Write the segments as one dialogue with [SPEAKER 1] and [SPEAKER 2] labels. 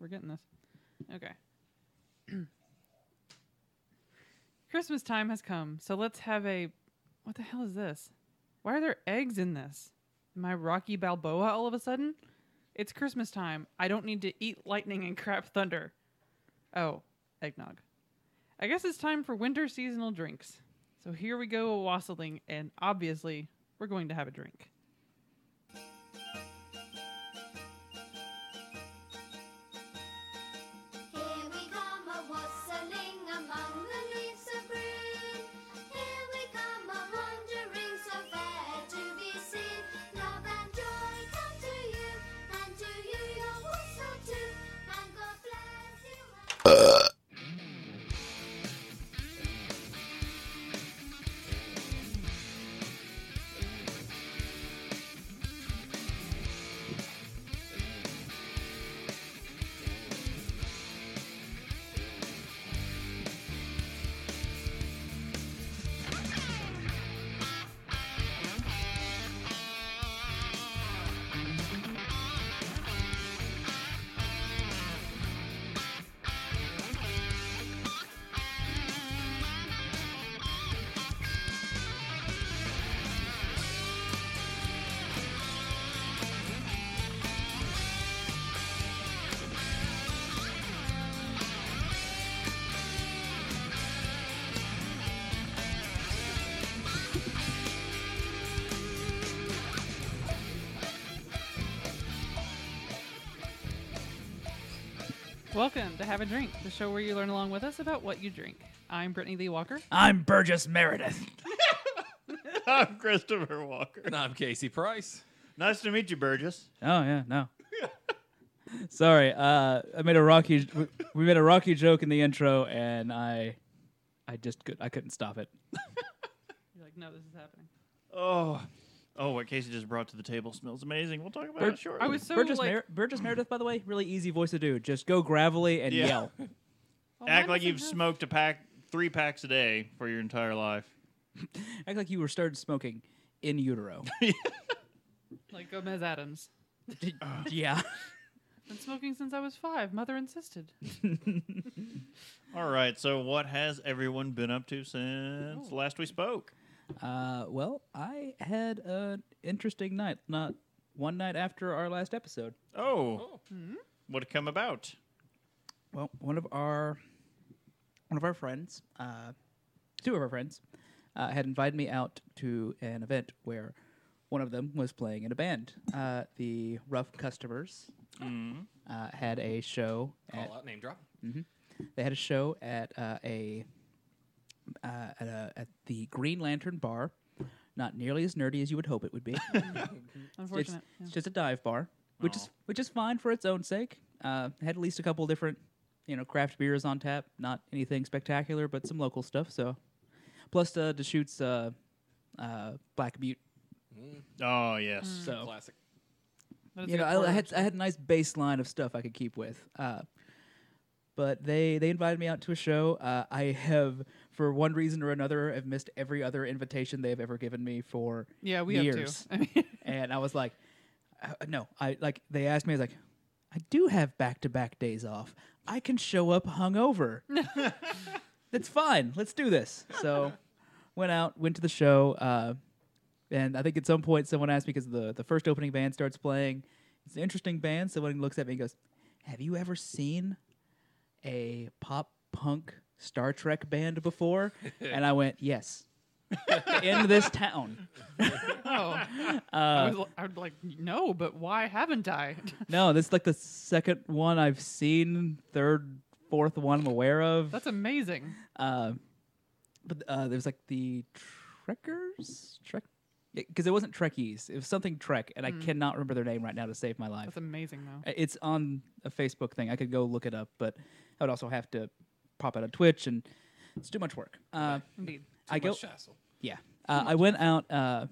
[SPEAKER 1] We're getting this. Okay. Christmas time has come, so let's have a. What the hell is this? Why are there eggs in this? Am I Rocky Balboa all of a sudden? It's Christmas time. I don't need to eat lightning and crap thunder. Oh, eggnog. I guess it's time for winter seasonal drinks. So here we go, wassailing, and obviously, we're going to have a drink.
[SPEAKER 2] Here we come a wassailing among the leaves of green. Here we come a wandering so fair to be seen. Love and joy come to you, and to you your wassail too, and God bless you. and-
[SPEAKER 1] Welcome to Have a Drink, the show where you learn along with us about what you drink. I'm Brittany Lee Walker.
[SPEAKER 3] I'm Burgess Meredith.
[SPEAKER 4] I'm Christopher Walker.
[SPEAKER 5] And I'm Casey Price.
[SPEAKER 4] Nice to meet you, Burgess.
[SPEAKER 3] Oh yeah, no. Sorry, uh, I made a rocky. we- We made a rocky joke in the intro, and I, I just could. I couldn't stop it.
[SPEAKER 1] You're like, no, this is happening.
[SPEAKER 4] Oh, oh, what Casey just brought to the table smells amazing. We'll talk about
[SPEAKER 3] Bur-
[SPEAKER 4] it shortly.
[SPEAKER 1] I was so
[SPEAKER 3] Burgess,
[SPEAKER 1] like,
[SPEAKER 3] Mer- Burgess Meredith, by the way, really easy voice to do. Just go gravelly and
[SPEAKER 4] Yeah.
[SPEAKER 3] yell.
[SPEAKER 1] "Oh, mine
[SPEAKER 4] act like
[SPEAKER 1] doesn't
[SPEAKER 4] you've
[SPEAKER 1] have-"
[SPEAKER 4] smoked a pack, three packs a day for your entire life.
[SPEAKER 3] Act like you were started smoking in utero.
[SPEAKER 1] like Gomez Adams.
[SPEAKER 3] yeah.
[SPEAKER 1] Been smoking since I was five. Mother insisted.
[SPEAKER 4] All right. So, what has everyone been up to since last we spoke?
[SPEAKER 3] Uh, well, I had an interesting night. Not one night after our last episode.
[SPEAKER 4] Oh, what had come about?
[SPEAKER 3] Well, one of our one of our friends, uh, two of our friends, uh, had invited me out to an event where one of them was playing in a band. Uh, the Rough Customers uh, had a show. At,
[SPEAKER 5] Call out name drop.
[SPEAKER 3] they had a show at uh, a uh, at, a, at the Green Lantern Bar. Not nearly as nerdy as you would hope it would be. it's,
[SPEAKER 1] Unfortunate.
[SPEAKER 3] it's just a dive bar, which is which is fine for its own sake. Uh, had at least a couple different, you know, craft beers on tap. Not anything spectacular, but some local stuff. So, plus uh, Deschutes uh, uh, Black Butte.
[SPEAKER 4] Oh, yes.
[SPEAKER 3] Mm. So
[SPEAKER 5] Classic.
[SPEAKER 1] But it's
[SPEAKER 3] you know,
[SPEAKER 1] good
[SPEAKER 3] I, I
[SPEAKER 1] for-
[SPEAKER 3] had I had a nice baseline of stuff I could keep with. Uh, but they they invited me out to a show. Uh, I have, for one reason or another, have missed every other invitation they've ever given me for
[SPEAKER 1] yeah, we
[SPEAKER 3] years.
[SPEAKER 1] have to. I mean,
[SPEAKER 3] and I was like, uh, no, I like they asked me, I was like, I do have back to back days off. I can show up hungover. That's fine. Let's do this. So went out, went to the show, uh, and I think at some point someone asked me because the the first opening band starts playing. It's an interesting band. Someone looks at me and goes, "Have you ever seen a pop punk Star Trek band before?" and I went, "Yes." in this town.
[SPEAKER 1] oh.
[SPEAKER 4] Uh,
[SPEAKER 1] I, was, li- I would like, no, but why haven't I?
[SPEAKER 3] No, this is like the second one I've seen, third, fourth one I'm aware of.
[SPEAKER 1] That's amazing.
[SPEAKER 3] Um, but uh, there's like the Trekkers? Trek? Because it wasn't Trekkies. It was something Trek, and I cannot remember their name right now to save my life.
[SPEAKER 1] Hmm. That's amazing, though.
[SPEAKER 3] Uh, It's on a Facebook thing. I could go look it up, but I would also have to pop out on Twitch, and it's too much work. Uh,
[SPEAKER 1] Indeed.
[SPEAKER 3] I go.
[SPEAKER 5] Much hassle.
[SPEAKER 3] Yeah. Uh, I went out. Uh,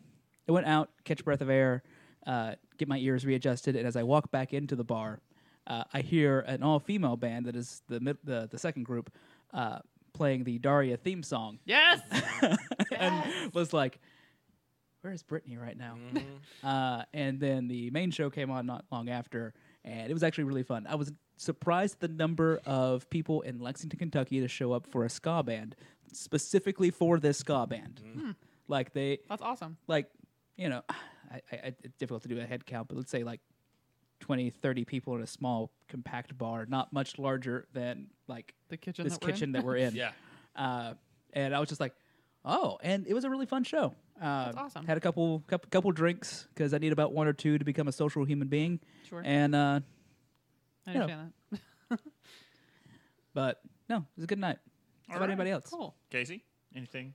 [SPEAKER 3] I went out, catch a breath of air, uh, get my ears readjusted, and as I walk back into the bar, uh, I hear an all-female band that is the mid- the, the second group uh, playing the Daria theme song,
[SPEAKER 1] Yes!
[SPEAKER 3] and was like, "Where is Brittany right now?" Uh, and then the main show came on not long after, and it was actually really fun. I was surprised the number of people in Lexington, Kentucky to show up for a ska band, specifically for this ska band. Like they
[SPEAKER 1] That's awesome.
[SPEAKER 3] like you know I, I, I- it's difficult to do a head count but let's say like 20 30 people in a small compact bar not much larger than like
[SPEAKER 1] The kitchen
[SPEAKER 3] this
[SPEAKER 1] that we're in.
[SPEAKER 3] kitchen that we're in
[SPEAKER 5] Yeah.
[SPEAKER 3] uh, and i was just like oh and it was a really fun show uh,
[SPEAKER 1] That's awesome.
[SPEAKER 3] had a couple couple, couple drinks because i need about one or two to become a social human being
[SPEAKER 1] Sure.
[SPEAKER 3] and uh,
[SPEAKER 1] I
[SPEAKER 3] you know,
[SPEAKER 1] understand that.
[SPEAKER 3] but no it was a good night How about
[SPEAKER 4] Alright,
[SPEAKER 3] anybody else
[SPEAKER 1] Cool.
[SPEAKER 4] Casey, anything?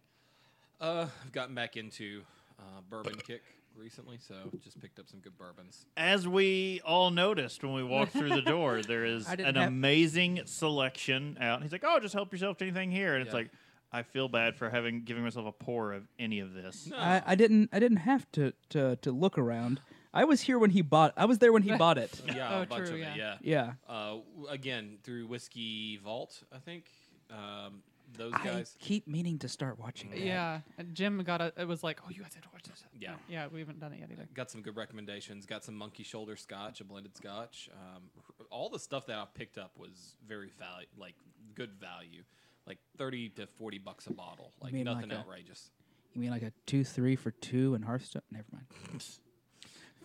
[SPEAKER 5] Uh, I've gotten back into uh, bourbon kick recently, so just picked up some good bourbons.
[SPEAKER 4] As we all noticed when we walked through the door, there is
[SPEAKER 3] I
[SPEAKER 4] an
[SPEAKER 3] didn't have-
[SPEAKER 4] amazing selection out. He's like, "Oh, just help yourself to anything here," and it's
[SPEAKER 5] Yeah.
[SPEAKER 4] like, I feel bad for having giving myself a pour of any of this.
[SPEAKER 3] Uh, I, I didn't I didn't have to, to to look around I was here when he bought I was there when he bought it
[SPEAKER 5] Yeah,
[SPEAKER 1] Oh,
[SPEAKER 5] a bunch
[SPEAKER 1] true,
[SPEAKER 5] of
[SPEAKER 1] yeah.
[SPEAKER 5] it. Yeah.
[SPEAKER 3] yeah
[SPEAKER 5] Uh, w- again through Whiskey Vault, I think. Um, those
[SPEAKER 3] I
[SPEAKER 5] guys.
[SPEAKER 3] keep meaning to start watching that.
[SPEAKER 1] Yeah. And Jim got a, it was like, oh, you guys have to watch this.
[SPEAKER 5] Yeah.
[SPEAKER 1] Yeah, we haven't done it yet either.
[SPEAKER 5] Got some good recommendations. Got some monkey shoulder scotch, a blended scotch. Um, r- all the stuff that I picked up was very value, like good value, like thirty to forty bucks a bottle, like
[SPEAKER 3] mean
[SPEAKER 5] nothing
[SPEAKER 3] like a-
[SPEAKER 5] outrageous.
[SPEAKER 3] You mean like a two three for two in Hearthstone? Never mind.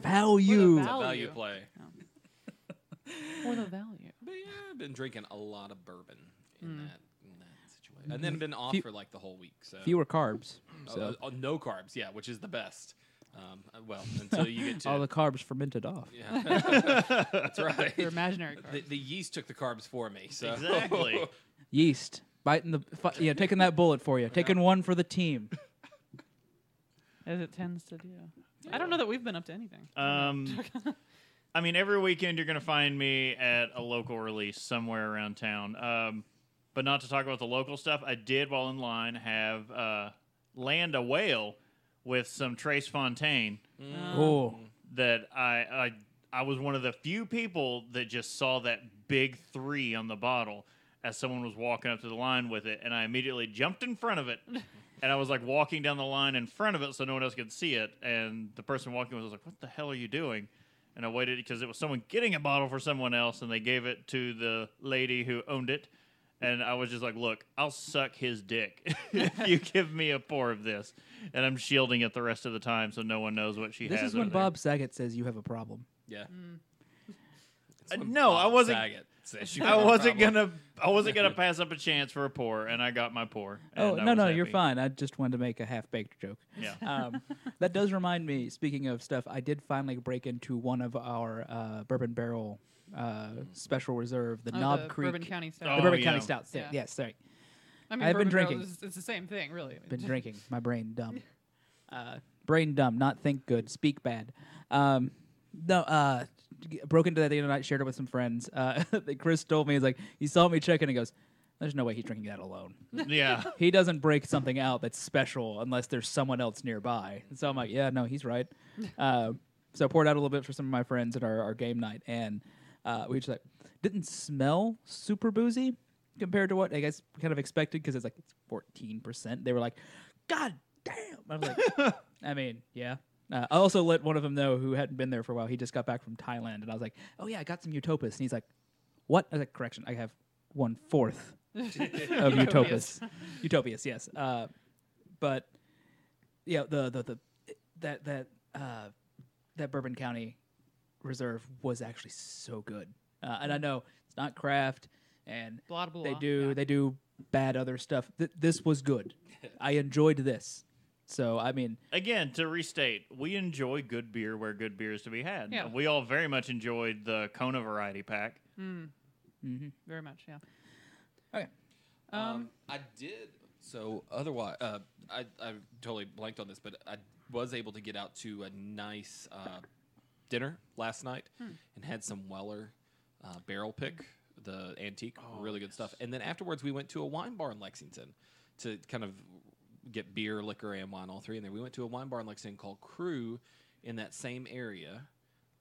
[SPEAKER 3] value.
[SPEAKER 1] val-
[SPEAKER 5] Value
[SPEAKER 1] Value.
[SPEAKER 5] play.
[SPEAKER 1] For the value.
[SPEAKER 5] But yeah, I've been drinking a lot of bourbon in that in that situation, and then been off
[SPEAKER 3] Hmm. Few-
[SPEAKER 5] for like the whole week. So
[SPEAKER 3] Fewer carbs.
[SPEAKER 5] Oh,
[SPEAKER 3] So
[SPEAKER 5] oh, no carbs, yeah, which is the best. Um, uh, well, until you get to
[SPEAKER 3] all the carbs fermented off.
[SPEAKER 5] yeah, that's right.
[SPEAKER 1] Your imaginary
[SPEAKER 5] The,
[SPEAKER 1] card.
[SPEAKER 5] the yeast took the carbs for me. So
[SPEAKER 4] Exactly.
[SPEAKER 3] Yeast biting the, fi- you know, taking that bullet for you, taking one for the team.
[SPEAKER 1] As it tends to do. I don't know that we've been up to anything.
[SPEAKER 4] Um, I mean, every weekend you're going to find me at a local release somewhere around town. Um, but not to talk about the local stuff, I did while in line have uh, land a whale with some Trace Fontaine
[SPEAKER 3] oh,
[SPEAKER 4] that I, I I was one of the few people that just saw that big three on the bottle as someone was walking up to the line with it, and I immediately jumped in front of it. And I was like walking down the line in front of it so no one else could see it. And the person walking was like, What the hell are you doing? And I waited because it was someone getting a bottle for someone else, and they gave it to the lady who owned it. And I was just like, Look, I'll suck his dick if you give me a pour of this. And I'm shielding it the rest of the time so no one knows what she
[SPEAKER 3] this
[SPEAKER 4] has.
[SPEAKER 3] is when
[SPEAKER 4] over there.
[SPEAKER 3] Bob Saget says you have a problem.
[SPEAKER 5] yeah.
[SPEAKER 3] Hmm.
[SPEAKER 5] It's
[SPEAKER 4] Uh,
[SPEAKER 5] when
[SPEAKER 4] no, I
[SPEAKER 5] Bob
[SPEAKER 4] wasn't-
[SPEAKER 5] Saget says you
[SPEAKER 4] I
[SPEAKER 5] have a
[SPEAKER 4] wasn't
[SPEAKER 5] problem.
[SPEAKER 4] gonna. I wasn't gonna pass up a chance for a pour, and I got my pour. and
[SPEAKER 3] Oh
[SPEAKER 4] I
[SPEAKER 3] no,
[SPEAKER 4] was
[SPEAKER 3] no, you're
[SPEAKER 4] happy.
[SPEAKER 3] fine. I just wanted to make a half baked joke.
[SPEAKER 4] Yeah.
[SPEAKER 3] Um, that does remind me. Speaking of stuff, I did finally break into one of our uh, bourbon barrel uh, special reserve, the
[SPEAKER 1] Oh,
[SPEAKER 3] Knob
[SPEAKER 1] the
[SPEAKER 3] Creek,
[SPEAKER 1] Bourbon County
[SPEAKER 3] the
[SPEAKER 1] stuff.
[SPEAKER 4] Oh,
[SPEAKER 3] Bourbon
[SPEAKER 4] yeah.
[SPEAKER 3] County Stout. Yeah.
[SPEAKER 1] Yeah.
[SPEAKER 3] Yes, sorry.
[SPEAKER 1] I mean,
[SPEAKER 3] I've been
[SPEAKER 1] Bourbon Barrel
[SPEAKER 3] drinking.
[SPEAKER 1] is- It's the same thing, really.
[SPEAKER 3] been drinking. My brain dumb. Uh, brain dumb. Not think good. Speak bad. Um, no. Uh, g- broke into that the other night. Shared it with some friends. Uh, that Chris told me he's like he saw me checking. and goes, "There's no way he's drinking that alone.
[SPEAKER 4] Yeah.
[SPEAKER 3] he doesn't break something out that's special unless there's someone else nearby." And so I'm like, "Yeah, no, he's right." Uh, so I poured out a little bit for some of my friends at our, our game night, and uh, we just like didn't smell super boozy compared to what I guess kind of expected because it's like it's fourteen percent. They were like, "God damn!" I was like, "I mean, yeah." Uh, I also let one of them know who hadn't been there for a while. He just got back from Thailand, and I was like, "Oh yeah, I got some Utopus," and he's like, "What?" I was like, "Correction, I have one fourth of Utopus, Utopias, yes." Uh, but yeah, the the the that that uh, that Bourbon County Reserve was actually so good, uh, and I know it's not craft, and
[SPEAKER 1] Blah, blah,
[SPEAKER 3] they
[SPEAKER 1] blah.
[SPEAKER 3] do
[SPEAKER 1] Yeah.
[SPEAKER 3] they do bad other stuff. Th- this was good. I enjoyed this. So I mean,
[SPEAKER 4] Again, to restate, we enjoy good beer where good beer is to be had.
[SPEAKER 1] Yeah.
[SPEAKER 4] We all very much enjoyed the Kona variety pack.
[SPEAKER 1] Very much, yeah.
[SPEAKER 3] okay,
[SPEAKER 5] Um, I did. So otherwise, uh, I I totally blanked on this, but I was able to get out to a nice uh, dinner last night and had some Weller uh, barrel pick, the antique, really good stuff. And then afterwards, we went to a wine bar in Lexington to kind of get beer, liquor, and wine, all three. And then we went to a wine bar in Lexington called Crew in that same area.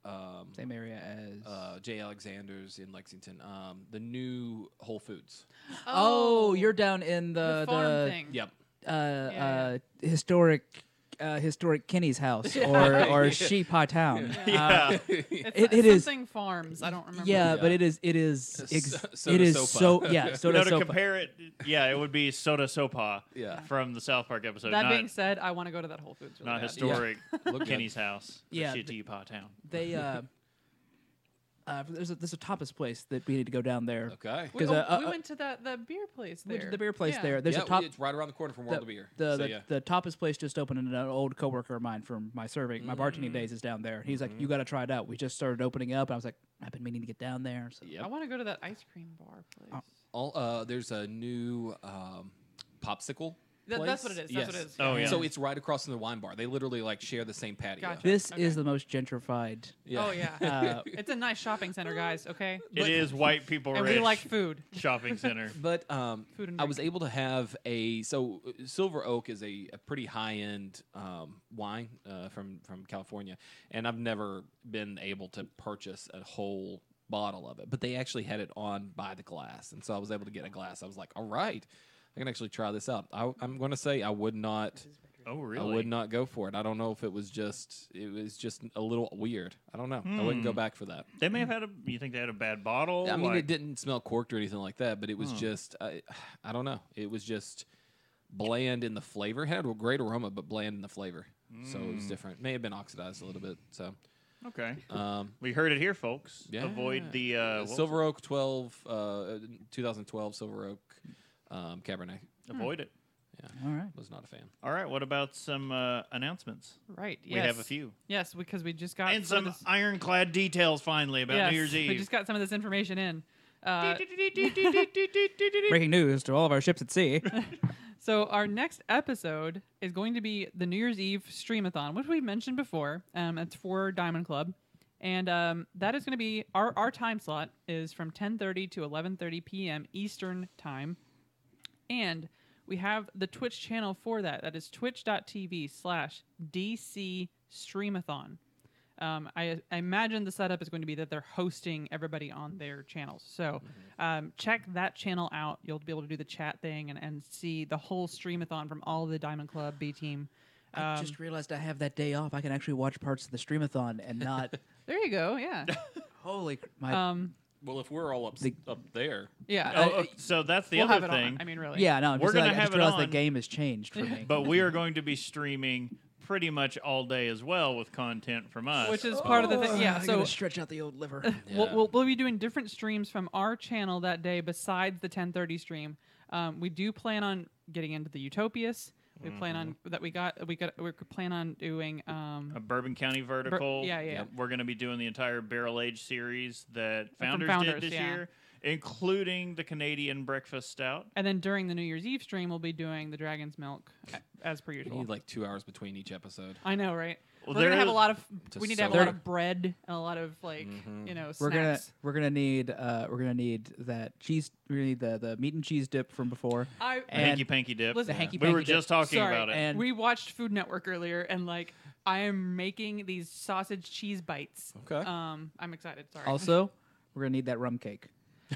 [SPEAKER 5] Um,
[SPEAKER 3] same area as
[SPEAKER 5] uh, Jay Alexander's in Lexington. Um, the new Whole Foods.
[SPEAKER 3] oh, you're down in
[SPEAKER 1] the
[SPEAKER 3] the
[SPEAKER 1] farm thing.
[SPEAKER 5] Yep.
[SPEAKER 3] Uh,
[SPEAKER 1] Yeah,
[SPEAKER 3] uh, historic uh, historic Kenny's house or or Sheep High Town. Uh,
[SPEAKER 4] Yeah.
[SPEAKER 1] It's,
[SPEAKER 3] It-
[SPEAKER 1] it,
[SPEAKER 3] it is-
[SPEAKER 1] something farms. I don't remember.
[SPEAKER 3] yeah,
[SPEAKER 5] Yeah.
[SPEAKER 3] but it is it is
[SPEAKER 5] Uh,
[SPEAKER 3] ex-
[SPEAKER 5] so- soda
[SPEAKER 3] it is
[SPEAKER 5] sopa.
[SPEAKER 3] so yeah soda
[SPEAKER 4] no, to
[SPEAKER 3] sopa.
[SPEAKER 4] compare it, yeah, it would be Soda Sopa
[SPEAKER 5] Yeah.
[SPEAKER 4] from the South Park episode.
[SPEAKER 1] That
[SPEAKER 4] not,
[SPEAKER 1] being said, I want to go to that Whole Foods. Really
[SPEAKER 4] not
[SPEAKER 1] bad.
[SPEAKER 4] historic
[SPEAKER 5] Look good.
[SPEAKER 4] Kenny's house.
[SPEAKER 3] Yeah,
[SPEAKER 4] Yeah.
[SPEAKER 3] the-
[SPEAKER 4] town.
[SPEAKER 3] they uh, uh there's a, there's a tapas place that we need to go down there.
[SPEAKER 5] Okay.
[SPEAKER 1] We,
[SPEAKER 3] 'Cause, uh,
[SPEAKER 1] oh, we
[SPEAKER 3] uh,
[SPEAKER 1] went to that the beer place there.
[SPEAKER 3] Went to the beer place
[SPEAKER 1] Yeah.
[SPEAKER 3] there. There's
[SPEAKER 5] yeah,
[SPEAKER 3] a top
[SPEAKER 5] it's right around the corner from World of Beer.
[SPEAKER 3] The,
[SPEAKER 5] so,
[SPEAKER 3] the,
[SPEAKER 5] yeah.
[SPEAKER 3] the tapas place just opened, and an old coworker of mine from my serving, my bartending days is down there. He's like, "You got to try it out." We just started opening up. I was like, "I've been meaning to get down there." So
[SPEAKER 5] Yep.
[SPEAKER 1] I want to go to that ice cream bar
[SPEAKER 3] Oh.
[SPEAKER 1] place.
[SPEAKER 5] All, uh, there's a new um, popsicle.
[SPEAKER 1] Th- that's what it
[SPEAKER 5] place.
[SPEAKER 1] is. That's what it
[SPEAKER 5] Yes.
[SPEAKER 1] is.
[SPEAKER 4] Oh, yeah.
[SPEAKER 5] So it's right across from the wine bar. They literally like share the same patio.
[SPEAKER 1] Gotcha.
[SPEAKER 3] this
[SPEAKER 1] Okay.
[SPEAKER 3] is the most gentrified.
[SPEAKER 1] Oh yeah.
[SPEAKER 3] Uh,
[SPEAKER 1] it's a nice shopping center, guys. Okay.
[SPEAKER 5] But-
[SPEAKER 4] it is white people
[SPEAKER 1] And
[SPEAKER 4] rich
[SPEAKER 1] we like food.
[SPEAKER 4] shopping center.
[SPEAKER 5] But um,
[SPEAKER 1] Food and
[SPEAKER 5] I was
[SPEAKER 1] drink.
[SPEAKER 5] able to have a so uh, Silver Oak is a, a pretty high end um, wine uh, from from California, and I've never been able to purchase a whole bottle of it. But they actually had it on by the glass, and so I was able to get a glass. I was like, all right, I can actually try this out. I, I'm going to say I would not.
[SPEAKER 4] Oh, really?
[SPEAKER 5] I would not go for it. I don't know if it was just it was just a little weird. I don't know. I wouldn't
[SPEAKER 1] Hmm.
[SPEAKER 5] go back for that.
[SPEAKER 4] They may have had a. You think they had a bad bottle?
[SPEAKER 5] Oh, I Hmm. mean,
[SPEAKER 4] Like-
[SPEAKER 5] it didn't smell corked or anything like that, but it was just I, I don't know. It was just bland in the flavor. It had a great aroma, but bland in the flavor. So it was different. May have been oxidized a little bit. So
[SPEAKER 4] Okay.
[SPEAKER 5] um,
[SPEAKER 4] We heard it here, folks.
[SPEAKER 5] Yeah.
[SPEAKER 4] Avoid the uh, what was
[SPEAKER 5] Silver Oak 12, uh, 2012 Silver Oak um, Cabernet.
[SPEAKER 4] it? Avoid it.
[SPEAKER 3] all right.
[SPEAKER 5] Was not a fan.
[SPEAKER 4] All right. What about some uh, announcements?
[SPEAKER 1] Right. Yes.
[SPEAKER 4] We have a few.
[SPEAKER 1] Yes, because we just got
[SPEAKER 4] and
[SPEAKER 1] of
[SPEAKER 4] some
[SPEAKER 1] this-
[SPEAKER 4] ironclad details finally about
[SPEAKER 1] yes,
[SPEAKER 4] New Year's Eve.
[SPEAKER 1] We just got some of this information in. Uh,
[SPEAKER 3] Breaking news to all of our ships at sea.
[SPEAKER 1] So our next episode is going to be the New Year's Eve streamathon, which we mentioned before. Um, it's for Diamond Club, and um, that is going to be our our time slot is from 10:30 to 11:30 p.m. Eastern time, and we have the Twitch channel for that. That is twitch.tv/slash DC Streamathon. Um, I, I imagine the setup is going to be that they're hosting everybody on their channels. So
[SPEAKER 4] Mm-hmm.
[SPEAKER 1] um, check that channel out. You'll be able to do the chat thing and, and see the whole streamathon from all the Diamond Club B team. Um,
[SPEAKER 3] I just realized I have that day off. I can actually watch parts of the streamathon and not.
[SPEAKER 1] There you go. Yeah.
[SPEAKER 3] holy cr- my.
[SPEAKER 1] Um,
[SPEAKER 5] Well, if we're all up up there,
[SPEAKER 1] yeah.
[SPEAKER 4] Oh, oh, so that's the
[SPEAKER 1] we'll have
[SPEAKER 4] other
[SPEAKER 1] it
[SPEAKER 4] thing.
[SPEAKER 1] on. I mean, really.
[SPEAKER 3] yeah, no. I'm
[SPEAKER 4] we're
[SPEAKER 3] just
[SPEAKER 4] gonna
[SPEAKER 3] like, I
[SPEAKER 4] have
[SPEAKER 3] just
[SPEAKER 4] it
[SPEAKER 3] realized the
[SPEAKER 4] on.
[SPEAKER 3] game has changed for me.
[SPEAKER 4] but we are going to be streaming pretty much all day as well with content from us.
[SPEAKER 1] Which is part of the
[SPEAKER 3] Oh,
[SPEAKER 1] thing. Yeah.
[SPEAKER 3] I
[SPEAKER 1] So
[SPEAKER 3] gotta stretch out the old liver.
[SPEAKER 1] We'll,
[SPEAKER 5] Yeah.
[SPEAKER 1] we'll, we'll be doing different streams from our channel that day besides the 10:30 stream. Um, we do plan on getting into the Utopias. We plan on that we got we got we plan on doing
[SPEAKER 4] Mm-hmm. a
[SPEAKER 1] um,
[SPEAKER 4] Bourbon County vertical.
[SPEAKER 1] yeah, yeah, yeah. Yep.
[SPEAKER 4] We're going to be doing the entire barrel age series that Founders,
[SPEAKER 1] Founders,
[SPEAKER 4] did this
[SPEAKER 1] yeah.
[SPEAKER 4] year, including the Canadian breakfast stout.
[SPEAKER 1] and then during the New Year's Eve stream we'll be doing the Dragon's Milk a- as per
[SPEAKER 5] we
[SPEAKER 1] usual.
[SPEAKER 5] need like two hours between each episode.
[SPEAKER 1] I know, right?
[SPEAKER 4] Well,
[SPEAKER 1] we're gonna
[SPEAKER 4] there
[SPEAKER 1] have a
[SPEAKER 4] is-
[SPEAKER 1] lot of
[SPEAKER 5] To
[SPEAKER 1] we need to have a
[SPEAKER 5] soak.
[SPEAKER 1] lot
[SPEAKER 5] There-
[SPEAKER 1] of bread and a lot of like
[SPEAKER 4] Mm-hmm.
[SPEAKER 1] you know snacks.
[SPEAKER 3] We're gonna we're gonna need uh we're gonna need that cheese. We need the the meat and cheese dip from before.
[SPEAKER 1] I
[SPEAKER 4] The
[SPEAKER 3] And-
[SPEAKER 4] hanky panky dip.
[SPEAKER 1] Listen- The
[SPEAKER 3] hanky
[SPEAKER 4] we were
[SPEAKER 3] panky dip.
[SPEAKER 4] just talking
[SPEAKER 1] Sorry,
[SPEAKER 4] about it.
[SPEAKER 3] and-
[SPEAKER 1] we watched Food Network earlier and like I am making these sausage cheese bites.
[SPEAKER 5] Okay.
[SPEAKER 1] Um, I'm excited. Sorry.
[SPEAKER 3] Also, we're gonna need that rum cake.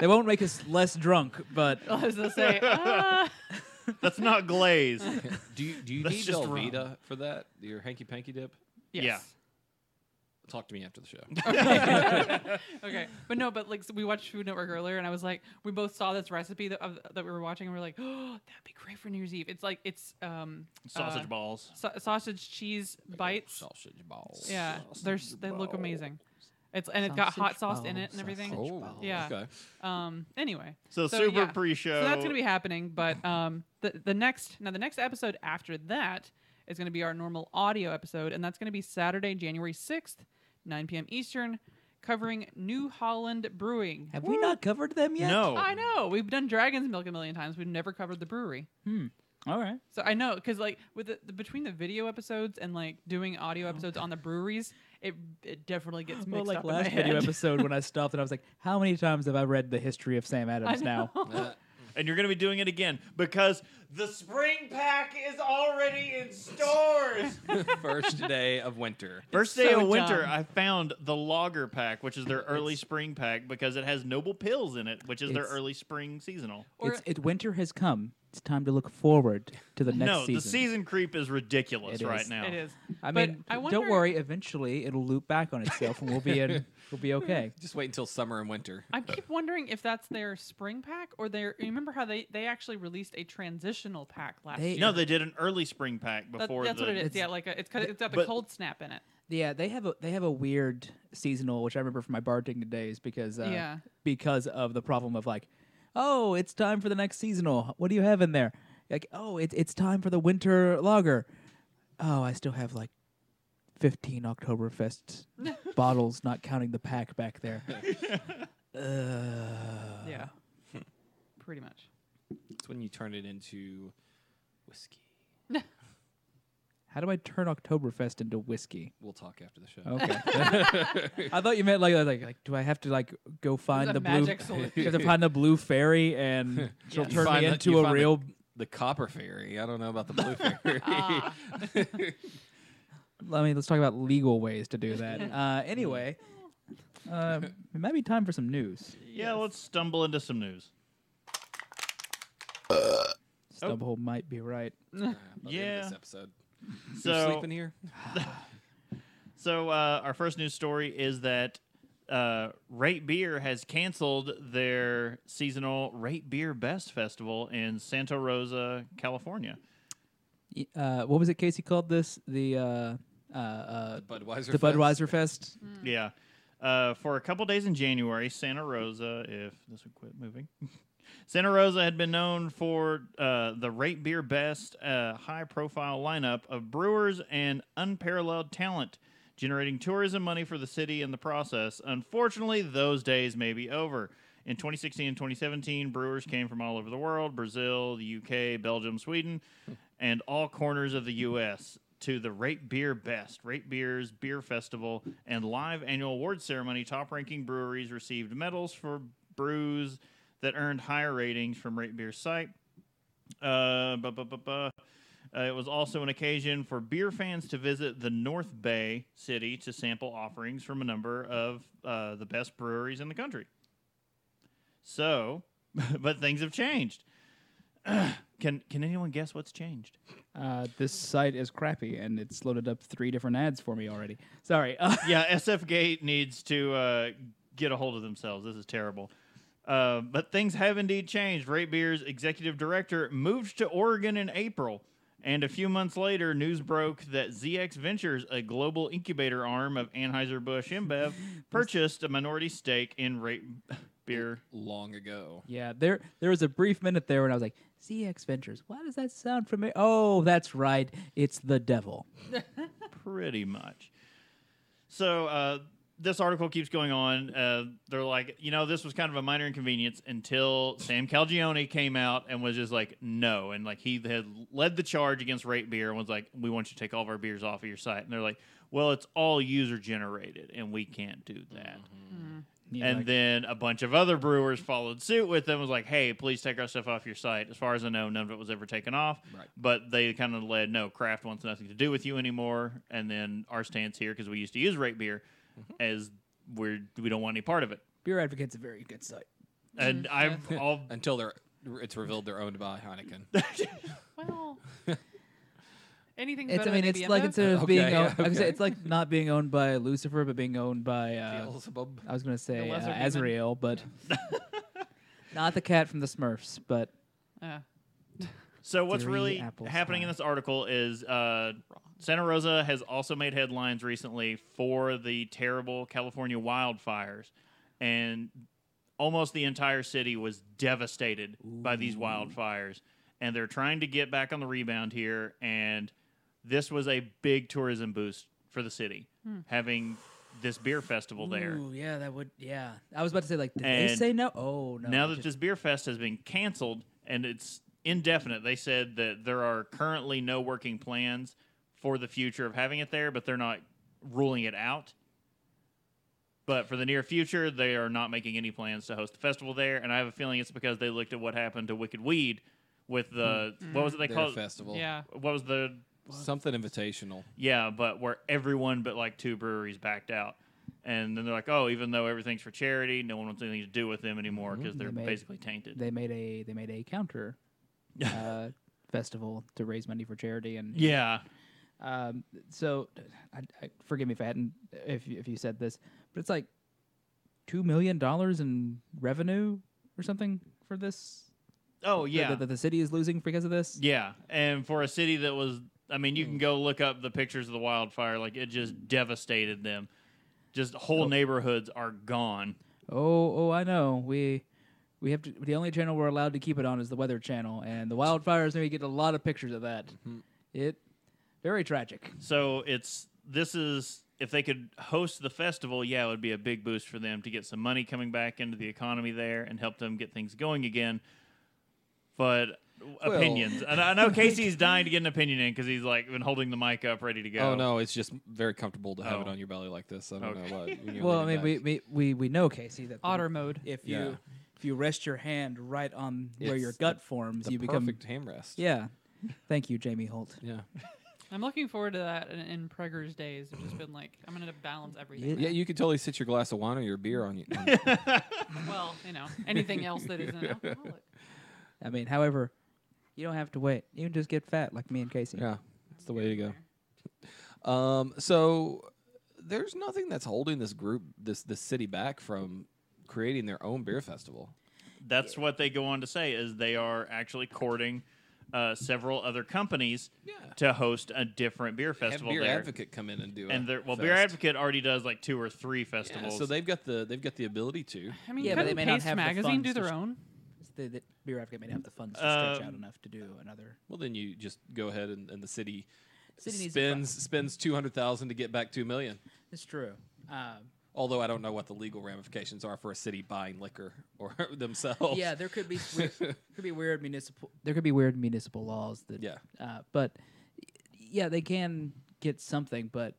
[SPEAKER 3] they won't make us less drunk, but
[SPEAKER 1] I was gonna say, uh,
[SPEAKER 4] That's not glaze.
[SPEAKER 5] Do you do you
[SPEAKER 4] That's
[SPEAKER 5] need
[SPEAKER 4] just
[SPEAKER 5] Velveeta for that? Your hanky panky dip.
[SPEAKER 1] yes.
[SPEAKER 5] Talk to me after the show.
[SPEAKER 1] Okay, but no, but like so we watched Food Network earlier, and I was like, we both saw this recipe that, of, that we were watching, and we are like, oh, that'd be great for New Year's Eve. It's like it's um
[SPEAKER 4] Sausage
[SPEAKER 1] uh,
[SPEAKER 4] balls.
[SPEAKER 1] sa- sausage cheese bites.
[SPEAKER 5] Sausage balls.
[SPEAKER 1] yeah, they're s- they look amazing. It's and it's got hot sauce in it and everything.
[SPEAKER 5] Oh,
[SPEAKER 1] Yeah.
[SPEAKER 5] Okay.
[SPEAKER 1] Um, anyway,
[SPEAKER 4] So, super
[SPEAKER 1] yeah.
[SPEAKER 4] pre-show.
[SPEAKER 1] So that's gonna be happening, but um, the the next now the next episode after that is gonna be our normal audio episode, and that's gonna be Saturday, January sixth, nine p.m. Eastern, covering New Holland Brewing.
[SPEAKER 3] have we not covered them yet?
[SPEAKER 4] No.
[SPEAKER 1] I know we've done Dragon's Milk a million times. We've never covered the brewery.
[SPEAKER 3] All right.
[SPEAKER 1] So I know because like with the, the between the video episodes and like doing audio episodes on the breweries, it it definitely gets mixed
[SPEAKER 3] Oh. Well, like
[SPEAKER 1] up in my
[SPEAKER 3] last
[SPEAKER 1] head.
[SPEAKER 3] video episode when I stopped and I was like, how many times have I read the history of Sam Adams now?
[SPEAKER 5] Uh,
[SPEAKER 4] And you're going to be doing it again because the spring pack is already in stores.
[SPEAKER 5] first day of winter.
[SPEAKER 4] First day
[SPEAKER 1] so
[SPEAKER 4] of winter,
[SPEAKER 1] dumb.
[SPEAKER 4] I found the lager pack, which is their early spring pack because it has noble pills in it, which is their
[SPEAKER 3] It's-
[SPEAKER 4] early spring seasonal.
[SPEAKER 1] Or-
[SPEAKER 3] it's it winter has come It's time to look forward to the next
[SPEAKER 4] no,
[SPEAKER 3] season.
[SPEAKER 4] the season creep is ridiculous
[SPEAKER 3] It
[SPEAKER 4] right
[SPEAKER 3] is.
[SPEAKER 4] now.
[SPEAKER 1] It is.
[SPEAKER 3] I
[SPEAKER 1] But
[SPEAKER 3] mean,
[SPEAKER 1] I
[SPEAKER 3] don't
[SPEAKER 1] wonder-
[SPEAKER 3] worry. Eventually, it'll loop back on itself, and we'll be in. We'll be okay.
[SPEAKER 5] Just wait until summer and winter.
[SPEAKER 1] I keep wondering if that's their spring pack or their. you Remember how they they actually released a transitional pack last
[SPEAKER 3] They-
[SPEAKER 1] year?
[SPEAKER 4] No, they did an early spring pack
[SPEAKER 1] That-
[SPEAKER 4] before
[SPEAKER 1] that's
[SPEAKER 4] the.
[SPEAKER 1] what it is.
[SPEAKER 3] It's-
[SPEAKER 1] Yeah, like a, it's 'cause it's got the
[SPEAKER 4] but-
[SPEAKER 1] cold snap in it.
[SPEAKER 3] Yeah, they have a they have a weird seasonal, which I remember from my bartending days because uh,
[SPEAKER 1] Yeah.
[SPEAKER 3] because of the problem of like, oh, it's time for the next seasonal. What do you have in there? Like, oh, it, it's time for the winter lager. Oh, I still have like fifteen Oktoberfest bottles, not counting the pack back there. uh,
[SPEAKER 1] Yeah, pretty much.
[SPEAKER 5] It's when you turn it into whiskey.
[SPEAKER 3] How do I turn Oktoberfest into whiskey?
[SPEAKER 5] We'll talk after the show.
[SPEAKER 3] Okay. I thought you meant like like like do I have to like go find
[SPEAKER 1] a
[SPEAKER 3] the
[SPEAKER 1] magic
[SPEAKER 3] blue
[SPEAKER 1] solution.
[SPEAKER 3] you have to find the blue fairy and she'll
[SPEAKER 1] You
[SPEAKER 3] turn
[SPEAKER 5] find
[SPEAKER 3] me
[SPEAKER 5] the-
[SPEAKER 3] into
[SPEAKER 5] you
[SPEAKER 3] a
[SPEAKER 5] find the-
[SPEAKER 3] real
[SPEAKER 5] The copper fairy. I don't know about the blue fairy.
[SPEAKER 1] Ah.
[SPEAKER 3] I mean let's talk about legal ways to do that. uh anyway, uh, it might be time for some news.
[SPEAKER 4] Yeah, let's stumble into some news.
[SPEAKER 3] Stubhole might be right.
[SPEAKER 5] Uh, by the end of
[SPEAKER 4] Yeah.
[SPEAKER 5] This episode.
[SPEAKER 4] So-
[SPEAKER 5] you sleeping here?
[SPEAKER 4] So uh, our first news story is that uh, Rate Beer has canceled their seasonal Rate Beer Best Festival in Santa Rosa, California.
[SPEAKER 3] Y- Uh what was it Casey called this? The uh uh, uh
[SPEAKER 5] Budweiser.
[SPEAKER 3] the
[SPEAKER 5] Fest?
[SPEAKER 3] Budweiser Fest.
[SPEAKER 4] Yeah. Uh, for a couple days in January, Santa Rosa, if this would quit moving, Santa Rosa had been known for uh, the Rate Beer Best uh, high profile lineup of brewers and unparalleled talent, generating tourism money for the city in the process. Unfortunately, those days may be over. In 2016 and 2017, brewers came from all over the world Brazil, the UK, Belgium, Sweden, and all corners of the U.S. to the Rate Beer Best, Rate Beer's Beer Festival, and live annual award ceremony. Top ranking breweries received medals for brews that earned higher ratings from Rate Beer's site. Uh, bu- bu- bu- bu. Uh, it was also an occasion for beer fans to visit the North Bay city to sample offerings from a number of uh, the best breweries in the country. So, but things have changed. can can anyone guess what's changed?
[SPEAKER 3] Uh, this site is crappy and it's loaded up three different ads for me already. Sorry. Uh,
[SPEAKER 4] yeah, SF Gate needs to uh, get a hold of themselves. This is terrible. Uh, but things have indeed changed. Rate Beer's executive director moved to Oregon in April. And a few months later, news broke that ZX Ventures, a global incubator arm of Anheuser-Busch InBev, purchased a minority stake in Rate Beer.
[SPEAKER 5] Long ago.
[SPEAKER 3] Yeah, there there was a brief minute there when I was like, ZX Ventures, why does that sound familiar? Oh, that's right. It's the devil.
[SPEAKER 4] pretty much. So uh, this article keeps going on. Uh, they're like, you know, this was kind of a minor inconvenience until Sam Calgione came out and was just like, no, and like he had led the charge against Rate Beer and was like, we want you to take all of our beers off of your site, and they're like, well, it's all user generated, and we can't do that.
[SPEAKER 3] You
[SPEAKER 4] And
[SPEAKER 3] like,
[SPEAKER 4] then a bunch of other brewers followed suit with them. Was like, "Hey, please take our stuff off your site." As far as I know, none of it was ever taken off.
[SPEAKER 5] Right.
[SPEAKER 4] But they kind of led, "No, craft wants nothing to do with you anymore." And then our stance here, because we used to use rate beer,
[SPEAKER 3] Mm-hmm.
[SPEAKER 4] as we're we don't want any part of it.
[SPEAKER 3] Beer Advocate's a very good site.
[SPEAKER 4] And I've
[SPEAKER 3] Mm-hmm.
[SPEAKER 4] all
[SPEAKER 5] Until they're it's revealed they're owned by Heineken.
[SPEAKER 1] Well, anything.
[SPEAKER 3] It's
[SPEAKER 1] better
[SPEAKER 3] I mean,
[SPEAKER 1] than
[SPEAKER 3] it's
[SPEAKER 1] ABM,
[SPEAKER 3] like
[SPEAKER 1] though?
[SPEAKER 3] instead of
[SPEAKER 5] Okay,
[SPEAKER 3] being
[SPEAKER 5] yeah,
[SPEAKER 3] owned, I was gonna say,
[SPEAKER 5] okay.
[SPEAKER 3] it's like not being owned by Lucifer, but being owned by uh,
[SPEAKER 5] Beelzebub.
[SPEAKER 3] I was gonna say uh,
[SPEAKER 1] lesser demon.
[SPEAKER 3] Azrael, but not the cat from the Smurfs, but
[SPEAKER 1] Uh,
[SPEAKER 4] So what's
[SPEAKER 3] Three
[SPEAKER 4] really
[SPEAKER 3] apples
[SPEAKER 4] happening in
[SPEAKER 3] high.
[SPEAKER 4] this article is uh, Santa Rosa has also made headlines recently for the terrible California wildfires, and almost the entire city was devastated by these wildfires, and they're trying to get back on the rebound here. And this was a big tourism boost for the city, having this beer festival there.
[SPEAKER 3] Ooh, yeah, that would yeah. I was about to say like, did they
[SPEAKER 4] And
[SPEAKER 3] say no? Oh no.
[SPEAKER 4] now
[SPEAKER 3] they
[SPEAKER 4] that
[SPEAKER 3] just-
[SPEAKER 4] this beer fest has been canceled and it's indefinite, they said that there are currently no working plans for the future of having it there, but they're not ruling it out. But for the near future, they are not making any plans to host the festival there, and I have a feeling it's because they looked at what happened to Wicked Weed with the
[SPEAKER 3] Hmm.
[SPEAKER 4] what was it they
[SPEAKER 5] Their
[SPEAKER 4] called?
[SPEAKER 5] festival.
[SPEAKER 1] yeah.
[SPEAKER 4] What was the
[SPEAKER 5] Something invitational.
[SPEAKER 4] yeah, but where everyone but like two breweries backed out. And then they're like, oh, even though everything's for charity, no one wants anything to do with them anymore because
[SPEAKER 3] Hmm, They
[SPEAKER 4] they're
[SPEAKER 3] made-
[SPEAKER 4] basically tainted.
[SPEAKER 3] they made a they made a counter uh, festival to raise money for charity, and
[SPEAKER 4] Yeah.
[SPEAKER 3] um, so I, I, forgive me if I hadn't if you- if you said this, but it's like two million dollars in revenue or something for this.
[SPEAKER 4] Oh
[SPEAKER 3] that-
[SPEAKER 4] yeah.
[SPEAKER 3] that, that the city is losing because of this.
[SPEAKER 4] Yeah, and for a city that was, I mean, you can go look up the pictures of the wildfire. Like it just devastated them. Just whole neighborhoods are gone.
[SPEAKER 3] Oh, oh, I know. We we have to. The only channel we're allowed to keep it on is the Weather Channel, and the wildfires. Maybe get a lot of pictures of that.
[SPEAKER 5] Mm-hmm.
[SPEAKER 3] It very tragic.
[SPEAKER 4] So it's this is if they could host the festival, yeah, it would be a big boost for them to get some money coming back into the economy there and help them get things going again. But
[SPEAKER 5] Well-
[SPEAKER 4] opinions, and I know Casey's dying to get an opinion in because he's like been holding the mic up ready to go.
[SPEAKER 5] Oh no, it's just very comfortable to have it
[SPEAKER 4] Oh.
[SPEAKER 5] on your belly like this. I don't
[SPEAKER 4] Okay.
[SPEAKER 5] know why. when you're
[SPEAKER 3] well, I
[SPEAKER 5] leaning
[SPEAKER 3] mean, we,
[SPEAKER 5] back.
[SPEAKER 3] we we we know Casey that the-
[SPEAKER 1] Otter mode.
[SPEAKER 3] If you
[SPEAKER 5] Yeah.
[SPEAKER 3] if you rest your hand right on where your
[SPEAKER 5] It's
[SPEAKER 3] gut forms,
[SPEAKER 5] the
[SPEAKER 3] you become
[SPEAKER 5] perfect ham rest.
[SPEAKER 3] yeah. Thank you, Jamie Holt.
[SPEAKER 5] yeah,
[SPEAKER 1] I'm looking forward to that in, in Prager's days. It's just been like I'm gonna balance everything.
[SPEAKER 5] yeah. You could totally sit your glass of wine or your beer on you. on-
[SPEAKER 1] Well, you know, anything else that isn't alcoholic.
[SPEAKER 3] I mean, however, you don't have to wait. You can just get fat like me and Casey.
[SPEAKER 5] yeah, it's the way to go. Um, so there's nothing that's holding this group, this this city back from creating their own beer festival.
[SPEAKER 4] That's what they go on to say is they are actually courting uh, several other companies
[SPEAKER 5] Yeah.
[SPEAKER 4] to host a different beer
[SPEAKER 5] Have
[SPEAKER 4] festival
[SPEAKER 5] beer
[SPEAKER 4] there.
[SPEAKER 5] advocate come in and do
[SPEAKER 4] And
[SPEAKER 5] it.
[SPEAKER 4] they're, well, beer advocate already does like two or three
[SPEAKER 5] Yeah,
[SPEAKER 4] festivals.
[SPEAKER 5] so they've got the they've got the ability to.
[SPEAKER 1] I mean,
[SPEAKER 3] Yeah, but they
[SPEAKER 1] couldn't
[SPEAKER 3] may not
[SPEAKER 1] Paste
[SPEAKER 3] have the
[SPEAKER 1] magazine do
[SPEAKER 3] funds to
[SPEAKER 1] their
[SPEAKER 3] sh-
[SPEAKER 1] own?
[SPEAKER 3] The, the beer advocate may not have the funds to stretch out
[SPEAKER 4] Um,
[SPEAKER 3] enough to do another.
[SPEAKER 5] Well, then you just go ahead and, and the city,
[SPEAKER 3] City needs to
[SPEAKER 5] spends spends two hundred thousand to get back two million.
[SPEAKER 3] It's true. Um,
[SPEAKER 5] Although I don't know what the legal ramifications are for a city buying liquor or themselves.
[SPEAKER 3] Yeah, there could be weird, could be weird municipal there could be weird municipal laws that
[SPEAKER 5] Yeah.
[SPEAKER 3] uh, but y- yeah, they can get something. But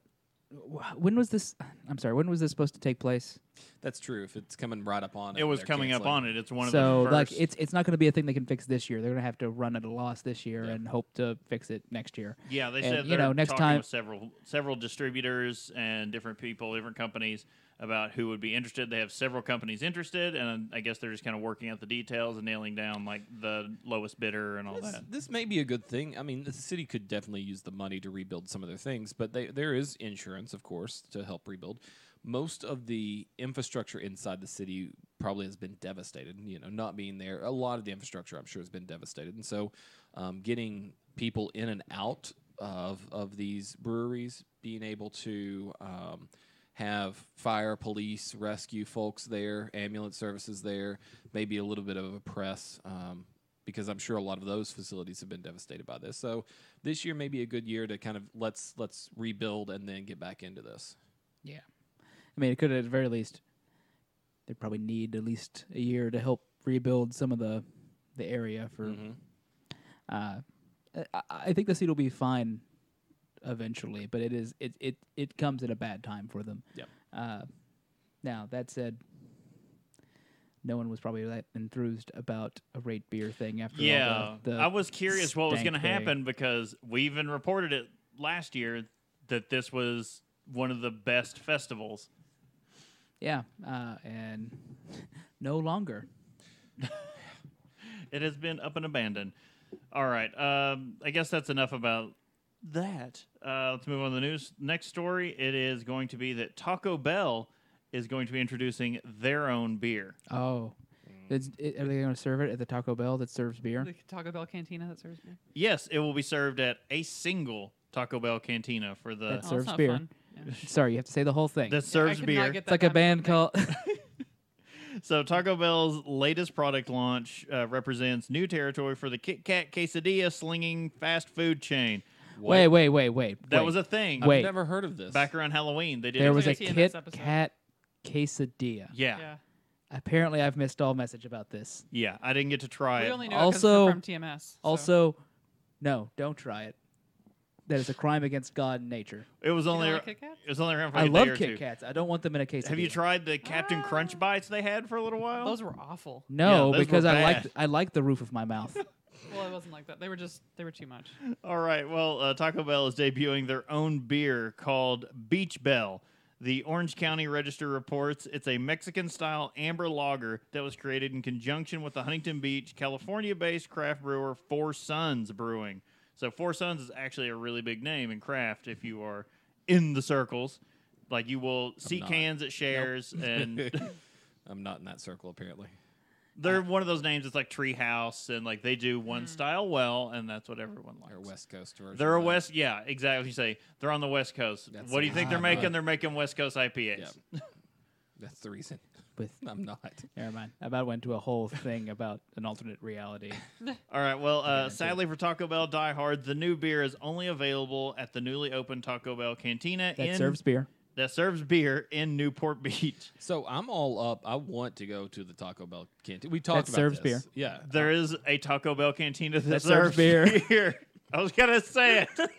[SPEAKER 3] wh- when was this? I'm sorry, when was this supposed to take place?
[SPEAKER 5] that's true. If it's coming right up on it,
[SPEAKER 4] it was coming up on it. It's one of
[SPEAKER 3] so
[SPEAKER 4] the
[SPEAKER 3] like
[SPEAKER 4] first.
[SPEAKER 3] it's it's not going to be a thing they can fix this year. They're going to have to run at a loss this year
[SPEAKER 5] Yeah.
[SPEAKER 3] and hope to fix it next year.
[SPEAKER 4] yeah, they
[SPEAKER 3] and,
[SPEAKER 4] said
[SPEAKER 3] you
[SPEAKER 4] they're
[SPEAKER 3] know, next
[SPEAKER 4] talking
[SPEAKER 3] time-
[SPEAKER 4] with several several distributors and different people, different companies about who would be interested. They have several companies interested, and I guess they're just kind of working out the details and nailing down like the lowest bidder and all
[SPEAKER 5] This,
[SPEAKER 4] that.
[SPEAKER 5] this may be a good thing. I mean, the city could definitely use the money to rebuild some of their things, but they, there is insurance, of course, to help rebuild. Most of the infrastructure inside the city probably has been devastated. You know, not being there, a lot of the infrastructure, I'm sure, has been devastated, and so um, getting people in and out of of these breweries, being able to um, have fire, police, rescue folks there, ambulance services there, maybe a little bit of a press. Um, because I'm sure a lot of those facilities have been devastated by this. So this year may be a good year to kind of let's let's rebuild and then get back into this.
[SPEAKER 3] Yeah, I mean, it could at the very least they probably need at least a year to help rebuild some of the the area for.
[SPEAKER 4] Mm-hmm.
[SPEAKER 3] Uh, I, I think the seat will be fine eventually, but it is it it it comes at a bad time for them.
[SPEAKER 5] Yep.
[SPEAKER 3] Uh, now that said, no one was probably that enthused about a rate beer thing after all
[SPEAKER 4] Yeah,
[SPEAKER 3] the, the
[SPEAKER 4] I was curious what was
[SPEAKER 3] stank
[SPEAKER 4] going to
[SPEAKER 3] they-
[SPEAKER 4] happen because we even reported it last year that this was one of the best festivals.
[SPEAKER 3] Yeah, uh, and no longer.
[SPEAKER 4] It has been up and abandoned. All right. Um, I guess that's enough about that. Uh, let's move on to the news. Next story it is going to be that Taco Bell is going to be introducing their own beer.
[SPEAKER 3] Oh,
[SPEAKER 4] Mm.
[SPEAKER 3] Is- i- are they going to serve it at the Taco Bell that serves beer?
[SPEAKER 1] The Taco Bell cantina that serves beer.
[SPEAKER 4] Yes, it will be served at a single Taco Bell cantina for the
[SPEAKER 3] That's-
[SPEAKER 1] Oh,
[SPEAKER 3] Serves
[SPEAKER 1] that's not
[SPEAKER 3] beer.
[SPEAKER 1] fun. Yeah.
[SPEAKER 3] Sorry, you have to say the whole thing.
[SPEAKER 4] that serves
[SPEAKER 1] I could not
[SPEAKER 4] beer.
[SPEAKER 1] get
[SPEAKER 3] it's
[SPEAKER 1] that
[SPEAKER 3] like a
[SPEAKER 1] out of my
[SPEAKER 3] band
[SPEAKER 1] neck.
[SPEAKER 3] called.
[SPEAKER 4] So Taco Bell's latest product launch uh, represents new territory for the Kit Kat quesadilla slinging fast food chain.
[SPEAKER 3] wait, wait, wait, wait.
[SPEAKER 4] That
[SPEAKER 3] wait.
[SPEAKER 4] was a thing.
[SPEAKER 3] Wait.
[SPEAKER 5] I've never heard of this.
[SPEAKER 4] Back around Halloween, they did.
[SPEAKER 3] There
[SPEAKER 4] it.
[SPEAKER 3] was a
[SPEAKER 1] Actually, in this
[SPEAKER 3] Kit
[SPEAKER 1] episode.
[SPEAKER 3] Kat quesadilla.
[SPEAKER 4] yeah, yeah.
[SPEAKER 1] Yeah.
[SPEAKER 3] Apparently, I've missed all message about this.
[SPEAKER 4] I didn't get to try
[SPEAKER 1] We
[SPEAKER 4] it.
[SPEAKER 1] only know also
[SPEAKER 3] Also-
[SPEAKER 1] from TMS. so-
[SPEAKER 3] Also, no, don't try it. That is a crime against God and nature.
[SPEAKER 4] It was
[SPEAKER 1] don't
[SPEAKER 4] only
[SPEAKER 1] like Kit Kat?
[SPEAKER 4] it was only around for
[SPEAKER 3] I
[SPEAKER 4] a day
[SPEAKER 3] love
[SPEAKER 4] or two.
[SPEAKER 3] Kit Kats. I don't want them in a quesadilla.
[SPEAKER 4] Have you tried the Captain
[SPEAKER 1] Ah.
[SPEAKER 4] Crunch bites they had for a little while?
[SPEAKER 1] those were awful.
[SPEAKER 4] Yeah,
[SPEAKER 3] No,
[SPEAKER 4] those were
[SPEAKER 3] because I
[SPEAKER 4] bad.
[SPEAKER 3] like I like the roof of my mouth.
[SPEAKER 1] Well, it wasn't like that. They were just they were too much.
[SPEAKER 4] All right. Well, uh, Taco Bell is debuting their own beer called Beach Bell. The Orange County Register reports it's a Mexican style amber lager that was created in conjunction with the Huntington Beach, California based craft brewer Four Sons Brewing. So, Four Sons is actually a really big name in craft if you are in the circles. Like, you will see
[SPEAKER 5] not.
[SPEAKER 4] cans at shares, and
[SPEAKER 5] I'm not in that circle apparently.
[SPEAKER 4] they're one of those names that's like Treehouse, and like they do one style well, and that's what everyone likes.
[SPEAKER 5] They're a West Coast version.
[SPEAKER 4] They're a
[SPEAKER 5] right?
[SPEAKER 4] West, yeah, exactly. You say they're on the West Coast.
[SPEAKER 5] That's
[SPEAKER 4] what do you
[SPEAKER 5] it.
[SPEAKER 4] think they're
[SPEAKER 3] Ah,
[SPEAKER 4] making?
[SPEAKER 5] right.
[SPEAKER 4] They're making West Coast IPAs.
[SPEAKER 5] Yeah. That's the reason.
[SPEAKER 3] With
[SPEAKER 5] I'm not.
[SPEAKER 3] never mind. I about went to a whole thing about an alternate reality.
[SPEAKER 4] All right. Well, uh, sadly for Taco Bell Die Hard, the new beer is only available at the newly opened Taco Bell Cantina
[SPEAKER 3] That
[SPEAKER 4] in,
[SPEAKER 3] serves beer.
[SPEAKER 4] that serves beer in Newport Beach.
[SPEAKER 5] So I'm all up. I want to go to the Taco Bell canteen. We talked about
[SPEAKER 3] serves
[SPEAKER 5] this.
[SPEAKER 3] beer.
[SPEAKER 5] Yeah.
[SPEAKER 4] There is a Taco Bell Cantina that,
[SPEAKER 3] That serves
[SPEAKER 4] serves
[SPEAKER 3] beer.
[SPEAKER 4] beer. I was gonna say it.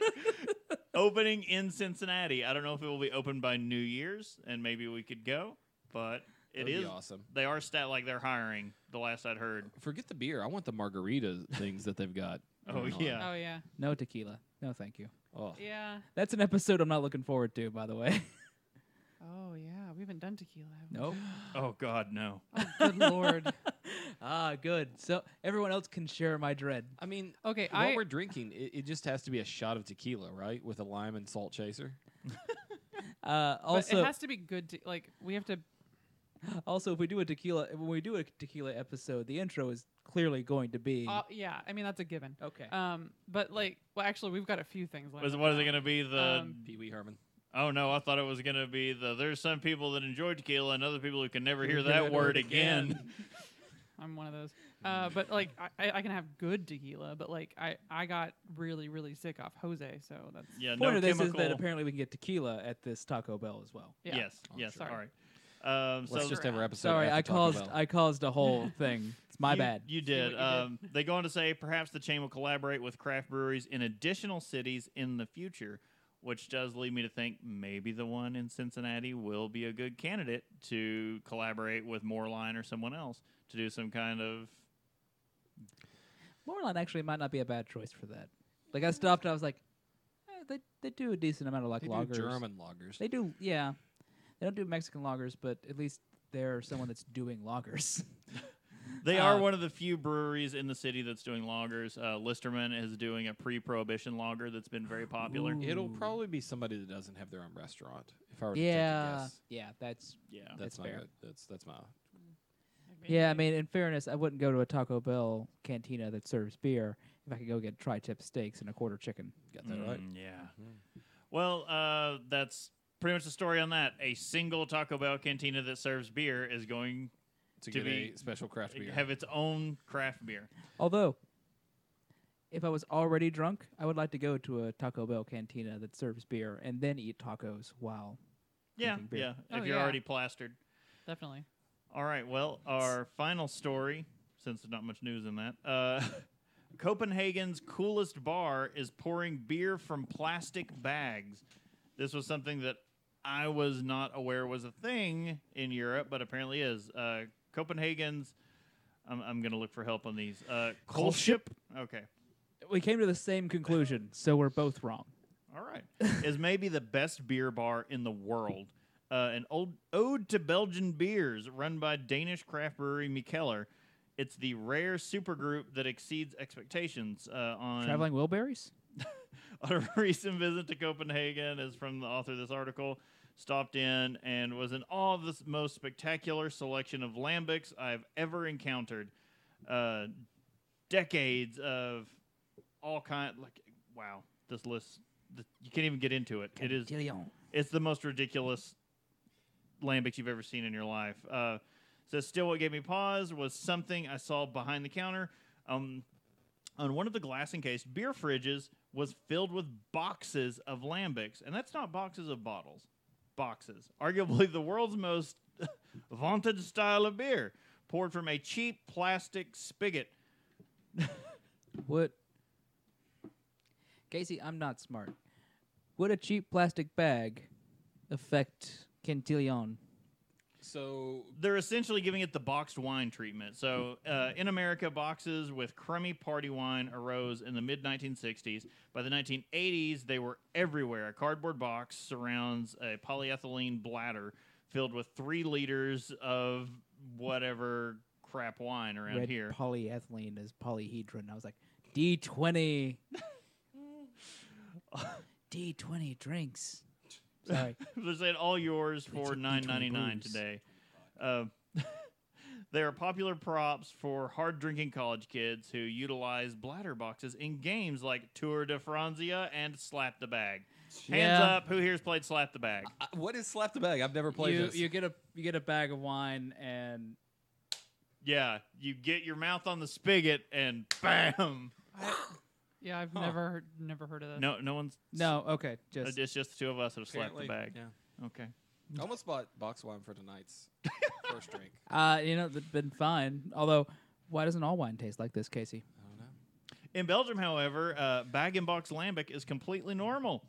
[SPEAKER 4] Opening in Cincinnati. I don't know if it will be open by New Year's, and maybe we could go. But it
[SPEAKER 5] That'd be
[SPEAKER 4] is
[SPEAKER 5] awesome.
[SPEAKER 4] They are stat like they're hiring. The last I'd heard.
[SPEAKER 5] Forget the beer. I want the margarita things that they've got.
[SPEAKER 4] Oh,
[SPEAKER 5] going on.
[SPEAKER 4] yeah.
[SPEAKER 1] Oh yeah,
[SPEAKER 3] No tequila. No, thank you.
[SPEAKER 5] Oh.
[SPEAKER 1] yeah.
[SPEAKER 3] That's an episode I'm not looking forward to, by the way.
[SPEAKER 1] Oh yeah. We haven't done tequila. Have we?
[SPEAKER 3] nope.
[SPEAKER 4] Oh God, no.
[SPEAKER 1] Oh good lord.
[SPEAKER 3] ah, good. So everyone else can share my dread.
[SPEAKER 5] I mean,
[SPEAKER 1] Okay,
[SPEAKER 5] what
[SPEAKER 1] I-
[SPEAKER 5] we're drinking, it, it just has to be a shot of tequila, right? With a lime and salt chaser.
[SPEAKER 3] Uh,
[SPEAKER 1] but
[SPEAKER 3] also,
[SPEAKER 1] it has to be good. To, like we have to.
[SPEAKER 3] also, if we do a tequila, when we do a tequila episode, the intro is clearly going to be
[SPEAKER 1] Uh, yeah. I mean that's a given.
[SPEAKER 3] okay.
[SPEAKER 5] Uh,
[SPEAKER 1] Um. But like, well, actually, we've got a few things. lined
[SPEAKER 4] Was
[SPEAKER 1] up
[SPEAKER 4] what is
[SPEAKER 1] now.
[SPEAKER 4] it gonna be? The
[SPEAKER 1] Um,
[SPEAKER 5] Pee Wee Herman.
[SPEAKER 4] oh no, I thought it was gonna be the. There's some people that enjoy tequila and other people who can never hear that word again.
[SPEAKER 1] I'm one of those. Uh, but like, I, I I can have good tequila, but like, I, I got really, really sick off Jose, so that's
[SPEAKER 4] Yeah,
[SPEAKER 3] Point
[SPEAKER 4] no
[SPEAKER 3] of this
[SPEAKER 4] chemical.
[SPEAKER 3] is that apparently we can get tequila at this Taco Bell as well.
[SPEAKER 1] yeah.
[SPEAKER 4] Yes,
[SPEAKER 5] Oh,
[SPEAKER 4] yes.
[SPEAKER 1] sorry.
[SPEAKER 4] All right. Um,
[SPEAKER 5] Let's
[SPEAKER 4] so
[SPEAKER 5] just have our episode.
[SPEAKER 3] Sorry,
[SPEAKER 5] after
[SPEAKER 3] I
[SPEAKER 5] Taco
[SPEAKER 3] caused
[SPEAKER 5] Bell.
[SPEAKER 3] I caused a whole thing. It's my
[SPEAKER 4] you,
[SPEAKER 3] bad.
[SPEAKER 4] You
[SPEAKER 1] what
[SPEAKER 4] did.
[SPEAKER 1] you did.
[SPEAKER 4] um, they go on to say perhaps the chain will collaborate with craft breweries in additional cities in the future, which does lead me to think maybe the one in Cincinnati will be a good candidate to collaborate with Moreline or someone else to do some kind of.
[SPEAKER 3] Moreland actually might not be a bad choice for that. Like I stopped, and I was like, eh, they they do a decent amount of like
[SPEAKER 5] They do
[SPEAKER 3] lagers.
[SPEAKER 5] German lagers.
[SPEAKER 3] They do, yeah. They don't do Mexican lagers, but at least they're someone that's doing lagers.
[SPEAKER 4] They are
[SPEAKER 3] Uh,
[SPEAKER 4] one of the few breweries in the city that's doing lagers. Uh, Listerman is doing a pre-prohibition lager that's been very popular.
[SPEAKER 3] Ooh.
[SPEAKER 5] It'll probably be somebody that doesn't have their own restaurant. If I were to take a
[SPEAKER 3] yeah,
[SPEAKER 5] guess.
[SPEAKER 3] yeah. That's
[SPEAKER 4] Yeah.
[SPEAKER 5] that's
[SPEAKER 3] That's
[SPEAKER 5] not
[SPEAKER 3] fair.
[SPEAKER 5] good. That's that's my
[SPEAKER 3] yeah. I mean, in fairness, I wouldn't go to a Taco Bell cantina that serves beer if I could go get tri-tip steaks and a quarter chicken.
[SPEAKER 5] got that right.
[SPEAKER 4] Mm, Yeah. Well, uh, that's pretty much the story on that. A single Taco Bell cantina that serves beer is going
[SPEAKER 5] To,
[SPEAKER 4] To
[SPEAKER 5] get
[SPEAKER 4] be-
[SPEAKER 5] a special craft
[SPEAKER 4] to
[SPEAKER 5] beer.
[SPEAKER 4] have its own craft beer.
[SPEAKER 3] Although, if I was already drunk, I would like to go to a Taco Bell cantina that serves beer and then eat tacos while.
[SPEAKER 4] Yeah,
[SPEAKER 3] Drinking
[SPEAKER 4] yeah.
[SPEAKER 3] beer.
[SPEAKER 1] Oh,
[SPEAKER 4] if you're
[SPEAKER 1] yeah.
[SPEAKER 4] already plastered.
[SPEAKER 1] definitely.
[SPEAKER 4] All right. Well, our final story, since there's not much news in that. Uh, Copenhagen's coolest bar is pouring beer from plastic bags. This was something that I was not aware was a thing in Europe, but apparently is. Uh, Copenhagen's. I'm, I'm going to look for help on these. Uh, Kolschip. Okay.
[SPEAKER 3] We came to the same conclusion, so we're both wrong.
[SPEAKER 4] All right. is maybe the best beer bar in the world. Uh, an old ode to Belgian beers run by Danish craft brewery Mikeller. It's the rare supergroup that exceeds expectations. Uh, on
[SPEAKER 3] Traveling Wilburys?
[SPEAKER 4] on a recent visit to Copenhagen is from the author of this article. Stopped in and was in awe of the s- most spectacular selection of lambics I've ever encountered. Uh, decades of all kind, like wow, this list th- you can't even get into it. It is it's the most ridiculous lambics you've ever seen in your life. Uh, so still, what gave me pause was something I saw behind the counter. Um, on one of the glass encased beer fridges was filled with boxes of lambics, and that's not boxes of bottles, boxes. Arguably the world's most vaunted style of beer, poured from a cheap plastic spigot.
[SPEAKER 3] What? Casey, I'm not smart. Would a cheap plastic bag affect Quintilion?
[SPEAKER 5] So
[SPEAKER 4] they're essentially giving it the boxed wine treatment. So, uh, in America, boxes with crummy party wine arose in the mid 1960s. By the 1980s, they were everywhere. A cardboard box surrounds a polyethylene bladder filled with three liters of whatever crap wine around
[SPEAKER 3] Red
[SPEAKER 4] here.
[SPEAKER 3] polyethylene is polyhedron. I was like, D twenty. D twenty drinks. Sorry.
[SPEAKER 4] They're saying all yours for
[SPEAKER 3] It's a
[SPEAKER 4] nine ninety nine
[SPEAKER 3] booze.
[SPEAKER 4] today. Uh, they are popular props for hard drinking college kids who utilize bladder boxes in games like Tour de Franzia and Slap the Bag. Hands
[SPEAKER 3] Yeah.
[SPEAKER 4] up, who here's played Slap the Bag?
[SPEAKER 5] I, what is slap the bag? I've never played
[SPEAKER 3] you
[SPEAKER 5] this.
[SPEAKER 3] you get a you get a bag of wine and
[SPEAKER 4] Yeah, you get your mouth on the spigot and bam.
[SPEAKER 1] Yeah, I've never heard, never heard of that.
[SPEAKER 4] No, no one's. Uh,
[SPEAKER 3] no okay just
[SPEAKER 4] it's just the two of us that have slapped the
[SPEAKER 5] Apparently,
[SPEAKER 4] bag.
[SPEAKER 5] Yeah.
[SPEAKER 4] Okay.
[SPEAKER 5] I almost bought box wine for tonight's first drink.
[SPEAKER 3] uh you know it's been fine. Although why doesn't all wine taste like this, Casey?
[SPEAKER 5] I don't know.
[SPEAKER 4] In Belgium, however, uh, bag and box lambic is completely normal.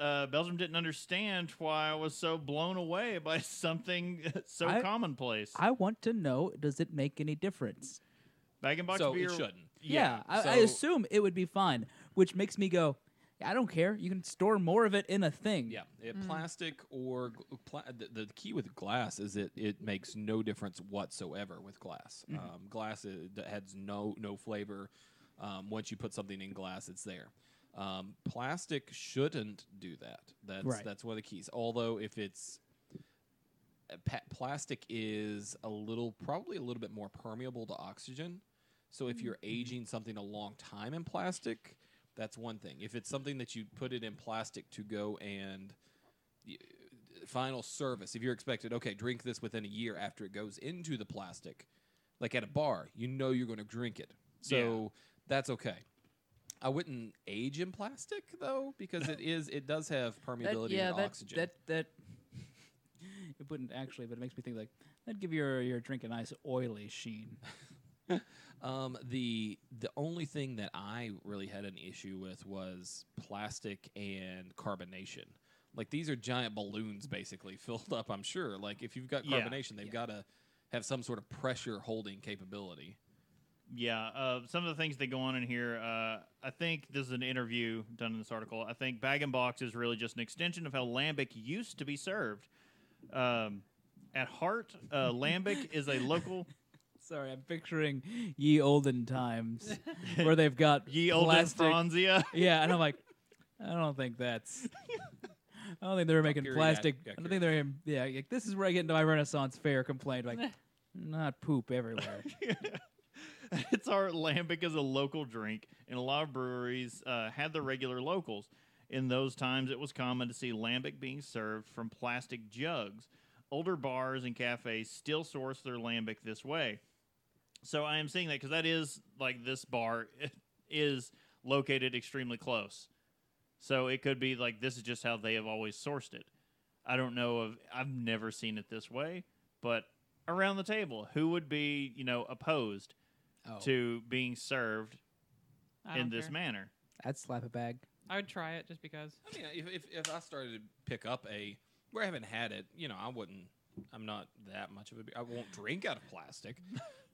[SPEAKER 4] Uh, Belgium didn't understand why I was so blown away by something so
[SPEAKER 3] I-
[SPEAKER 4] commonplace.
[SPEAKER 3] I want to know does it make any difference?
[SPEAKER 4] bag and box
[SPEAKER 5] So
[SPEAKER 4] beer
[SPEAKER 5] it shouldn't.
[SPEAKER 3] Yeah, I, I
[SPEAKER 5] so-
[SPEAKER 3] assume it would be fine, which makes me go, I don't care. You can store more of it in a thing. Mm.
[SPEAKER 5] Yeah, it, plastic or gl- pla- the, the key with glass is it it makes no difference whatsoever with glass.
[SPEAKER 3] Mm-hmm.
[SPEAKER 5] Um, glass i- that has no no flavor. Um, once you put something in glass, it's there. Um, plastic shouldn't do that. That's
[SPEAKER 3] Right.
[SPEAKER 5] that's one of the keys. Although if it's uh, pa- plastic is a little probably a little bit more permeable to oxygen. So
[SPEAKER 3] Mm-hmm.
[SPEAKER 5] if you're aging something a long time in plastic, that's one thing. If it's something that you put it in plastic to go and y- final service, if you're expected, okay, drink this within a year after it goes into the plastic, like at a bar, you know you're going to drink it. So that's okay. I wouldn't age in plastic though because it is it does have
[SPEAKER 3] That-
[SPEAKER 5] permeability
[SPEAKER 3] yeah,
[SPEAKER 5] and
[SPEAKER 3] that,
[SPEAKER 5] oxygen.
[SPEAKER 3] that that it wouldn't actually, but it makes me think like that'd give your your drink a nice oily sheen.
[SPEAKER 5] Um, the the only thing that I really had an issue with was plastic and carbonation. Like these are giant balloons, basically filled up. I'm sure. Like if you've got
[SPEAKER 4] Yeah.
[SPEAKER 5] carbonation, they've got to have some sort of pressure holding capability.
[SPEAKER 4] Yeah, uh, some of the things that go on in here, uh, I think this is an interview done in this article. I think bag and box is really just an extension of how lambic used to be served. Um, at heart, uh, lambic is a local.
[SPEAKER 3] Sorry, I'm picturing ye olden times where they've got
[SPEAKER 4] Ye olden
[SPEAKER 3] plastic.
[SPEAKER 4] Franzia.
[SPEAKER 3] Yeah, and I'm like, I don't think that's. I don't think they were making
[SPEAKER 5] Period
[SPEAKER 3] plastic.
[SPEAKER 5] ac-
[SPEAKER 3] I don't think they were. Yeah, like, this is where I get into my Renaissance fair complaint. Like, not poop everywhere.
[SPEAKER 4] it's our lambic is a local drink, and a lot of breweries uh, had their regular locals. In those times, it was common to see lambic being served from plastic jugs. Older bars and cafes still source their lambic this way. So I am seeing that because that is like this bar is located extremely close. So it could be like this is just how they have always sourced it. I don't know of I've never seen it this way, but around the table, who would be, you know, opposed?
[SPEAKER 3] Oh,
[SPEAKER 4] to being served
[SPEAKER 1] I
[SPEAKER 4] in
[SPEAKER 1] don't
[SPEAKER 4] this
[SPEAKER 1] care.
[SPEAKER 4] manner.
[SPEAKER 3] I'd slap a bag.
[SPEAKER 1] I would try it just because.
[SPEAKER 5] I mean, if, if if I started to pick up a where I haven't had it, you know, I wouldn't. I'm not that much of a. I won't drink out of plastic,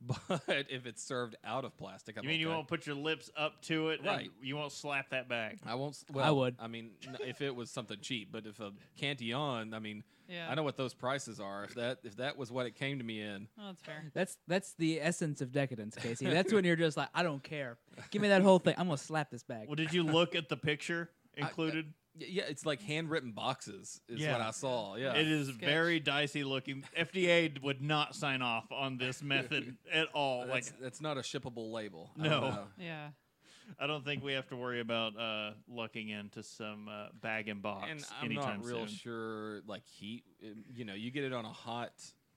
[SPEAKER 5] but if it's served out of plastic, I'm
[SPEAKER 4] You mean you
[SPEAKER 5] okay.
[SPEAKER 4] won't put your lips up to it? and
[SPEAKER 5] Right.
[SPEAKER 4] You won't slap that back.
[SPEAKER 5] I won't. s-
[SPEAKER 3] I
[SPEAKER 5] Well,
[SPEAKER 3] would.
[SPEAKER 5] I mean, n- if it was something cheap, but if a Cantillon, I mean,
[SPEAKER 1] Yeah.
[SPEAKER 5] I know what those prices are. If that if that was what it came to me in,
[SPEAKER 1] Oh, that's fair.
[SPEAKER 3] That's that's the essence of decadence, Casey. That's when you're just like, I don't care. Give me that whole thing. I'm gonna slap this bag.
[SPEAKER 4] Well, did you look at the picture included?
[SPEAKER 5] y- yeah, it's like handwritten boxes is what
[SPEAKER 4] Yeah.
[SPEAKER 5] I saw. Yeah,
[SPEAKER 4] it is
[SPEAKER 1] Sketch.
[SPEAKER 4] very dicey looking. FDA would not sign off on this method at all. Like,
[SPEAKER 5] That's, that's not a shippable label. I
[SPEAKER 4] No.
[SPEAKER 5] don't know.
[SPEAKER 1] Yeah.
[SPEAKER 4] I don't think we have to worry about uh, looking into some uh, bag and box
[SPEAKER 5] and I'm
[SPEAKER 4] anytime
[SPEAKER 5] not real
[SPEAKER 4] soon.
[SPEAKER 5] sure. Like heat, it- you know, you get it on a hot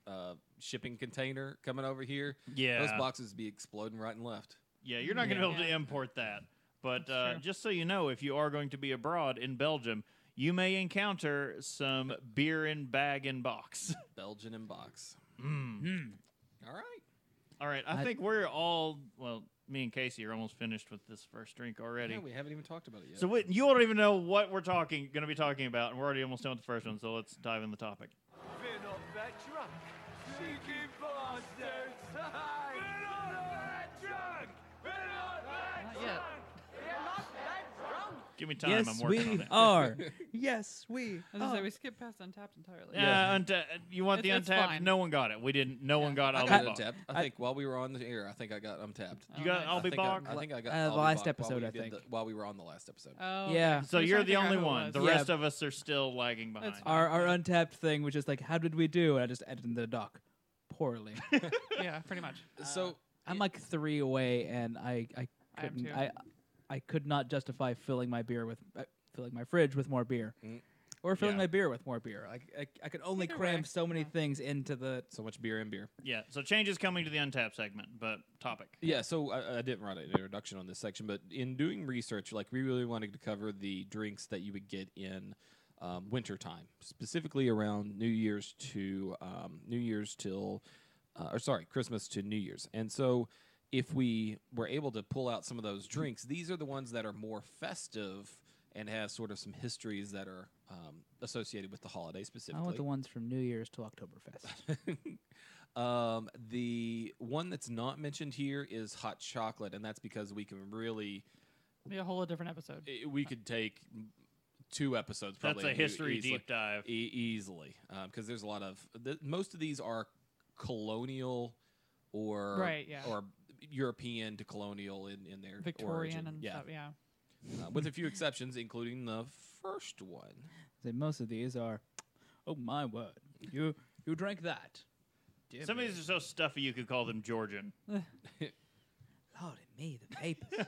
[SPEAKER 5] uh, shipping container coming over here. those
[SPEAKER 4] Yeah.
[SPEAKER 5] boxes be exploding right and left.
[SPEAKER 4] Yeah, you're not going to be able to
[SPEAKER 1] Yeah.
[SPEAKER 4] import that. But
[SPEAKER 1] That's
[SPEAKER 4] uh,
[SPEAKER 1] true.
[SPEAKER 4] just so you know, if you are going to be abroad in Belgium, you may encounter some beer in bag and box.
[SPEAKER 5] Belgian in box.
[SPEAKER 4] Mm.
[SPEAKER 5] Hmm. All right.
[SPEAKER 4] All right, I,
[SPEAKER 3] I-
[SPEAKER 4] think we're all well. Me and Casey are almost finished with this first drink already.
[SPEAKER 5] Yeah, we haven't even talked about it yet.
[SPEAKER 4] so we, you don't even know what we're talking, going to be talking about, and we're already almost done with the first one. So let's dive in the topic.
[SPEAKER 6] Fear not that drunk. cheeky bastards! We're not that drunk! We're not that
[SPEAKER 1] Not yet.
[SPEAKER 4] Give me time. I'm
[SPEAKER 3] yes,
[SPEAKER 4] working on
[SPEAKER 3] we Oh,
[SPEAKER 4] it.
[SPEAKER 3] are. yes, we.
[SPEAKER 1] I was gonna say,
[SPEAKER 3] are.
[SPEAKER 1] we skipped past Untapped entirely.
[SPEAKER 4] Yeah, unta- you want the
[SPEAKER 1] It's- it's
[SPEAKER 4] untapped?
[SPEAKER 1] fine.
[SPEAKER 4] No one got it. We didn't. No one got.
[SPEAKER 5] I
[SPEAKER 4] I'll
[SPEAKER 5] got
[SPEAKER 4] Be Bach.
[SPEAKER 5] untapped. I, think while we were on the air, I think I got untapped.
[SPEAKER 1] Oh,
[SPEAKER 4] You got.
[SPEAKER 1] nice.
[SPEAKER 4] I'll
[SPEAKER 5] I
[SPEAKER 4] be
[SPEAKER 5] think I,
[SPEAKER 4] back.
[SPEAKER 5] I think I got
[SPEAKER 3] Uh,
[SPEAKER 5] I'll
[SPEAKER 3] the
[SPEAKER 5] Be
[SPEAKER 3] last
[SPEAKER 5] Bach while
[SPEAKER 3] episode,
[SPEAKER 5] we
[SPEAKER 3] I
[SPEAKER 5] did
[SPEAKER 3] think. Uh,
[SPEAKER 5] the- while we were on the last episode.
[SPEAKER 1] Oh,
[SPEAKER 3] Yeah.
[SPEAKER 1] okay.
[SPEAKER 4] So
[SPEAKER 1] I'm
[SPEAKER 4] you're
[SPEAKER 1] trying to
[SPEAKER 4] the
[SPEAKER 1] figure out
[SPEAKER 4] only
[SPEAKER 1] who it
[SPEAKER 4] one.
[SPEAKER 1] was.
[SPEAKER 4] The
[SPEAKER 3] Yeah.
[SPEAKER 4] rest of us are still lagging behind.
[SPEAKER 1] That's fine.
[SPEAKER 3] our our untapped thing was just like, how did we do? And I just edited the doc poorly.
[SPEAKER 1] yeah, pretty much.
[SPEAKER 5] so
[SPEAKER 3] I'm like three away, and I I
[SPEAKER 1] I am
[SPEAKER 3] couldn't
[SPEAKER 1] too.
[SPEAKER 3] I I could not justify filling my beer with uh, filling my fridge with more beer,
[SPEAKER 5] Mm.
[SPEAKER 3] or filling
[SPEAKER 4] Yeah.
[SPEAKER 3] my beer with more beer. Like I, I could only
[SPEAKER 1] Either
[SPEAKER 3] cram
[SPEAKER 1] way,
[SPEAKER 3] so many
[SPEAKER 1] yeah.
[SPEAKER 3] things into the.
[SPEAKER 5] so much beer and beer.
[SPEAKER 4] Yeah. So changes coming to the untapped segment, but topic.
[SPEAKER 5] Yeah, so I, I didn't write an introduction on this section, but in doing research, like we really wanted to cover the drinks that you would get in um, winter time, specifically around New Year's to um, New Year's till, uh, or sorry, Christmas to New Year's. And so, if we were able to pull out some of those drinks, these are the ones that are more festive and have sort of some histories that are um, associated with the holiday
[SPEAKER 3] I
[SPEAKER 5] specifically.
[SPEAKER 3] want the ones from New Year's to Oktoberfest.
[SPEAKER 5] um, the one that's not mentioned here is hot chocolate, and that's because we can really
[SPEAKER 1] Be a whole different episode.
[SPEAKER 5] i- we could take two episodes
[SPEAKER 4] That's
[SPEAKER 5] probably
[SPEAKER 4] a
[SPEAKER 5] and do
[SPEAKER 4] history
[SPEAKER 5] easily,
[SPEAKER 4] deep dive.
[SPEAKER 5] e- easily because there's a lot of th- most of these are colonial or
[SPEAKER 1] Right, yeah.
[SPEAKER 5] or European to colonial in in their
[SPEAKER 1] Victorian
[SPEAKER 5] origin.
[SPEAKER 1] and
[SPEAKER 5] yeah,
[SPEAKER 1] stuff. Yeah.
[SPEAKER 5] Uh, with a few exceptions, including the first one.
[SPEAKER 3] Say most of these are. Oh my word! You you drank that? Dear
[SPEAKER 4] Some of
[SPEAKER 3] me.
[SPEAKER 4] these are so stuffy you could call them Georgian.
[SPEAKER 3] Lord me, the papers.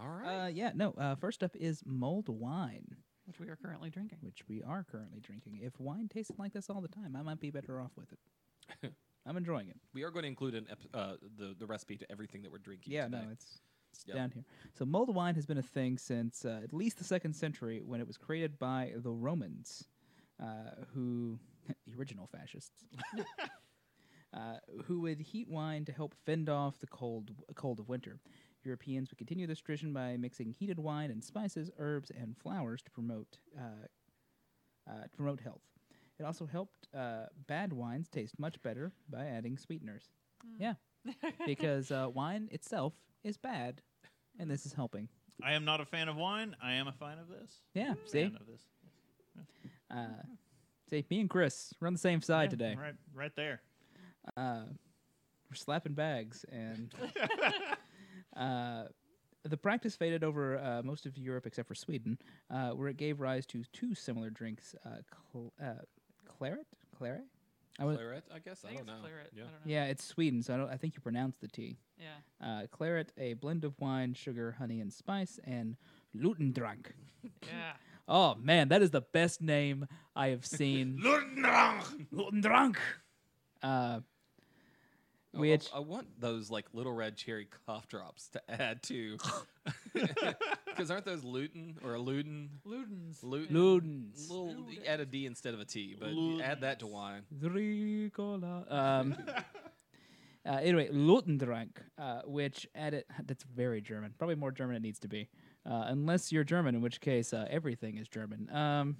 [SPEAKER 5] All right,
[SPEAKER 3] uh, yeah, no. Uh, first up is mulled wine,
[SPEAKER 1] Which we are currently drinking.
[SPEAKER 3] which we are currently drinking. If wine tasted like this all the time, I might be better off with it. I'm enjoying it.
[SPEAKER 5] we are going to include an ep- uh, the the recipe to everything that we're drinking.
[SPEAKER 3] Yeah,
[SPEAKER 5] today.
[SPEAKER 3] no, it's it's
[SPEAKER 5] Yep.
[SPEAKER 3] down here. So mulled wine has been a thing since uh, at least the second century when it was created by the Romans, uh, who the original fascists, uh, who would heat wine to help fend off the cold cold of winter. Europeans would continue this tradition by mixing heated wine and spices, herbs, and flowers to promote uh, uh, to promote health. It also helped uh, bad wines taste much better by adding sweeteners. Yeah, because uh, wine itself is bad, and this is helping.
[SPEAKER 4] I am not a fan of wine. I am a fan of this.
[SPEAKER 3] Yeah, see,
[SPEAKER 4] Fan of this.
[SPEAKER 3] uh, see, me and Chris we're on the same side
[SPEAKER 4] Yeah,
[SPEAKER 3] today.
[SPEAKER 4] Right, right there.
[SPEAKER 3] Uh, we're slapping bags, and uh, the practice faded over uh, most of Europe except for Sweden, uh, where it gave rise to two similar drinks: uh, cl- uh, claret, claret.
[SPEAKER 4] Uh-huh.
[SPEAKER 3] I was,
[SPEAKER 5] Claret, I guess.
[SPEAKER 1] I
[SPEAKER 5] I,
[SPEAKER 1] think
[SPEAKER 5] don't
[SPEAKER 1] it's
[SPEAKER 5] know.
[SPEAKER 1] claret.
[SPEAKER 5] Yeah.
[SPEAKER 1] I don't know.
[SPEAKER 3] yeah, it's Sweden, so I don't. I think you pronounce the T.
[SPEAKER 1] Yeah.
[SPEAKER 3] Uh, claret, a blend of wine, sugar, honey, and spice, and Lutendrank.
[SPEAKER 1] Yeah.
[SPEAKER 3] Oh man, that is the best name I have seen. Lutendrank. Uh,
[SPEAKER 5] Oh,
[SPEAKER 3] which
[SPEAKER 5] I, I want those like little red cherry cough drops to add to, because aren't those Luton or Luton?
[SPEAKER 1] Ludens.
[SPEAKER 5] Luden.
[SPEAKER 3] Ludens.
[SPEAKER 5] Little add a D instead of a T, but you add that to wine.
[SPEAKER 3] Dricola. Um, uh, anyway, Lutendrank, uh, which added that's very German. Probably more German than it needs to be, uh, unless you're German, in which case uh, everything is German. Um,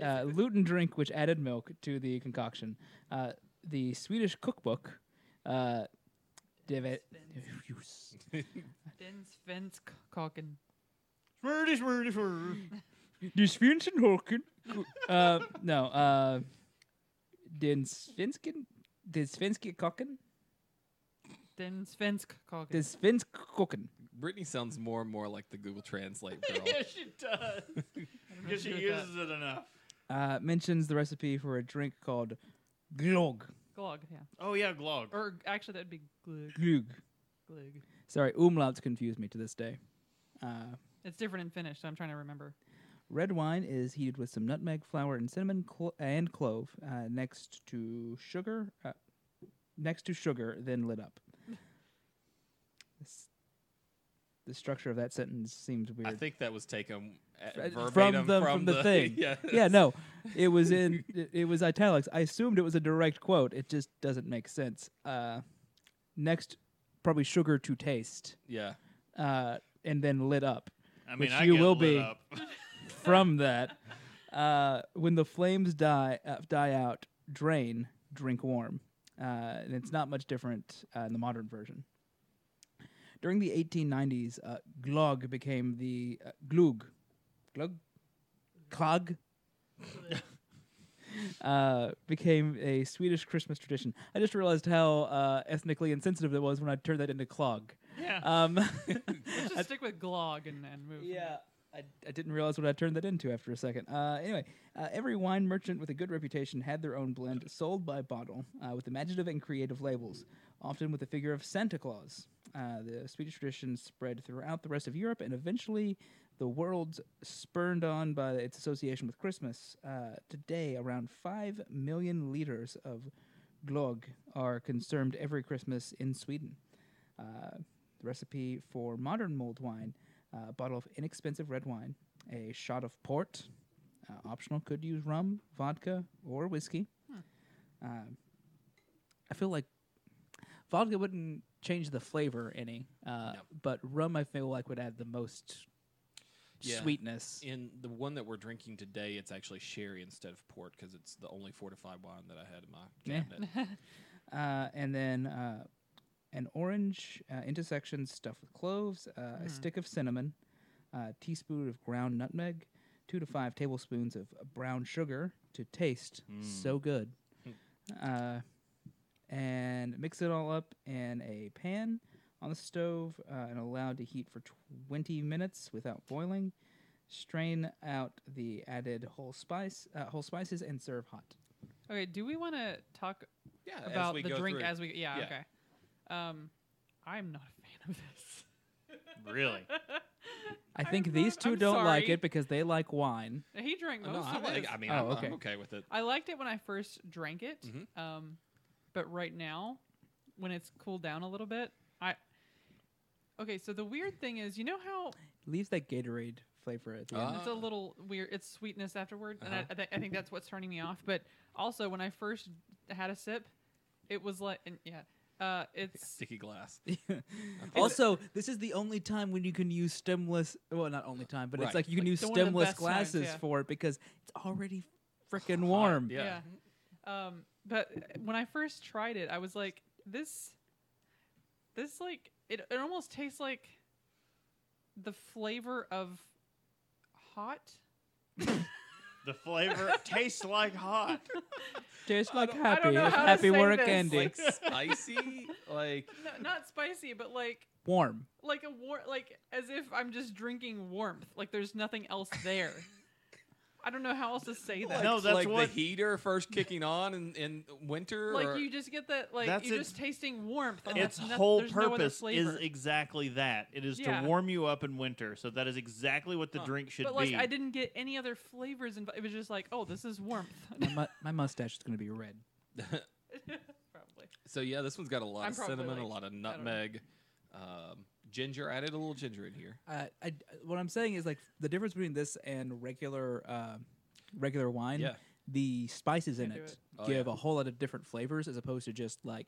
[SPEAKER 3] uh, Lutendrank, which added milk to the concoction. Uh, the Swedish cookbook. Uh, Deve-
[SPEAKER 1] Den Svenskkocken.
[SPEAKER 4] Smirty, smirty, smirty.
[SPEAKER 3] Die Svensken Hocken. Uh, no, uh, den Svensken, den Svenske Kocken,
[SPEAKER 1] Den Svenskkocken.
[SPEAKER 3] den Svensk Kocken.
[SPEAKER 5] Brittany sounds more and more like the Google Translate girl.
[SPEAKER 4] yeah, she does. Because she uses it enough.
[SPEAKER 3] Uh, mentions the recipe for a drink called glögg.
[SPEAKER 1] Glog, yeah.
[SPEAKER 4] Oh yeah, Glog.
[SPEAKER 1] Or actually, that'd be glug.
[SPEAKER 3] Glögg.
[SPEAKER 1] glug.
[SPEAKER 3] Sorry, umlauts confuse me to this day. Uh,
[SPEAKER 1] It's different in Finnish, so I'm trying to remember.
[SPEAKER 3] red wine is heated with some nutmeg, flour, and cinnamon clo- and clove. Uh, next to sugar, uh, next to sugar, then lit up. This, the structure of that sentence seems weird.
[SPEAKER 5] I think that was taken at,
[SPEAKER 3] Uh,
[SPEAKER 5] verbatim
[SPEAKER 3] from the from the thing.
[SPEAKER 5] yeah.
[SPEAKER 3] Yeah, no, it was in it, it was italics. I assumed it was a direct quote. It just doesn't make sense. Uh, next, probably sugar to taste,
[SPEAKER 5] yeah.
[SPEAKER 3] uh, and then lit up
[SPEAKER 4] I mean,
[SPEAKER 3] which
[SPEAKER 4] I
[SPEAKER 3] you
[SPEAKER 4] get
[SPEAKER 3] will
[SPEAKER 4] lit
[SPEAKER 3] be.
[SPEAKER 4] Up.
[SPEAKER 3] from that. Uh, when the flames die uh, die out, drain, drink warm. Uh, and it's not much different uh, in the modern version. During the 1890s, uh, glog became the uh, glug, glug, clog. Uh, became a Swedish Christmas tradition. I just realized how uh, ethnically insensitive it was when I turned that into clog.
[SPEAKER 1] Yeah.
[SPEAKER 3] Um,
[SPEAKER 1] Let's just stick with glog and, and move. from
[SPEAKER 3] Yeah. I, I didn't realize what I turned that into after a second. Uh, anyway, uh, every wine merchant with a good reputation had their own blend sold by bottle uh, with imaginative and creative labels, often with the figure of Santa Claus. Uh, the Swedish tradition spread throughout the rest of Europe and eventually the world, spurned on by its association with Christmas. Uh, today, around 5 million liters of glögg are consumed every Christmas in Sweden. Uh, the recipe for modern mulled wine uh, a bottle of inexpensive red wine, a shot of port, uh, optional, could use rum, vodka, or whiskey.
[SPEAKER 5] Hmm.
[SPEAKER 3] Um, I feel like vodka wouldn't change the flavor any, uh,
[SPEAKER 5] No.
[SPEAKER 3] but rum I feel like would add the most
[SPEAKER 5] Yeah.
[SPEAKER 3] sweetness.
[SPEAKER 5] In the one that we're drinking today, it's actually sherry instead of port because it's the only fortified wine that I had in my
[SPEAKER 3] Yeah.
[SPEAKER 5] cabinet.
[SPEAKER 3] uh, and then uh, an orange uh, intersection stuffed with cloves, uh, a stick of cinnamon, a teaspoon of ground nutmeg, two to five tablespoons of brown sugar to taste. So good. Uh, and mix it all up in a pan on the stove uh, and allow to heat for 20 minutes without boiling. Strain out the added whole spice, uh, whole spices, and serve hot.
[SPEAKER 1] Okay, do we want to talk
[SPEAKER 5] Yeah, as
[SPEAKER 1] about
[SPEAKER 5] we
[SPEAKER 1] the
[SPEAKER 5] go
[SPEAKER 1] drink
[SPEAKER 5] through.
[SPEAKER 1] as we? Yeah,
[SPEAKER 5] Yeah.
[SPEAKER 1] okay. Um, I'm not a fan of this.
[SPEAKER 4] Really?
[SPEAKER 3] I think
[SPEAKER 1] I'm
[SPEAKER 3] these
[SPEAKER 1] not-
[SPEAKER 3] 2
[SPEAKER 1] I'm
[SPEAKER 3] don't like
[SPEAKER 1] sorry.
[SPEAKER 3] it because they like wine.
[SPEAKER 1] He drank most
[SPEAKER 5] No, I,
[SPEAKER 1] of it.
[SPEAKER 5] like, I mean,
[SPEAKER 3] Oh,
[SPEAKER 5] I'm,
[SPEAKER 3] okay.
[SPEAKER 5] I'm okay with it.
[SPEAKER 1] I liked it when I first drank it.
[SPEAKER 5] Mm-hmm.
[SPEAKER 1] Um, but right now, when it's cooled down a little bit, I. Okay, so the weird thing is, you know how
[SPEAKER 3] Leaves that Gatorade flavor at the end.
[SPEAKER 1] it's a
[SPEAKER 5] Ah.
[SPEAKER 1] little weird. It's sweetness afterward, and
[SPEAKER 5] Uh-huh.
[SPEAKER 1] I, I, th- I think that's what's turning me off. But also, when I first had a sip, it was like, and yeah, uh, it's
[SPEAKER 5] Sticky glass.
[SPEAKER 3] also, this is the only time when you can use stemless. Well, not only time, but it's
[SPEAKER 5] Right.
[SPEAKER 3] like you can use
[SPEAKER 1] the one of the
[SPEAKER 3] stemless
[SPEAKER 1] best times,
[SPEAKER 3] glasses
[SPEAKER 1] yeah.
[SPEAKER 3] for it because it's already freaking warm.
[SPEAKER 1] yeah. Um, but when I first tried it, I was like, this, this like it, it almost tastes like the flavor of hot.
[SPEAKER 4] The flavor tastes like hot.
[SPEAKER 3] Tastes like
[SPEAKER 1] don't- I
[SPEAKER 3] happy,
[SPEAKER 1] don't know
[SPEAKER 3] if
[SPEAKER 1] how to
[SPEAKER 3] happy
[SPEAKER 1] say
[SPEAKER 3] were a
[SPEAKER 1] this,
[SPEAKER 3] candy.
[SPEAKER 1] like-
[SPEAKER 5] spicy, like
[SPEAKER 1] No, not spicy, but like
[SPEAKER 3] warm.
[SPEAKER 1] like a war like as if I'm just drinking warmth. Like there's nothing else there. I don't know how else to say that.
[SPEAKER 4] No, that's
[SPEAKER 5] like
[SPEAKER 4] what-
[SPEAKER 5] the heater first kicking on in, in winter.
[SPEAKER 1] like
[SPEAKER 5] or,
[SPEAKER 1] you just get that like
[SPEAKER 4] That's
[SPEAKER 1] you're
[SPEAKER 4] its-
[SPEAKER 1] just tasting warmth. And
[SPEAKER 4] its
[SPEAKER 1] that's noth-
[SPEAKER 4] whole
[SPEAKER 1] there's no other
[SPEAKER 4] purpose is
[SPEAKER 1] flavor.
[SPEAKER 4] exactly that. It is
[SPEAKER 1] Yeah.
[SPEAKER 4] to warm you up in winter. So that is exactly what the
[SPEAKER 5] Huh.
[SPEAKER 4] drink should
[SPEAKER 1] but like
[SPEAKER 4] be.
[SPEAKER 1] I didn't get any other flavors, and it was just like, oh, this is warmth.
[SPEAKER 3] My, mu- my mustache is going to be red.
[SPEAKER 1] Probably.
[SPEAKER 5] so yeah, this one's got a lot
[SPEAKER 1] I'm
[SPEAKER 5] of
[SPEAKER 1] probably
[SPEAKER 5] cinnamon, a
[SPEAKER 1] like-
[SPEAKER 5] lot of
[SPEAKER 1] know.
[SPEAKER 5] nutmeg, um, ginger. I added a little ginger in here.
[SPEAKER 3] Uh, I, what I'm saying is like the difference between this and regular uh, regular wine.
[SPEAKER 5] Yeah.
[SPEAKER 3] The spices in
[SPEAKER 1] Can't do
[SPEAKER 3] it,
[SPEAKER 1] it.
[SPEAKER 5] Oh,
[SPEAKER 3] give
[SPEAKER 5] yeah.
[SPEAKER 3] a whole lot of different flavors as opposed to just like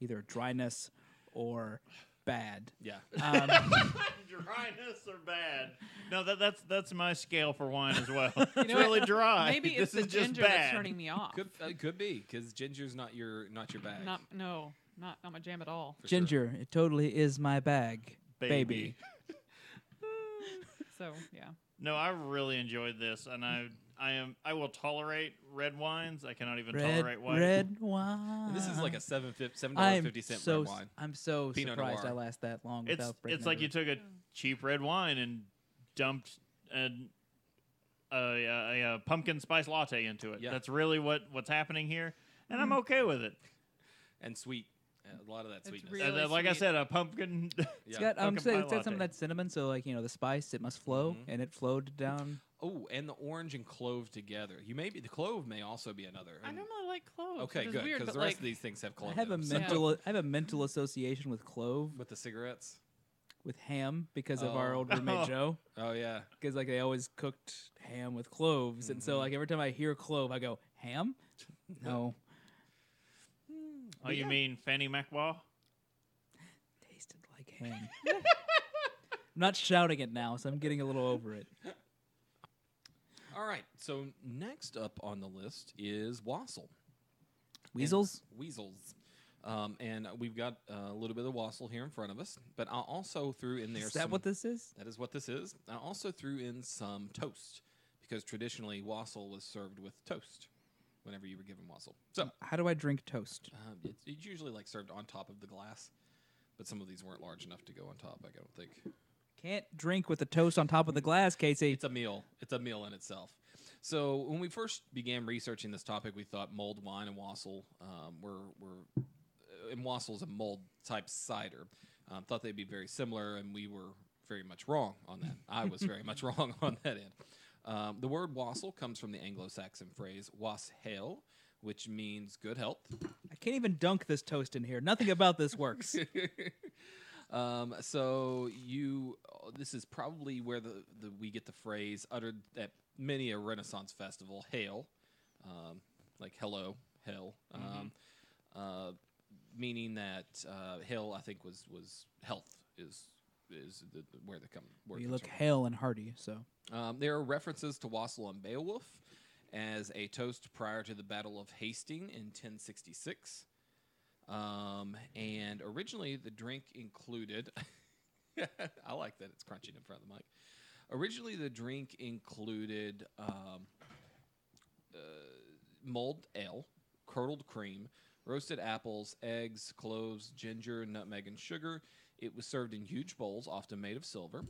[SPEAKER 3] either dryness or bad. Um,
[SPEAKER 5] Yeah,
[SPEAKER 4] Dryness or bad? No, that, that's that's my scale for wine as well. it's
[SPEAKER 1] know what?
[SPEAKER 4] really dry.
[SPEAKER 1] Maybe it's
[SPEAKER 4] this
[SPEAKER 1] the
[SPEAKER 4] is just
[SPEAKER 1] ginger
[SPEAKER 4] bad.
[SPEAKER 1] that's turning me off.
[SPEAKER 5] could uh, could be because ginger's not your not your bag.
[SPEAKER 1] Not no, not not my jam at all.
[SPEAKER 5] for sure.
[SPEAKER 3] Ginger, it totally is my bag, baby.
[SPEAKER 4] Baby.
[SPEAKER 1] So yeah.
[SPEAKER 4] No, I really enjoyed this, and I I am I will tolerate red wines. I cannot even
[SPEAKER 3] Red,
[SPEAKER 4] tolerate white.
[SPEAKER 3] red wine.
[SPEAKER 5] This is like
[SPEAKER 1] Ah.
[SPEAKER 5] a seven fifty seven dollars
[SPEAKER 3] I'm
[SPEAKER 5] fifty cent
[SPEAKER 3] so
[SPEAKER 5] red
[SPEAKER 3] s-
[SPEAKER 5] wine.
[SPEAKER 3] I'm so
[SPEAKER 5] Pinot
[SPEAKER 3] surprised
[SPEAKER 5] Noir.
[SPEAKER 3] I last that long
[SPEAKER 4] It's
[SPEAKER 3] without breaking.
[SPEAKER 4] it's like
[SPEAKER 3] the
[SPEAKER 4] you
[SPEAKER 3] rules.
[SPEAKER 4] took a cheap red wine and dumped an, a, a, a pumpkin spice latte into it.
[SPEAKER 5] Yeah.
[SPEAKER 4] That's really what what's happening here, and
[SPEAKER 3] Mm.
[SPEAKER 4] I'm okay with it.
[SPEAKER 5] and sweet. Uh, a lot of that
[SPEAKER 1] It's
[SPEAKER 5] sweetness.
[SPEAKER 1] really-
[SPEAKER 4] And then, like I
[SPEAKER 1] sweet.
[SPEAKER 4] said, a pumpkin. oh,
[SPEAKER 5] yeah.
[SPEAKER 3] It's got um,
[SPEAKER 4] Pumpkin
[SPEAKER 3] so
[SPEAKER 4] pie
[SPEAKER 3] it's got some of
[SPEAKER 4] latte.
[SPEAKER 3] that cinnamon, so like you know the spice, it must flow,
[SPEAKER 5] Mm-hmm.
[SPEAKER 3] and it flowed down.
[SPEAKER 5] oh, and the orange and clove together. You may be the clove may also be another.
[SPEAKER 1] I
[SPEAKER 5] and-
[SPEAKER 1] normally like cloves.
[SPEAKER 5] Okay,
[SPEAKER 1] which is
[SPEAKER 5] good
[SPEAKER 1] weird,
[SPEAKER 5] because
[SPEAKER 1] but,
[SPEAKER 5] the rest
[SPEAKER 1] like,
[SPEAKER 5] of these things have
[SPEAKER 3] I
[SPEAKER 5] clove.
[SPEAKER 3] have a
[SPEAKER 5] in them, so-
[SPEAKER 3] mental I have a mental association with clove
[SPEAKER 5] with the cigarettes.
[SPEAKER 3] with ham because of our
[SPEAKER 5] Oh.
[SPEAKER 3] old roommate Joe.
[SPEAKER 5] Oh yeah,
[SPEAKER 3] Because like they always cooked ham with cloves, and
[SPEAKER 5] Mm-hmm.
[SPEAKER 3] so like every time I hear clove, I go ham. No,
[SPEAKER 4] oh, you mean Fanny Macwall?
[SPEAKER 3] tasted like ham. I'm not shouting it now, so I'm getting a little over it.
[SPEAKER 5] All right. So next up on the list is Wassel.
[SPEAKER 3] Weasels?
[SPEAKER 5] And weasels. Um, and we've got uh, a little bit of Wassel here in front of us, but I also threw in there.
[SPEAKER 3] Is that
[SPEAKER 5] some-
[SPEAKER 3] what this is?
[SPEAKER 5] That is what this is. I also threw in some toast because traditionally Wassel was served with toast whenever you were given Wassel. So
[SPEAKER 3] How do I drink toast?
[SPEAKER 5] um, it's, it's usually like served on top of the glass, but some of these weren't large enough to go on top. I don't think.
[SPEAKER 3] Can't drink with the toast on top of the glass, Casey.
[SPEAKER 5] it's a meal. It's a meal in itself. So when we first began researching this topic, we thought mulled wine and wassail um, were were uh, and wassail's a mulled type cider. Um, thought they'd be very similar, and we were very much wrong on that. I was very much wrong on that end. Um, the word wassail comes from the Anglo-Saxon phrase wassail, which means good health.
[SPEAKER 3] I can't even dunk this toast in here. Nothing about this works.
[SPEAKER 5] um, so you, uh, this is probably where the, the we get the phrase uttered at many a Renaissance festival, "Hail," um, like "Hello, hell," um, uh, meaning that uh, "Hail" I think was was health is is the, the- where the come where it
[SPEAKER 3] you
[SPEAKER 5] comes
[SPEAKER 3] look
[SPEAKER 5] from.
[SPEAKER 3] hale and hearty, so
[SPEAKER 5] Um, there are references to Wassel and Beowulf as a toast prior to the Battle of Hastings in 1066. Um, and originally, the drink included. I like that it's crunching in front of the mic. Originally, the drink included um, uh, mulled ale, curdled cream, roasted apples, eggs, cloves, ginger, nutmeg, and sugar. It was served in huge bowls, often made of silver.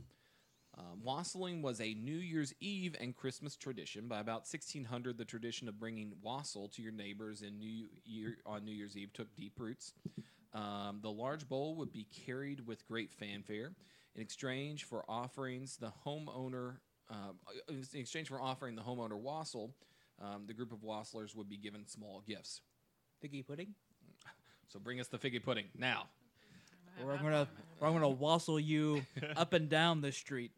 [SPEAKER 5] Um, wassailing was a New Year's Eve and Christmas tradition. By about 1600, the tradition of bringing wassail to your neighbors in New Year on New Year's Eve took deep roots. Um, the large bowl would be carried with great fanfare. In exchange for offerings, the homeowner, uh, in exchange for offering the homeowner wassail, um, the group of wassailers would be given small gifts.
[SPEAKER 3] figgy pudding.
[SPEAKER 5] So bring us the figgy pudding now.
[SPEAKER 3] Or I'm gonna, or I'm gonna wassail you up and down the street.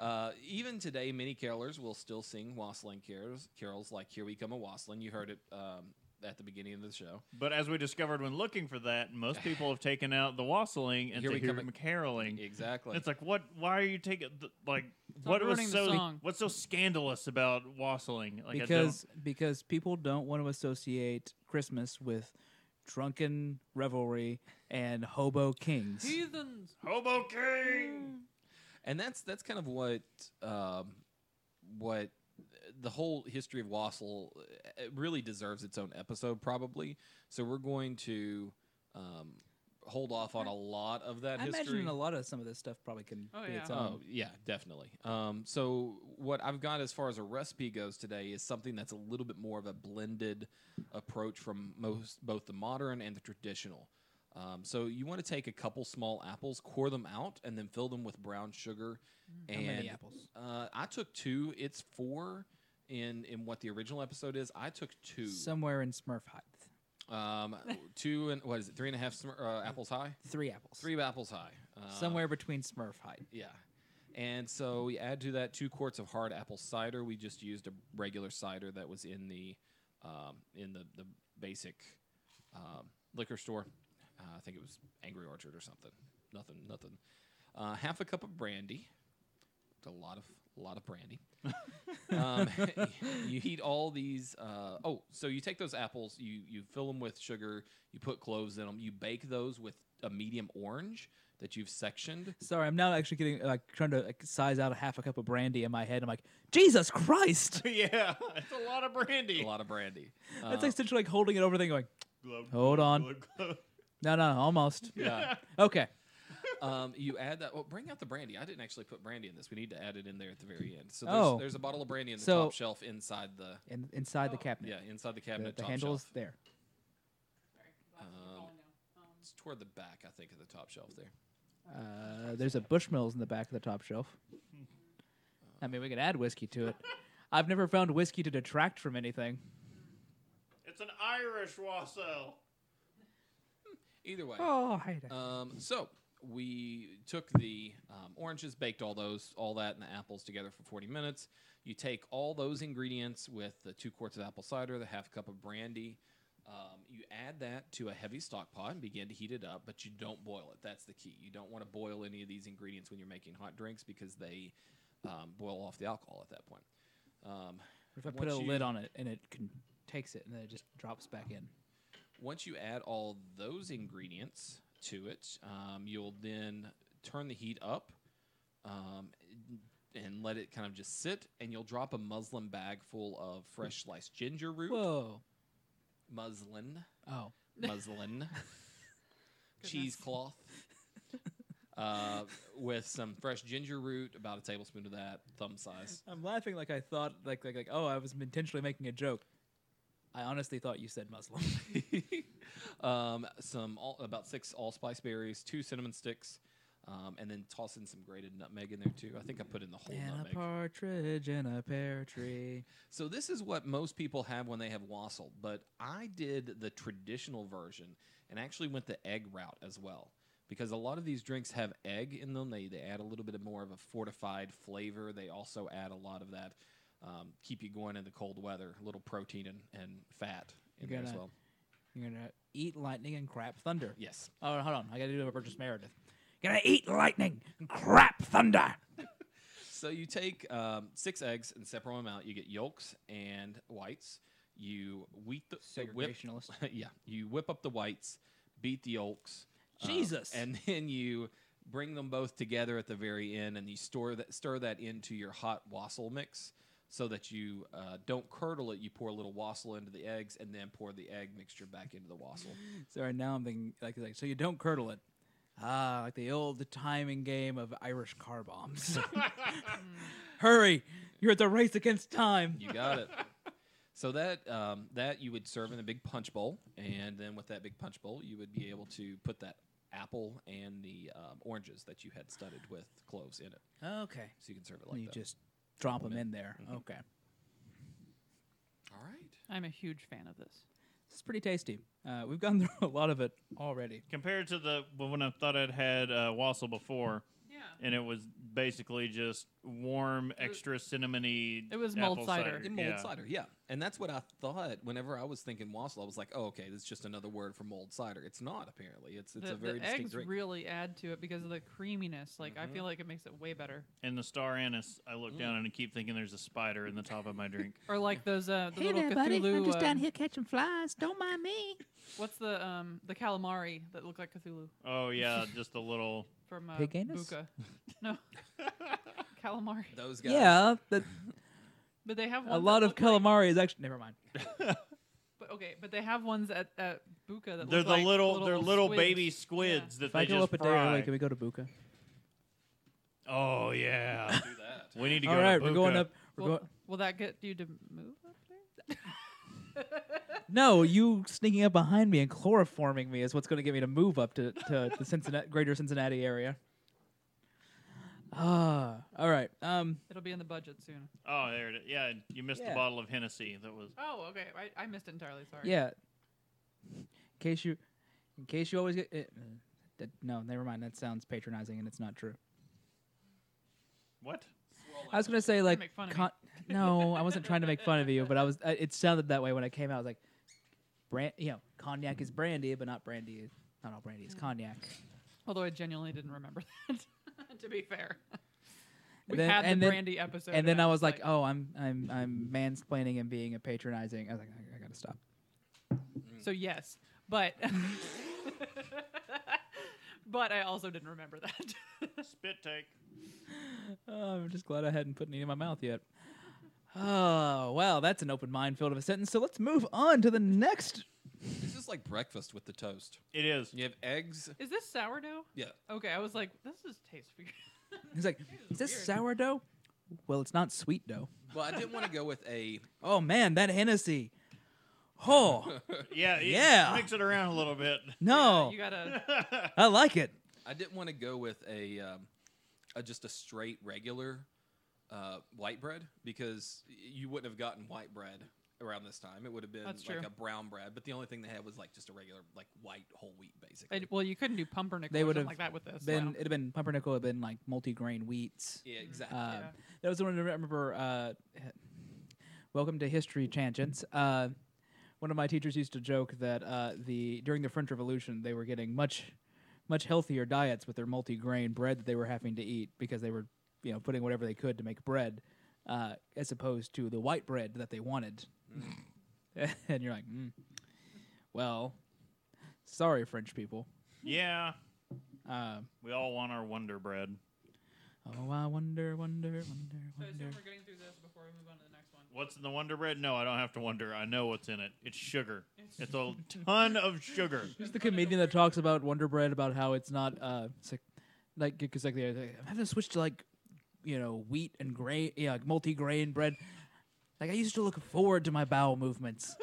[SPEAKER 5] Uh, even today, many carolers will still sing wassailing carols, carols like "Here We Come a Wassailing." You heard it um, at the beginning of the show.
[SPEAKER 4] But as we discovered when looking for that, most people have taken out the wassailing and here
[SPEAKER 5] Here we
[SPEAKER 4] to hear
[SPEAKER 5] come-
[SPEAKER 4] them caroling.
[SPEAKER 5] Exactly.
[SPEAKER 4] It's like what? Why are you taking th- like
[SPEAKER 1] not
[SPEAKER 4] what was
[SPEAKER 1] ruining the
[SPEAKER 4] so
[SPEAKER 1] song.
[SPEAKER 4] what's so scandalous about wassailing? Like I don't-
[SPEAKER 3] because because people don't want to associate Christmas with drunken revelry and hobo kings.
[SPEAKER 1] Heathens.
[SPEAKER 4] Hobo King.
[SPEAKER 5] and that's that's kind of what um, what the whole history of Wassel uh, it really deserves its own episode, probably. So we're going to um, hold off on a lot of that
[SPEAKER 3] I
[SPEAKER 5] history.
[SPEAKER 3] imagine a lot of some of this stuff probably can
[SPEAKER 1] Oh,
[SPEAKER 3] be its
[SPEAKER 1] yeah.
[SPEAKER 3] own.
[SPEAKER 5] Oh yeah, definitely. Um, so what I've got as far as a recipe goes today is something that's a little bit more of a blended approach from most both the modern and the traditional. Um, so you want to take a couple small apples, core them out, and then fill them with brown sugar.
[SPEAKER 3] Mm, How
[SPEAKER 5] Oh, And
[SPEAKER 3] many apples?
[SPEAKER 5] Uh, I took two. It's four in in what the original episode is. I took two.
[SPEAKER 3] Somewhere in Smurf Hut.
[SPEAKER 5] um, two and what is it? Three and a half sm- uh, apples high.
[SPEAKER 3] Three apples.
[SPEAKER 5] Three apples high. Uh,
[SPEAKER 3] Somewhere between Smurf Hut.
[SPEAKER 5] yeah. And so we add to that two quarts of hard apple cider. We just used a regular cider that was in the um, in the the basic um, liquor store. Uh, I think it was Angry Orchard or something. Nothing, nothing. Uh, half a cup of brandy. It's A lot of a lot of brandy. um, you heat all these. Uh, oh, so you take those apples, you you fill them with sugar, you put cloves in them, you bake those with a medium orange that you've sectioned.
[SPEAKER 3] Sorry, I'm now actually getting like trying to like, size out a half a cup of brandy in my head. I'm like, Jesus Christ!
[SPEAKER 1] Mm.
[SPEAKER 4] yeah, it's a lot of brandy.
[SPEAKER 5] a lot of brandy. Uh,
[SPEAKER 3] That's like essentially like holding it over there, and going,
[SPEAKER 4] Glug,
[SPEAKER 3] Hold on.
[SPEAKER 4] glug, glug.
[SPEAKER 3] no, no, almost.
[SPEAKER 5] yeah.
[SPEAKER 3] Okay.
[SPEAKER 5] Um, you add that. Well, bring out the brandy. I didn't actually put brandy in this. We need to add it in there at the very end. So there's,
[SPEAKER 3] Oh.
[SPEAKER 5] there's a bottle of brandy in the
[SPEAKER 3] So-
[SPEAKER 5] top shelf inside the
[SPEAKER 3] And inside the cabinet,
[SPEAKER 5] yeah inside
[SPEAKER 3] the,
[SPEAKER 5] the cabinet.
[SPEAKER 3] the
[SPEAKER 5] top
[SPEAKER 3] handle is
[SPEAKER 5] shelf.
[SPEAKER 3] there.
[SPEAKER 5] Um, it's toward the back, I think, of the top shelf there.
[SPEAKER 3] Uh, there's a Bushmills in the back of the top shelf. I mean, we could add whiskey to it. I've never found whiskey to detract from anything.
[SPEAKER 4] It's an Irish wassail.
[SPEAKER 5] Either way,
[SPEAKER 3] Oh, I hate it.
[SPEAKER 5] Um, so we took the um, oranges, baked all those, all that, and the apples together for 40 minutes. You take all those ingredients with the two quarts of apple cider, the half cup of brandy. Um, you add that to a heavy stock pot and begin to heat it up, but you don't boil it. That's the key. You don't want to boil any of these ingredients when you're making hot drinks because they um, boil off the alcohol at that point. Um,
[SPEAKER 3] If I put
[SPEAKER 5] once
[SPEAKER 3] a
[SPEAKER 5] you-
[SPEAKER 3] lid on it and it can, takes it and then it just drops back in.
[SPEAKER 5] once you add all those ingredients to it, um, you'll then turn the heat up um, and let it kind of just sit, and you'll drop a muslin bag full of fresh sliced ginger root,
[SPEAKER 3] Whoa.
[SPEAKER 5] muslin,
[SPEAKER 3] Oh.
[SPEAKER 5] muslin, cheesecloth, uh, with some fresh ginger root, about a tablespoon of that, thumb size.
[SPEAKER 3] I'm laughing like I thought like like like oh I was intentionally making a joke. I honestly thought you said Muslim.
[SPEAKER 5] um, some all, about six allspice berries, two cinnamon sticks, um, and then toss in some grated nutmeg in there too. I think I put in the whole
[SPEAKER 3] and a
[SPEAKER 5] nutmeg.
[SPEAKER 3] partridge in a pear tree.
[SPEAKER 5] So this is what most people have when they have wassail, but I did the traditional version and actually went the egg route as well. Because a lot of these drinks have egg in them. They, they add a little bit of more of a fortified flavor. They also add a lot of that, um, keep you going in the cold weather, a little protein and, and fat in
[SPEAKER 3] You're
[SPEAKER 5] there as
[SPEAKER 3] gonna-
[SPEAKER 5] well.
[SPEAKER 3] You're gonna eat lightning and crap thunder.
[SPEAKER 5] Yes.
[SPEAKER 3] Oh hold on, I gotta do a Burgess Meredith. Gonna eat lightning and crap thunder.
[SPEAKER 5] So you take um, six eggs and separate them out. You get yolks and whites. You wheat the the whip-
[SPEAKER 3] Segregationalist.
[SPEAKER 5] yeah, you whip up the whites, beat the yolks. um,
[SPEAKER 3] Jesus.
[SPEAKER 5] and then you bring them both together at the very end, and you store that stir that into your hot wassail mix, so that you uh, don't curdle it. You pour a little wassail into the eggs, and then pour the egg mixture back into the wassail.
[SPEAKER 3] Sorry, now I'm thinking like, like so you don't curdle it. Ah, like the old timing game of Irish car bombs. Hurry, you're at the race against time.
[SPEAKER 5] You got it. So that um, that you would serve in a big punch bowl, and then with that big punch bowl, you would be able to put that apple and the um, oranges that you had studded with cloves in it.
[SPEAKER 3] Okay.
[SPEAKER 5] So you can serve it like
[SPEAKER 3] you
[SPEAKER 5] that.
[SPEAKER 3] just drop them in there. Okay.
[SPEAKER 5] All right.
[SPEAKER 1] I'm a huge fan of this.
[SPEAKER 3] It's pretty tasty. Uh, we've gone through a lot of it already.
[SPEAKER 4] Compared to the when I thought I'd had uh, wassail before,
[SPEAKER 1] Yeah.
[SPEAKER 4] and it was basically just warm, extra cinnamony.
[SPEAKER 1] It was
[SPEAKER 4] apple
[SPEAKER 1] mulled cider.
[SPEAKER 5] In mold cider, yeah. And that's what I thought whenever I was thinking wassail. I was like, oh, okay, that's just another word for mold cider. It's not, apparently. It's it's
[SPEAKER 1] the,
[SPEAKER 5] a very
[SPEAKER 1] the
[SPEAKER 5] distinct
[SPEAKER 1] eggs
[SPEAKER 5] drink. Mm-hmm.
[SPEAKER 1] really add to it because of the creaminess. Like I feel like it makes it way better.
[SPEAKER 4] And the star anise, I look
[SPEAKER 5] Mm.
[SPEAKER 4] down and I keep thinking there's a spider in the top of my drink.
[SPEAKER 1] Or like those uh, the little Cthulhu. um,
[SPEAKER 3] catching flies. Don't mind me.
[SPEAKER 1] What's the um the calamari that look like Cthulhu
[SPEAKER 4] Oh yeah, just a little.
[SPEAKER 1] from uh,
[SPEAKER 3] Pig anus?
[SPEAKER 1] Buka? No, calamari.
[SPEAKER 5] Those guys.
[SPEAKER 3] Yeah, that,
[SPEAKER 1] But they have
[SPEAKER 3] a
[SPEAKER 1] ones
[SPEAKER 3] lot
[SPEAKER 1] that
[SPEAKER 3] of
[SPEAKER 1] look like-
[SPEAKER 3] calamari is actually. Never mind.
[SPEAKER 1] but, okay, but they have ones at, at Buka that
[SPEAKER 4] They're
[SPEAKER 1] look
[SPEAKER 4] the
[SPEAKER 1] like
[SPEAKER 4] little, they're little
[SPEAKER 1] squids.
[SPEAKER 4] baby squids that
[SPEAKER 3] If
[SPEAKER 4] they
[SPEAKER 3] I go
[SPEAKER 4] just
[SPEAKER 3] up a day
[SPEAKER 4] fry.
[SPEAKER 3] early, can we go to Buka?
[SPEAKER 4] oh yeah,
[SPEAKER 5] Do that.
[SPEAKER 4] we need to go.
[SPEAKER 3] All right,
[SPEAKER 4] to
[SPEAKER 3] we're going
[SPEAKER 4] Buka.
[SPEAKER 3] up. We're
[SPEAKER 1] Will,
[SPEAKER 3] going.
[SPEAKER 1] will that get you to move up there?
[SPEAKER 3] No, you sneaking up behind me and chloroforming me is what's going to get me to move up to, to the Cincinnati, greater Cincinnati area. Ah, all right. Um,
[SPEAKER 1] It'll be in the budget soon.
[SPEAKER 4] Oh, there it is. Yeah, you missed
[SPEAKER 3] Yeah.
[SPEAKER 4] the bottle of Hennessy. That was.
[SPEAKER 1] Oh, okay. I, I missed it entirely. Sorry.
[SPEAKER 3] yeah. In case you, in case you always get. eh, uh, that, no, never mind. That sounds patronizing, and it's not true.
[SPEAKER 4] What?
[SPEAKER 3] I was gonna say like
[SPEAKER 1] make fun of me.
[SPEAKER 3] no, I wasn't trying to make fun of you, but I was. I, it sounded that way when I came out. I was like, brand, you know, cognac is brandy, but not brandy. Not all brandy is
[SPEAKER 1] Mm.
[SPEAKER 3] cognac.
[SPEAKER 1] Although I genuinely didn't remember that. to be fair, we
[SPEAKER 3] then-
[SPEAKER 1] had the
[SPEAKER 3] and then-
[SPEAKER 1] brandy episode,
[SPEAKER 3] and then I was like, oh, I'm I'm I'm mansplaining and being a patronizing. I was like, I, I gotta stop. "Oh."
[SPEAKER 1] so yes, but but I also didn't remember that.
[SPEAKER 4] Spit take.
[SPEAKER 3] Oh, I'm just glad I hadn't put any in my mouth yet. Oh wow, that's an open minefield of a sentence. So let's move on to the next.
[SPEAKER 5] It's just like breakfast with the toast.
[SPEAKER 4] It is.
[SPEAKER 5] You have eggs.
[SPEAKER 1] Is this sourdough?
[SPEAKER 5] Yeah.
[SPEAKER 1] Okay, I was like, this is taste weird.
[SPEAKER 3] He's like, is this sourdough? Well, it's not sweet dough.
[SPEAKER 5] Well, I didn't want to go with a.
[SPEAKER 3] Oh man, that Hennessy. Oh
[SPEAKER 4] Yeah. you
[SPEAKER 3] Yeah.
[SPEAKER 4] Mix it around a little bit.
[SPEAKER 3] no,
[SPEAKER 1] You gotta.
[SPEAKER 3] I like it.
[SPEAKER 5] I didn't want to go with a, um, a just a straight regular uh, white bread because y- you wouldn't have gotten white bread around this time. It would have been
[SPEAKER 1] That's
[SPEAKER 5] like
[SPEAKER 1] true.
[SPEAKER 5] a brown bread, but the only thing they had was like just a regular like white whole wheat basically.
[SPEAKER 1] I- well, you couldn't do pumpernickel.
[SPEAKER 3] They
[SPEAKER 1] or
[SPEAKER 3] would
[SPEAKER 1] something
[SPEAKER 3] have
[SPEAKER 1] like that with this.
[SPEAKER 3] Been
[SPEAKER 1] Wow.
[SPEAKER 3] it'd have been pumpernickel, it'd been like multi-grain wheats.
[SPEAKER 1] Mm.
[SPEAKER 5] yeah,
[SPEAKER 3] Uh,
[SPEAKER 5] exactly.
[SPEAKER 1] Yeah.
[SPEAKER 3] That was the one I remember. Uh, welcome to history tangents. Uh, one of my teachers used to joke that uh, the during the French Revolution they were getting much much healthier diets with their multi-grain bread that they were having to eat because they were you know putting whatever they could to make bread. uh, as opposed to the white bread that they wanted. and you're like, mm, well, sorry, French people.
[SPEAKER 4] Yeah,
[SPEAKER 3] Um,
[SPEAKER 4] we all want our Wonder Bread.
[SPEAKER 3] oh, I wonder, wonder, wonder,
[SPEAKER 1] So I assume
[SPEAKER 3] wonder.
[SPEAKER 1] we're getting through this before we move on to the next one.
[SPEAKER 4] What's in the Wonder Bread? No, I don't have to wonder. I know what's in it. It's sugar. It's a ton of sugar.
[SPEAKER 3] Who's the comedian that talks about Wonder Bread about how it's not uh it's like like because like they're like, I'm having to switch to like you know wheat and grain yeah like multi grain bread. Like I used to look forward to my bowel movements.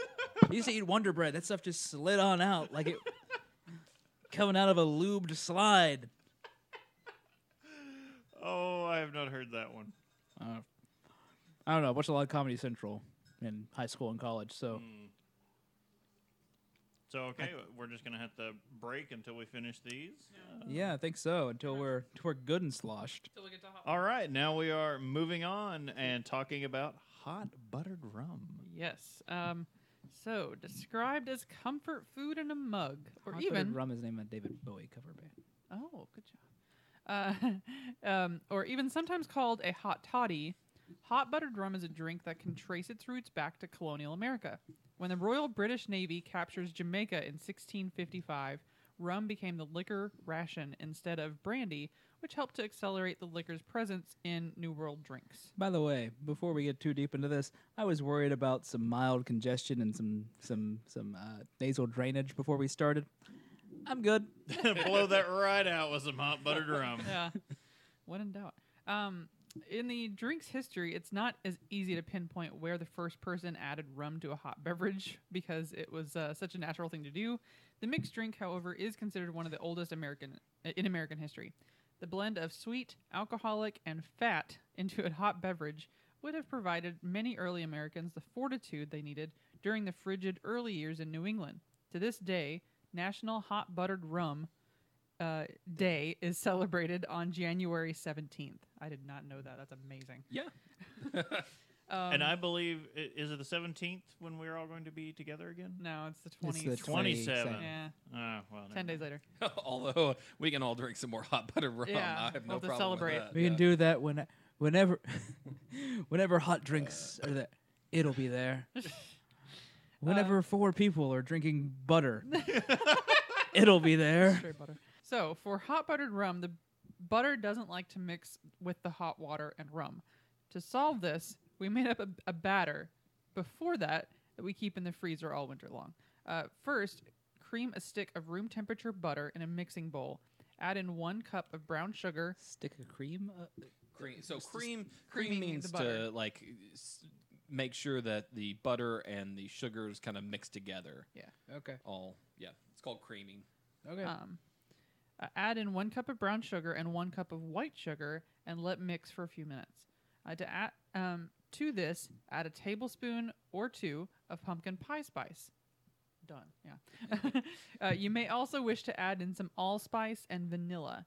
[SPEAKER 3] I used to eat Wonder Bread. That stuff just slid on out like it coming out of a lubed slide.
[SPEAKER 4] Oh, I have not heard that one.
[SPEAKER 3] Uh, I don't know. I watched a lot of Comedy Central in high school and college, so
[SPEAKER 1] Mm.
[SPEAKER 4] So okay, we're just gonna have to break until we finish these.
[SPEAKER 3] yeah, I think so. Until we're until we're good and sloshed.
[SPEAKER 1] Till we get to hot.
[SPEAKER 4] All right, now we are moving on and talking about hot buttered rum.
[SPEAKER 1] Yes. Um, so described as comfort food in a mug, or
[SPEAKER 3] Hot Buttered
[SPEAKER 1] even
[SPEAKER 3] rum is named a David Bowie cover band.
[SPEAKER 1] oh, good job. Uh, um, or even sometimes called a hot toddy, hot buttered rum is a drink that can trace its roots back to colonial America. When the Royal British Navy captures Jamaica in 1655, rum became the liquor ration instead of brandy, which helped to accelerate the liquor's presence in New World drinks.
[SPEAKER 3] By the way, before we get too deep into this, I was worried about some mild congestion and some some some uh, nasal drainage before we started. I'm good.
[SPEAKER 4] Blow that right out with some hot buttered rum.
[SPEAKER 1] yeah. When in doubt. Um, in the drink's history, it's not as easy to pinpoint where the first person added rum to a hot beverage because it was uh, such a natural thing to do. The mixed drink, however, is considered one of the oldest American uh, in American history. The blend of sweet, alcoholic, and fat into a hot beverage would have provided many early Americans the fortitude they needed during the frigid early years in New England. To this day, National Hot Buttered Rum uh, Day is celebrated on January 17th. I did not know that. That's amazing. Um,
[SPEAKER 5] Yeah.
[SPEAKER 4] and I believe i- is it the seventeenth when we're all going to be together again?
[SPEAKER 1] No, it's the
[SPEAKER 3] It's
[SPEAKER 1] 20th.
[SPEAKER 3] the
[SPEAKER 4] 27.
[SPEAKER 1] yeah,
[SPEAKER 4] Ah, well,
[SPEAKER 1] 10
[SPEAKER 4] never
[SPEAKER 1] days later.
[SPEAKER 5] Although we can all drink some more hot butter rum.
[SPEAKER 1] Yeah,
[SPEAKER 5] I have
[SPEAKER 1] we'll
[SPEAKER 5] no
[SPEAKER 1] have to
[SPEAKER 5] problem
[SPEAKER 1] celebrate.
[SPEAKER 5] with that.
[SPEAKER 3] We can
[SPEAKER 5] Yeah.
[SPEAKER 3] do that when whenever whenever hot drinks
[SPEAKER 1] Uh,
[SPEAKER 3] are there, it'll be there.
[SPEAKER 1] Uh.
[SPEAKER 3] Whenever four people are drinking butter, it'll be there.
[SPEAKER 1] Straight butter. So for hot buttered rum, the butter doesn't like to mix with the hot water and rum. To solve this, we made up a, a batter before that that we keep in the freezer all winter long. Uh, first, cream a stick of room temperature butter in a mixing bowl. Add in one cup of brown sugar.
[SPEAKER 3] Stick of cream. Uh,
[SPEAKER 5] Cream. So
[SPEAKER 1] Just-
[SPEAKER 5] cream
[SPEAKER 1] creaming
[SPEAKER 5] cream
[SPEAKER 1] the
[SPEAKER 5] means
[SPEAKER 1] butter.
[SPEAKER 5] to like s- make sure that the butter and the sugars kind of mix together.
[SPEAKER 3] okay.
[SPEAKER 5] All yeah, it's called creaming.
[SPEAKER 3] Okay.
[SPEAKER 1] Um, uh, add in one cup of brown sugar and one cup of white sugar and let mix for a few minutes. Uh, to add um, to this, add a tablespoon or two of pumpkin pie spice. Done. Yeah. uh, you may also wish to add in some allspice and vanilla.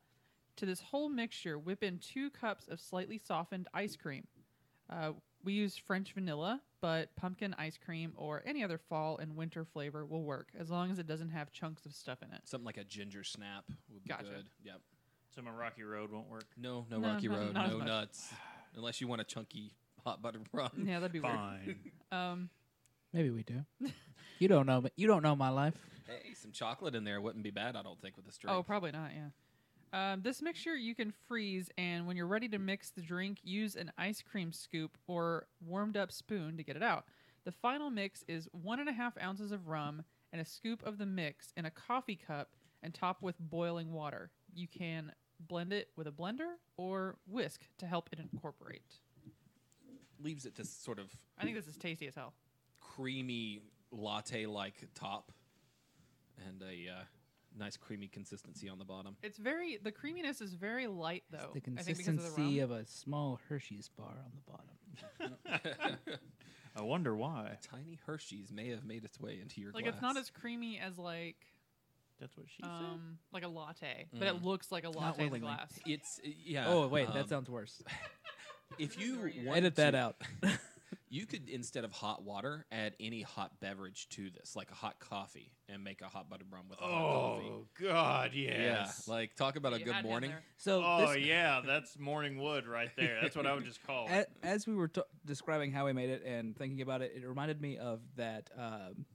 [SPEAKER 1] To this whole mixture, whip in two cups of slightly softened ice cream. Uh, we use French vanilla, but pumpkin ice cream or any other fall and winter flavor will work as long as it doesn't have chunks of stuff in it.
[SPEAKER 5] Something like a ginger snap would be
[SPEAKER 1] Gotcha.
[SPEAKER 5] good. Yep.
[SPEAKER 4] So my Rocky Road won't work.
[SPEAKER 5] No, no,
[SPEAKER 1] No,
[SPEAKER 5] rocky
[SPEAKER 1] not-
[SPEAKER 5] road,
[SPEAKER 1] not as
[SPEAKER 5] no
[SPEAKER 1] much.
[SPEAKER 5] nuts, unless you want a chunky hot butter rum.
[SPEAKER 1] Yeah, that'd be
[SPEAKER 4] Fine.
[SPEAKER 1] weird. Um,
[SPEAKER 3] Maybe we do. you don't know. me- You don't know my life.
[SPEAKER 5] Hey, some chocolate in there wouldn't be bad. I don't think with this drink.
[SPEAKER 1] oh, probably not. Yeah. Um, this mixture you can freeze, and when you're ready to mix the drink, use an ice cream scoop or warmed up spoon to get it out. The final mix is one and a half ounces of rum and a scoop of the mix in a coffee cup, and top with boiling water. You can blend it with a blender or whisk to help it incorporate.
[SPEAKER 5] leaves it this sort of
[SPEAKER 1] I think this is tasty as hell.
[SPEAKER 5] creamy latte-like top, and a uh, nice creamy consistency on the bottom.
[SPEAKER 1] It's very the creaminess is very light
[SPEAKER 3] It's
[SPEAKER 1] though.
[SPEAKER 3] the
[SPEAKER 1] Oh, I think because of the rum.
[SPEAKER 3] consistency of a small Hershey's bar on the bottom.
[SPEAKER 4] I wonder why.
[SPEAKER 5] Tiny Hershey's may have made its way into your
[SPEAKER 1] like
[SPEAKER 5] glass.
[SPEAKER 1] it's not as creamy as like
[SPEAKER 4] That's what she
[SPEAKER 1] um, like a latte, but it looks like a latte in a
[SPEAKER 3] Mm. willingly.
[SPEAKER 1] glass.
[SPEAKER 5] It's yeah.
[SPEAKER 3] oh wait,
[SPEAKER 5] um,
[SPEAKER 3] that sounds worse.
[SPEAKER 5] If you want
[SPEAKER 3] Edit that
[SPEAKER 5] to-
[SPEAKER 3] out.
[SPEAKER 5] You could instead of hot water, add any hot beverage to this, like a hot coffee, and make a hot buttered rum with a
[SPEAKER 4] said.
[SPEAKER 5] hot coffee.
[SPEAKER 4] Oh, good God, yes.
[SPEAKER 5] Yeah, like talk about a
[SPEAKER 1] You had
[SPEAKER 5] good
[SPEAKER 1] him
[SPEAKER 5] morning.
[SPEAKER 1] there.
[SPEAKER 3] So
[SPEAKER 4] oh
[SPEAKER 3] this,
[SPEAKER 4] yeah, that's morning wood right there. That's what I would just call
[SPEAKER 3] a-
[SPEAKER 4] it.
[SPEAKER 3] as we were t- describing how we made it and thinking about it, it reminded me of that um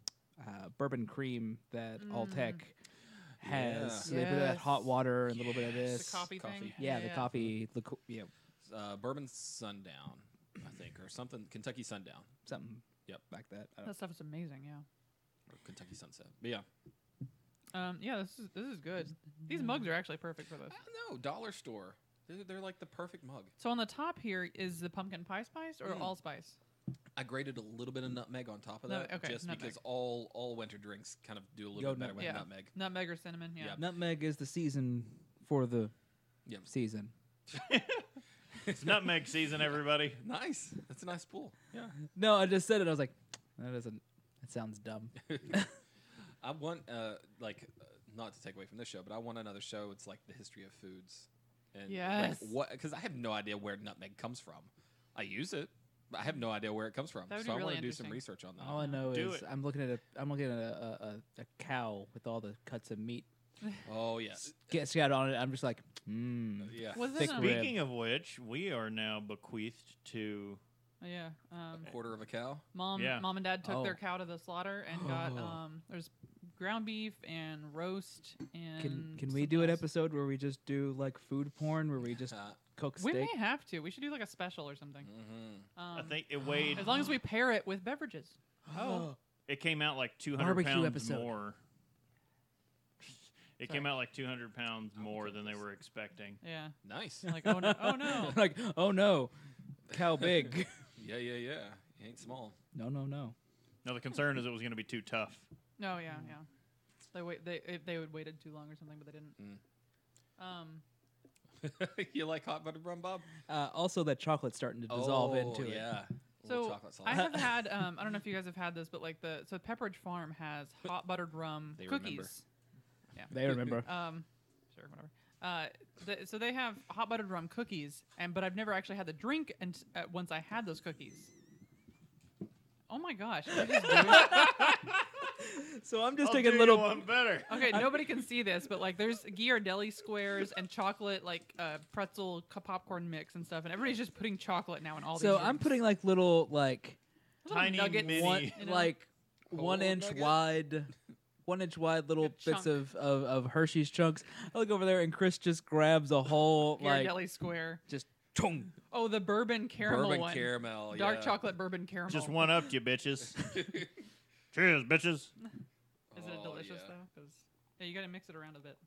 [SPEAKER 3] uh, bourbon cream that Alltech
[SPEAKER 5] Yeah.
[SPEAKER 3] has. So They put that
[SPEAKER 1] Mm. Yes.
[SPEAKER 3] hot water and a little bit of
[SPEAKER 1] The
[SPEAKER 3] this.
[SPEAKER 1] coffee,
[SPEAKER 5] Coffee.
[SPEAKER 1] thing.
[SPEAKER 3] Yeah, the coffee. The co- yeah,
[SPEAKER 5] Uh, Bourbon Sundown, I think, or something. Kentucky Sundown.
[SPEAKER 3] something.
[SPEAKER 5] Yep.
[SPEAKER 3] like that. I don't-
[SPEAKER 1] That stuff is amazing. Yeah.
[SPEAKER 5] Or Kentucky Sunset. But yeah.
[SPEAKER 1] Um, yeah, this is this is good. These mugs are actually perfect for this.
[SPEAKER 5] I don't know. Dollar store. They're, they're like the perfect mug.
[SPEAKER 1] So on the top here is the pumpkin pie spice
[SPEAKER 3] Mm.
[SPEAKER 1] or allspice.
[SPEAKER 5] I grated a little bit of nutmeg on top of
[SPEAKER 1] No,
[SPEAKER 5] that,
[SPEAKER 1] okay,
[SPEAKER 5] just
[SPEAKER 1] nutmeg.
[SPEAKER 5] because all all winter drinks kind of do a little
[SPEAKER 3] Go
[SPEAKER 5] bit better
[SPEAKER 3] nut-
[SPEAKER 5] with
[SPEAKER 1] yeah,
[SPEAKER 5] nutmeg.
[SPEAKER 1] nutmeg or cinnamon. Yeah.
[SPEAKER 5] Yep.
[SPEAKER 3] Nutmeg is the season for the
[SPEAKER 5] Yeah.
[SPEAKER 3] season.
[SPEAKER 4] It's nutmeg season, everybody.
[SPEAKER 5] Nice. That's a nice pool. Yeah.
[SPEAKER 3] No, I just said it. I was like, that doesn't. That sounds dumb.
[SPEAKER 5] I want uh like uh, not to take away from this show, but I want another show. It's like the history of foods. And
[SPEAKER 1] Yes.
[SPEAKER 5] Like, what? Because I have no idea where nutmeg comes from. I use it, but I have no idea where it comes from.
[SPEAKER 1] That would be
[SPEAKER 5] so I
[SPEAKER 1] really
[SPEAKER 5] want to do some
[SPEAKER 1] interesting.
[SPEAKER 5] research on that.
[SPEAKER 3] All I know
[SPEAKER 4] Do
[SPEAKER 3] is
[SPEAKER 4] it.
[SPEAKER 3] I'm looking at a I'm looking at a, a, a, a cow with all the cuts of meat
[SPEAKER 5] oh yes.
[SPEAKER 3] gets out on it. I'm just like, mmm.
[SPEAKER 5] Yeah.
[SPEAKER 1] Was
[SPEAKER 3] Thick
[SPEAKER 1] it?
[SPEAKER 3] rib.
[SPEAKER 1] A,
[SPEAKER 4] Speaking of which, we are now bequeathed to
[SPEAKER 1] yeah. Um,
[SPEAKER 5] a quarter of a cow.
[SPEAKER 1] mom,
[SPEAKER 4] Yeah.
[SPEAKER 1] mom and dad took their
[SPEAKER 3] Oh.
[SPEAKER 1] cow to the slaughter and got um. There's ground beef and roast and.
[SPEAKER 3] Can can we
[SPEAKER 1] something
[SPEAKER 3] do an
[SPEAKER 1] else.
[SPEAKER 3] episode where we just do like food porn where we just
[SPEAKER 5] Uh,
[SPEAKER 3] cook
[SPEAKER 1] We
[SPEAKER 3] steak? Mm.
[SPEAKER 1] may have to. We should do like a special or something.
[SPEAKER 5] mm-hmm.
[SPEAKER 1] Um,
[SPEAKER 4] I think it weighed
[SPEAKER 1] As long as we pair it with beverages. Oh,
[SPEAKER 4] it came out like 200
[SPEAKER 3] Barbecue
[SPEAKER 4] pounds
[SPEAKER 3] episode.
[SPEAKER 4] more. It came out like 200 pounds more than they were expecting.
[SPEAKER 1] yeah.
[SPEAKER 5] nice.
[SPEAKER 1] Like oh no, oh no.
[SPEAKER 3] like, oh no, cow big.
[SPEAKER 5] yeah, yeah, yeah. It ain't small.
[SPEAKER 3] no, no, no.
[SPEAKER 4] Now the concern is it was going to be too tough.
[SPEAKER 1] No, yeah,
[SPEAKER 5] Mm.
[SPEAKER 1] yeah. They wait. They if they would waited too long or something, but they didn't.
[SPEAKER 5] Mm.
[SPEAKER 1] Um,
[SPEAKER 5] you like hot butter rum, Bob?
[SPEAKER 3] Uh, also, that chocolate's starting to dissolve
[SPEAKER 5] Oh,
[SPEAKER 3] into it.
[SPEAKER 5] Yeah. A little
[SPEAKER 1] so
[SPEAKER 5] chocolate
[SPEAKER 1] I
[SPEAKER 5] salad.
[SPEAKER 1] have had. Um, I don't know if you guys have had this, but like the so Pepperidge Farm has hot buttered rum
[SPEAKER 5] They remember.
[SPEAKER 1] cookies.
[SPEAKER 3] They remember.
[SPEAKER 1] Um, sure, whatever. Uh, th- so they have hot buttered rum cookies, and but I've never actually had the drink. And uh, once I had those cookies. Oh my gosh! did I just do it?
[SPEAKER 3] so I'm just
[SPEAKER 4] I'll
[SPEAKER 3] taking
[SPEAKER 4] do you
[SPEAKER 3] little
[SPEAKER 4] one better.
[SPEAKER 1] Okay, nobody can see this, but like there's Ghirardelli squares and chocolate like uh, pretzel co- popcorn mix and stuff, and everybody's just putting chocolate now in all these.
[SPEAKER 3] So I'm
[SPEAKER 1] drinks.
[SPEAKER 3] putting like little like
[SPEAKER 1] Little
[SPEAKER 4] Tiny
[SPEAKER 1] nuggets,
[SPEAKER 4] mini-
[SPEAKER 3] one
[SPEAKER 1] you know?
[SPEAKER 3] like one
[SPEAKER 5] Whole
[SPEAKER 3] inch
[SPEAKER 5] nugget?
[SPEAKER 3] wide, one inch wide little
[SPEAKER 1] Good
[SPEAKER 3] bits
[SPEAKER 1] chunk.
[SPEAKER 3] of, of of Hershey's chunks. I look over there and Chris just grabs a whole like
[SPEAKER 1] Ghirardelli square.
[SPEAKER 3] just chung.
[SPEAKER 1] Oh, the bourbon caramel
[SPEAKER 5] Bourbon
[SPEAKER 1] one.
[SPEAKER 5] caramel.
[SPEAKER 1] Dark
[SPEAKER 5] yeah.
[SPEAKER 1] chocolate bourbon caramel.
[SPEAKER 4] Just one up you bitches. Cheers, bitches.
[SPEAKER 1] Isn't it
[SPEAKER 5] Oh,
[SPEAKER 1] delicious
[SPEAKER 5] yeah.
[SPEAKER 1] though? 'Cause- yeah, you got to mix it around a bit.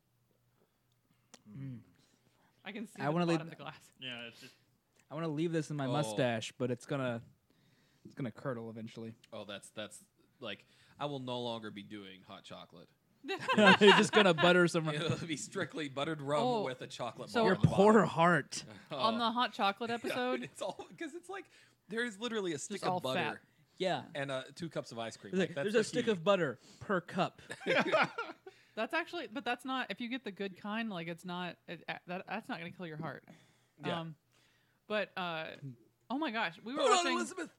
[SPEAKER 1] I can see
[SPEAKER 3] Mm.
[SPEAKER 1] I
[SPEAKER 3] I
[SPEAKER 1] the
[SPEAKER 3] wanna
[SPEAKER 1] bottom
[SPEAKER 3] leave-
[SPEAKER 1] of the glass.
[SPEAKER 4] Yeah, it's just
[SPEAKER 3] I want to leave this in my
[SPEAKER 5] Oh.
[SPEAKER 3] mustache, but it's gonna it's gonna curdle eventually.
[SPEAKER 5] Oh, that's that's like I will no longer be doing hot chocolate.
[SPEAKER 3] You're just gonna butter some.
[SPEAKER 5] It'll be strictly buttered rum
[SPEAKER 1] Oh,
[SPEAKER 5] with a chocolate
[SPEAKER 1] so-
[SPEAKER 5] bar.
[SPEAKER 3] Your
[SPEAKER 5] on the
[SPEAKER 3] poor
[SPEAKER 5] bottom.
[SPEAKER 3] heart.
[SPEAKER 5] Oh,
[SPEAKER 1] On the hot chocolate
[SPEAKER 5] yeah,
[SPEAKER 1] episode,
[SPEAKER 5] it's all because it's like there is literally a stick
[SPEAKER 1] all
[SPEAKER 5] of butter
[SPEAKER 1] fat.
[SPEAKER 3] Yeah.
[SPEAKER 5] and uh, two cups of ice cream.
[SPEAKER 3] It's like,
[SPEAKER 5] Like, that's
[SPEAKER 3] there's
[SPEAKER 5] the
[SPEAKER 3] a stick
[SPEAKER 5] key.
[SPEAKER 3] of butter per cup.
[SPEAKER 1] that's actually, but that's not. If you get the good kind, like it's not. It, uh, that, that's not going to kill your heart.
[SPEAKER 5] Yeah.
[SPEAKER 1] Um, but uh, oh my gosh, we were
[SPEAKER 3] Hold on,
[SPEAKER 1] watching.
[SPEAKER 3] Elizabeth.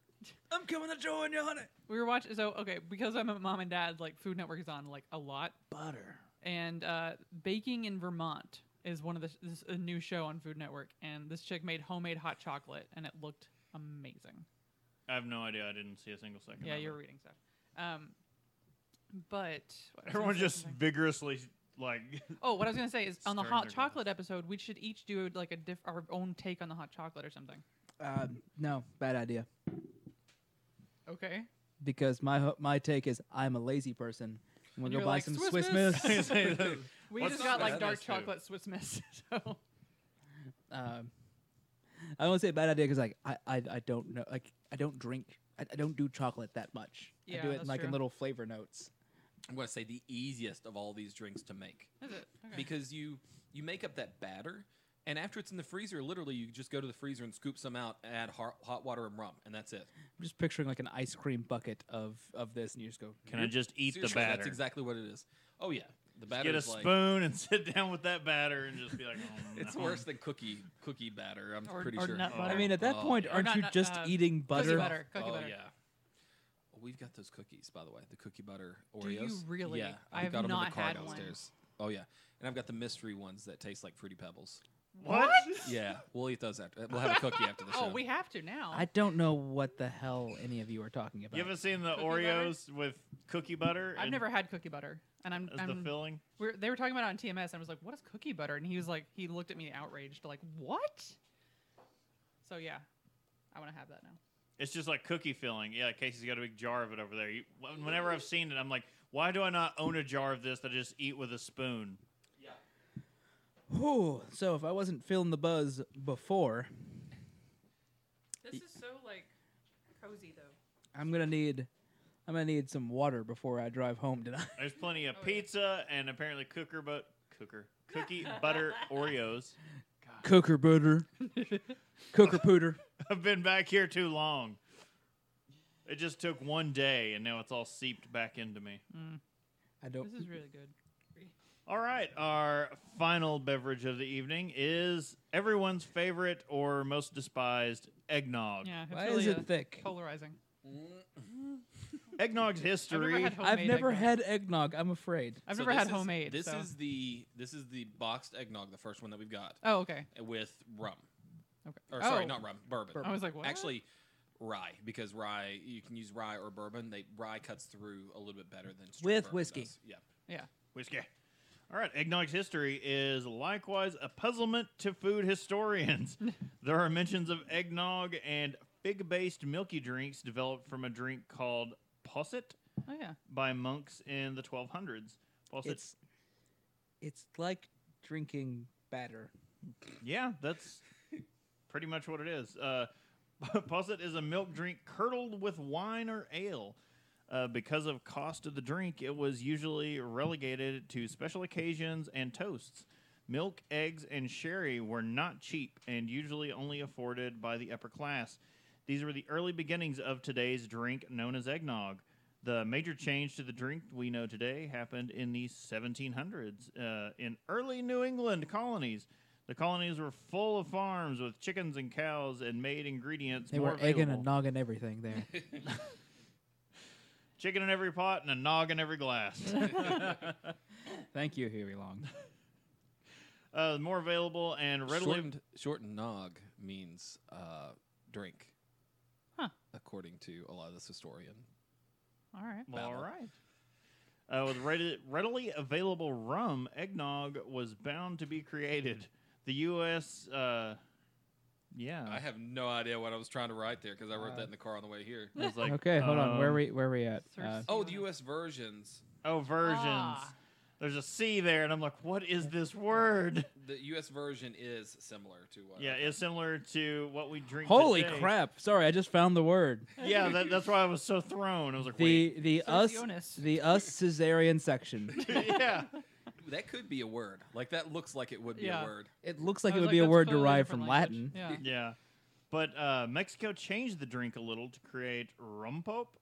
[SPEAKER 3] I'm coming to join you, honey.
[SPEAKER 1] We were watching. So okay, because I'm a mom and dad, like Food Network is on like a lot,
[SPEAKER 3] Butter.
[SPEAKER 1] and uh, baking in Vermont is one of the this, is a new show on Food Network, and this chick made homemade hot chocolate, and it looked amazing.
[SPEAKER 4] I have no idea. I didn't see a single second.
[SPEAKER 1] Yeah,
[SPEAKER 4] of
[SPEAKER 1] you're
[SPEAKER 4] it.
[SPEAKER 1] reading stuff. Um, but what was I
[SPEAKER 4] Everyone
[SPEAKER 1] gonna say?
[SPEAKER 4] just
[SPEAKER 1] Something.
[SPEAKER 4] vigorously like
[SPEAKER 1] Oh, what I was gonna say is on the
[SPEAKER 4] stirring
[SPEAKER 1] hot
[SPEAKER 4] their
[SPEAKER 1] chocolate episode, we should each do like a diff our own take on the hot chocolate or something.
[SPEAKER 3] Uh, no, bad idea.
[SPEAKER 1] Okay.
[SPEAKER 3] Because my ho- my take is I'm a lazy person. I'm gonna
[SPEAKER 1] you're
[SPEAKER 3] go buy
[SPEAKER 1] like,
[SPEAKER 3] some
[SPEAKER 1] Swiss
[SPEAKER 3] Swiss,
[SPEAKER 1] Miss.
[SPEAKER 3] Miss.
[SPEAKER 1] We
[SPEAKER 5] What's
[SPEAKER 1] just
[SPEAKER 5] not
[SPEAKER 1] got like
[SPEAKER 5] bad
[SPEAKER 1] dark
[SPEAKER 5] is who?
[SPEAKER 1] chocolate Swiss Miss. So
[SPEAKER 3] um, I won't say bad idea because like I, I I don't know like I don't drink I, I don't do chocolate that much. I
[SPEAKER 1] Yeah,
[SPEAKER 3] do it
[SPEAKER 1] that's
[SPEAKER 3] like in
[SPEAKER 1] true.
[SPEAKER 3] little flavor notes.
[SPEAKER 5] I'm going to say the easiest of all these drinks to make
[SPEAKER 1] is it? Okay.
[SPEAKER 5] because you you make up that batter. And after it's in the freezer, literally, you just go to the freezer and scoop some out, add hot, hot water and rum, and that's it.
[SPEAKER 3] I'm just picturing like an ice cream bucket of of this, and you just go.
[SPEAKER 4] Can I just eat the
[SPEAKER 5] Seriously,
[SPEAKER 4] batter?
[SPEAKER 5] That's exactly what it is. Oh yeah, the batter
[SPEAKER 4] Get a
[SPEAKER 5] is like
[SPEAKER 4] spoon and sit down with that batter and just be like, oh,
[SPEAKER 5] It's
[SPEAKER 4] no.
[SPEAKER 5] worse than cookie cookie batter. I'm
[SPEAKER 1] Or-
[SPEAKER 5] pretty
[SPEAKER 1] or
[SPEAKER 5] sure.
[SPEAKER 1] nut
[SPEAKER 5] Oh,
[SPEAKER 1] butter.
[SPEAKER 3] I mean, at that
[SPEAKER 5] Oh,
[SPEAKER 3] point,
[SPEAKER 5] yeah.
[SPEAKER 3] aren't
[SPEAKER 1] not-
[SPEAKER 3] you
[SPEAKER 1] not,
[SPEAKER 3] just
[SPEAKER 1] uh,
[SPEAKER 3] eating
[SPEAKER 1] Cookie
[SPEAKER 3] butter?
[SPEAKER 1] butter. Cookie
[SPEAKER 5] oh
[SPEAKER 1] butter.
[SPEAKER 5] yeah. Well, we've got those cookies, by the way, the cookie butter Oreos.
[SPEAKER 1] Do you really?
[SPEAKER 5] Yeah,
[SPEAKER 1] I
[SPEAKER 5] I've
[SPEAKER 1] have
[SPEAKER 5] got 'em in
[SPEAKER 1] not
[SPEAKER 5] the car
[SPEAKER 1] had one.
[SPEAKER 5] downstairs. Oh yeah, and I've got the mystery ones that taste like fruity pebbles.
[SPEAKER 4] What?
[SPEAKER 5] Yeah, we'll eat those after. We'll have a cookie after the show.
[SPEAKER 1] Oh, we have to now.
[SPEAKER 3] I don't know what the hell any of you are talking about.
[SPEAKER 4] You ever seen the
[SPEAKER 1] Cookie butter?
[SPEAKER 4] Oreos with cookie butter?
[SPEAKER 1] I've
[SPEAKER 4] and-
[SPEAKER 1] never had cookie butter, and I'm.
[SPEAKER 4] as the
[SPEAKER 1] I'm
[SPEAKER 4] filling.
[SPEAKER 1] we're, they were talking about it on TMS, and I was like, "What is cookie butter?" And he was like, he looked at me outraged, like, "What?" So yeah, I want to have that now.
[SPEAKER 4] It's just like cookie filling. Yeah, Casey's got a big jar of it over there. You, wh- whenever I've seen it, I'm like, why do I not own a jar of this that I just eat with a spoon?
[SPEAKER 3] Whew, so if I wasn't feeling the buzz before,
[SPEAKER 1] This is so like cozy though.
[SPEAKER 3] I'm gonna need, I'm gonna need some water before I drive home tonight.
[SPEAKER 4] There's plenty of
[SPEAKER 1] Oh, yeah.
[SPEAKER 4] pizza and apparently cooker but cooker cookie butter Oreos.
[SPEAKER 3] Cooker butter, cooker pooter.
[SPEAKER 4] I've been back here too long. It just took one day, and now it's all seeped back into me.
[SPEAKER 3] I don't.
[SPEAKER 1] This is really good.
[SPEAKER 4] All right, our final beverage of the evening is everyone's favorite or most despised eggnog.
[SPEAKER 1] Yeah, it's
[SPEAKER 3] Why
[SPEAKER 1] really
[SPEAKER 3] is
[SPEAKER 1] uh,
[SPEAKER 3] it thick?
[SPEAKER 1] polarizing.
[SPEAKER 5] Mm.
[SPEAKER 4] Eggnog's
[SPEAKER 1] I've never
[SPEAKER 4] history.
[SPEAKER 1] had homemade.
[SPEAKER 3] I've never
[SPEAKER 1] eggnog.
[SPEAKER 3] had eggnog. I'm afraid.
[SPEAKER 1] I've
[SPEAKER 5] So
[SPEAKER 1] never had
[SPEAKER 5] this is-
[SPEAKER 1] homemade.
[SPEAKER 5] This
[SPEAKER 1] so-
[SPEAKER 5] is the this is the boxed eggnog, the first one that we've got
[SPEAKER 1] Oh okay.
[SPEAKER 5] with rum.
[SPEAKER 1] Okay.
[SPEAKER 5] Or
[SPEAKER 1] Oh.
[SPEAKER 5] sorry, not rum, bourbon.
[SPEAKER 1] I was like, what?
[SPEAKER 5] Actually, rye because rye you can use rye or bourbon. They rye cuts through a little bit better than straight
[SPEAKER 3] With
[SPEAKER 5] bourbon
[SPEAKER 3] whiskey.
[SPEAKER 5] does. Yeah.
[SPEAKER 1] yeah.
[SPEAKER 4] Whiskey. All right, eggnog's history is likewise a puzzlement to food historians. there are mentions of eggnog and fig based milky drinks developed from a drink called posset
[SPEAKER 1] Oh yeah.
[SPEAKER 4] by monks in the 1200s. Posset,
[SPEAKER 3] It's, it's like drinking batter.
[SPEAKER 4] yeah, that's pretty much what it is. Uh, posset is a milk drink curdled with wine or ale. Uh, because of cost of the drink, it was usually relegated to special occasions and toasts. Milk, eggs, and sherry were not cheap and usually only afforded by the upper class. These were the early beginnings of today's drink known as eggnog. The major change to the drink we know today happened in the 1700s uh, in early New England colonies. The colonies were full of farms with chickens and cows and made ingredients
[SPEAKER 3] They
[SPEAKER 4] more
[SPEAKER 3] were egging
[SPEAKER 4] available.
[SPEAKER 3] and noggin everything there.
[SPEAKER 4] Chicken in every pot and a nog in every glass.
[SPEAKER 3] Thank you, Huey Long.
[SPEAKER 4] uh, more available and readily.
[SPEAKER 5] Shortened, shortened nog means uh, drink.
[SPEAKER 1] Huh.
[SPEAKER 5] According to a lot of this historian.
[SPEAKER 1] All right.
[SPEAKER 4] Well, all
[SPEAKER 5] Valid.
[SPEAKER 4] right. Uh, with readi- readily available rum, eggnog was bound to be created. The U.S. Uh, yeah,
[SPEAKER 5] I have no idea what I was trying to write there because I wrote
[SPEAKER 3] Uh,
[SPEAKER 5] that in the car on the way here.
[SPEAKER 4] was like,
[SPEAKER 3] okay, hold on. Where
[SPEAKER 4] um,
[SPEAKER 3] we where we at? Uh,
[SPEAKER 1] Circe-
[SPEAKER 5] Oh, the U.S. versions.
[SPEAKER 4] Oh, versions.
[SPEAKER 1] Ah.
[SPEAKER 4] There's a C there, and I'm like, what is this word?
[SPEAKER 5] The U.S. version is similar to what? I
[SPEAKER 4] Yeah,
[SPEAKER 5] wrote.
[SPEAKER 4] it's similar to what we drink.
[SPEAKER 3] holy
[SPEAKER 4] today.
[SPEAKER 3] crap! Sorry, I just found the word.
[SPEAKER 4] Yeah, that, that's why I was so thrown. I was like,
[SPEAKER 3] The the us
[SPEAKER 1] Circeonis.
[SPEAKER 3] the us Caesarian section.
[SPEAKER 4] wait, yeah.
[SPEAKER 5] that could be a word. Like that looks like it would be
[SPEAKER 1] Yeah.
[SPEAKER 5] a word.
[SPEAKER 3] It looks like
[SPEAKER 1] I
[SPEAKER 3] it
[SPEAKER 1] was
[SPEAKER 3] would be a
[SPEAKER 1] Oh, that's
[SPEAKER 3] word
[SPEAKER 1] totally
[SPEAKER 3] derived
[SPEAKER 1] different
[SPEAKER 3] from
[SPEAKER 1] language.
[SPEAKER 3] Latin.
[SPEAKER 1] Yeah.
[SPEAKER 4] Yeah. But uh, Mexico changed the drink a little to create rum pop.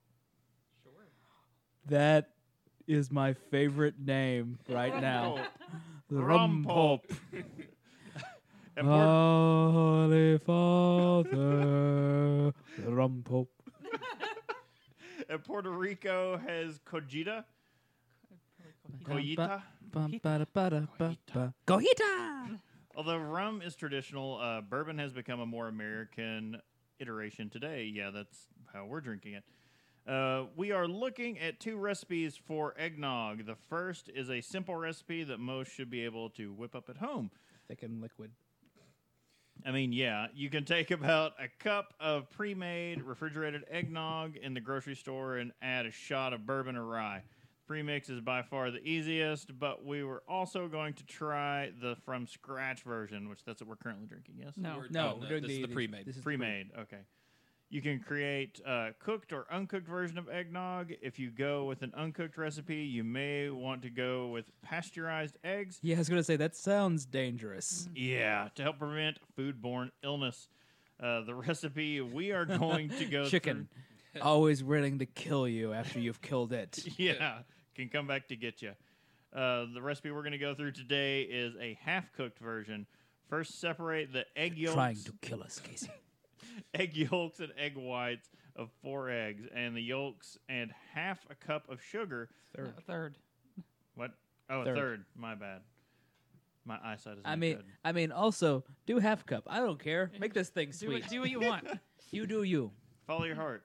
[SPEAKER 3] That is my favorite name right now.
[SPEAKER 4] Rum pop. And
[SPEAKER 3] Uh.
[SPEAKER 4] Puerto-
[SPEAKER 3] Holy Father. Rum Pope.
[SPEAKER 4] and Puerto Rico has cogita. Coyita.
[SPEAKER 3] Cojita. Cojita.
[SPEAKER 4] Although rum is traditional, uh, bourbon has become a more American iteration today. Yeah, that's how we're drinking it. Uh, we are looking at two recipes for eggnog. The first is a simple recipe that most should be able to whip up at home.
[SPEAKER 3] Thick and liquid.
[SPEAKER 4] I mean, yeah, you can take about a cup of pre made refrigerated eggnog in the grocery store and add a shot of bourbon or rye. Pre mix is by far the easiest, but we were also going to try the from scratch version, which that's what we're currently drinking, yes?
[SPEAKER 1] No.
[SPEAKER 5] Or-
[SPEAKER 3] No, we're
[SPEAKER 5] oh, no
[SPEAKER 3] doing
[SPEAKER 5] this is the pre-made.
[SPEAKER 3] this is
[SPEAKER 4] Pre made, okay. You can create a cooked or uncooked version of eggnog. If you go with an uncooked recipe, you may want to go with pasteurized eggs.
[SPEAKER 3] Yeah, I was going to say, that sounds
[SPEAKER 4] Mm.
[SPEAKER 3] dangerous.
[SPEAKER 4] Yeah, to help prevent foodborne illness. Uh, the recipe we are going to go
[SPEAKER 3] Chicken. Always willing to kill you after you've killed it.
[SPEAKER 4] through- yeah, can come back to get you. Uh, the recipe we're going to go through today is a half cooked version. First, separate the egg
[SPEAKER 3] Trying
[SPEAKER 4] yolks,
[SPEAKER 3] to kill us, Casey.
[SPEAKER 4] egg yolks and egg whites of four eggs, and the yolks and half a cup of sugar.
[SPEAKER 1] A third.
[SPEAKER 4] What? Oh,
[SPEAKER 3] Third.
[SPEAKER 4] third. My bad. My eyesight is.
[SPEAKER 3] I
[SPEAKER 4] not
[SPEAKER 3] mean,
[SPEAKER 4] good.
[SPEAKER 3] I mean, also do half cup. I don't care. Make this thing
[SPEAKER 1] Do
[SPEAKER 3] sweet.
[SPEAKER 1] what, do what you want.
[SPEAKER 3] you do you.
[SPEAKER 4] follow your heart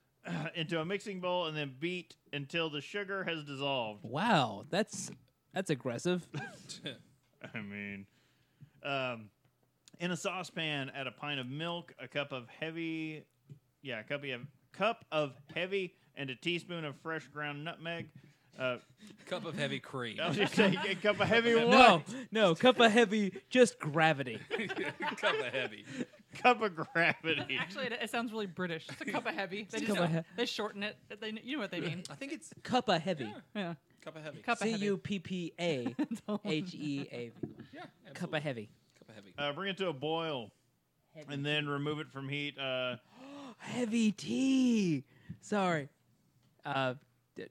[SPEAKER 4] into a mixing bowl and then beat until the sugar has dissolved.
[SPEAKER 3] Wow, that's that's aggressive.
[SPEAKER 4] I mean, um, in a saucepan, add a pint of milk, a cup of heavy, yeah, a cup of cup of heavy, and a teaspoon of fresh ground nutmeg. Uh,
[SPEAKER 5] Cup of heavy cream.
[SPEAKER 4] I was just saying, a cup of heavy what?
[SPEAKER 3] no, no, cup of heavy, just gravity.
[SPEAKER 5] Cup of heavy.
[SPEAKER 4] Cup of gravity.
[SPEAKER 1] Actually, it, it sounds really British. It's a cup of heavy. They
[SPEAKER 3] It's a
[SPEAKER 1] just
[SPEAKER 3] cup of he-
[SPEAKER 1] they shorten it. They, you know what they mean.
[SPEAKER 5] I think it's
[SPEAKER 3] Cup of heavy.
[SPEAKER 1] Yeah.
[SPEAKER 5] cup of heavy.
[SPEAKER 1] Cup of
[SPEAKER 3] C
[SPEAKER 1] heavy.
[SPEAKER 3] U P P A H E A V.
[SPEAKER 5] Yeah.
[SPEAKER 3] Cup of heavy.
[SPEAKER 5] Cup of heavy.
[SPEAKER 4] Uh, bring it to a boil and then remove it from heat. Uh,
[SPEAKER 3] Heavy tea. Sorry. Uh, di-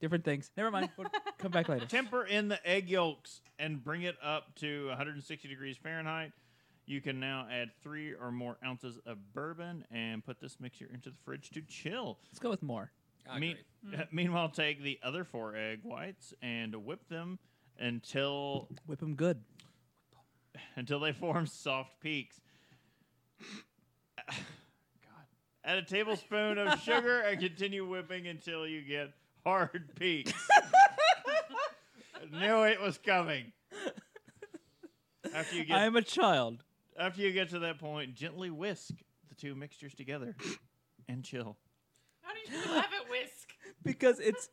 [SPEAKER 3] different things. Never mind. We'll come back later.
[SPEAKER 4] temper in the egg yolks and bring it up to 160 degrees Fahrenheit. You can now add three or more ounces of bourbon and put this mixture into the fridge to chill.
[SPEAKER 3] Let's go with more.
[SPEAKER 5] I
[SPEAKER 4] Mean-
[SPEAKER 5] agree.
[SPEAKER 4] Meanwhile, take the other four egg whites and whip them until
[SPEAKER 3] Whip 'em good.
[SPEAKER 4] until they form soft peaks. God. Add a tablespoon of sugar and continue whipping until you get hard peaks. I knew it was coming. After you get
[SPEAKER 3] I am a child.
[SPEAKER 4] after you get to that point, gently whisk the two mixtures together and chill.
[SPEAKER 1] How do you have it whisk?
[SPEAKER 3] because it's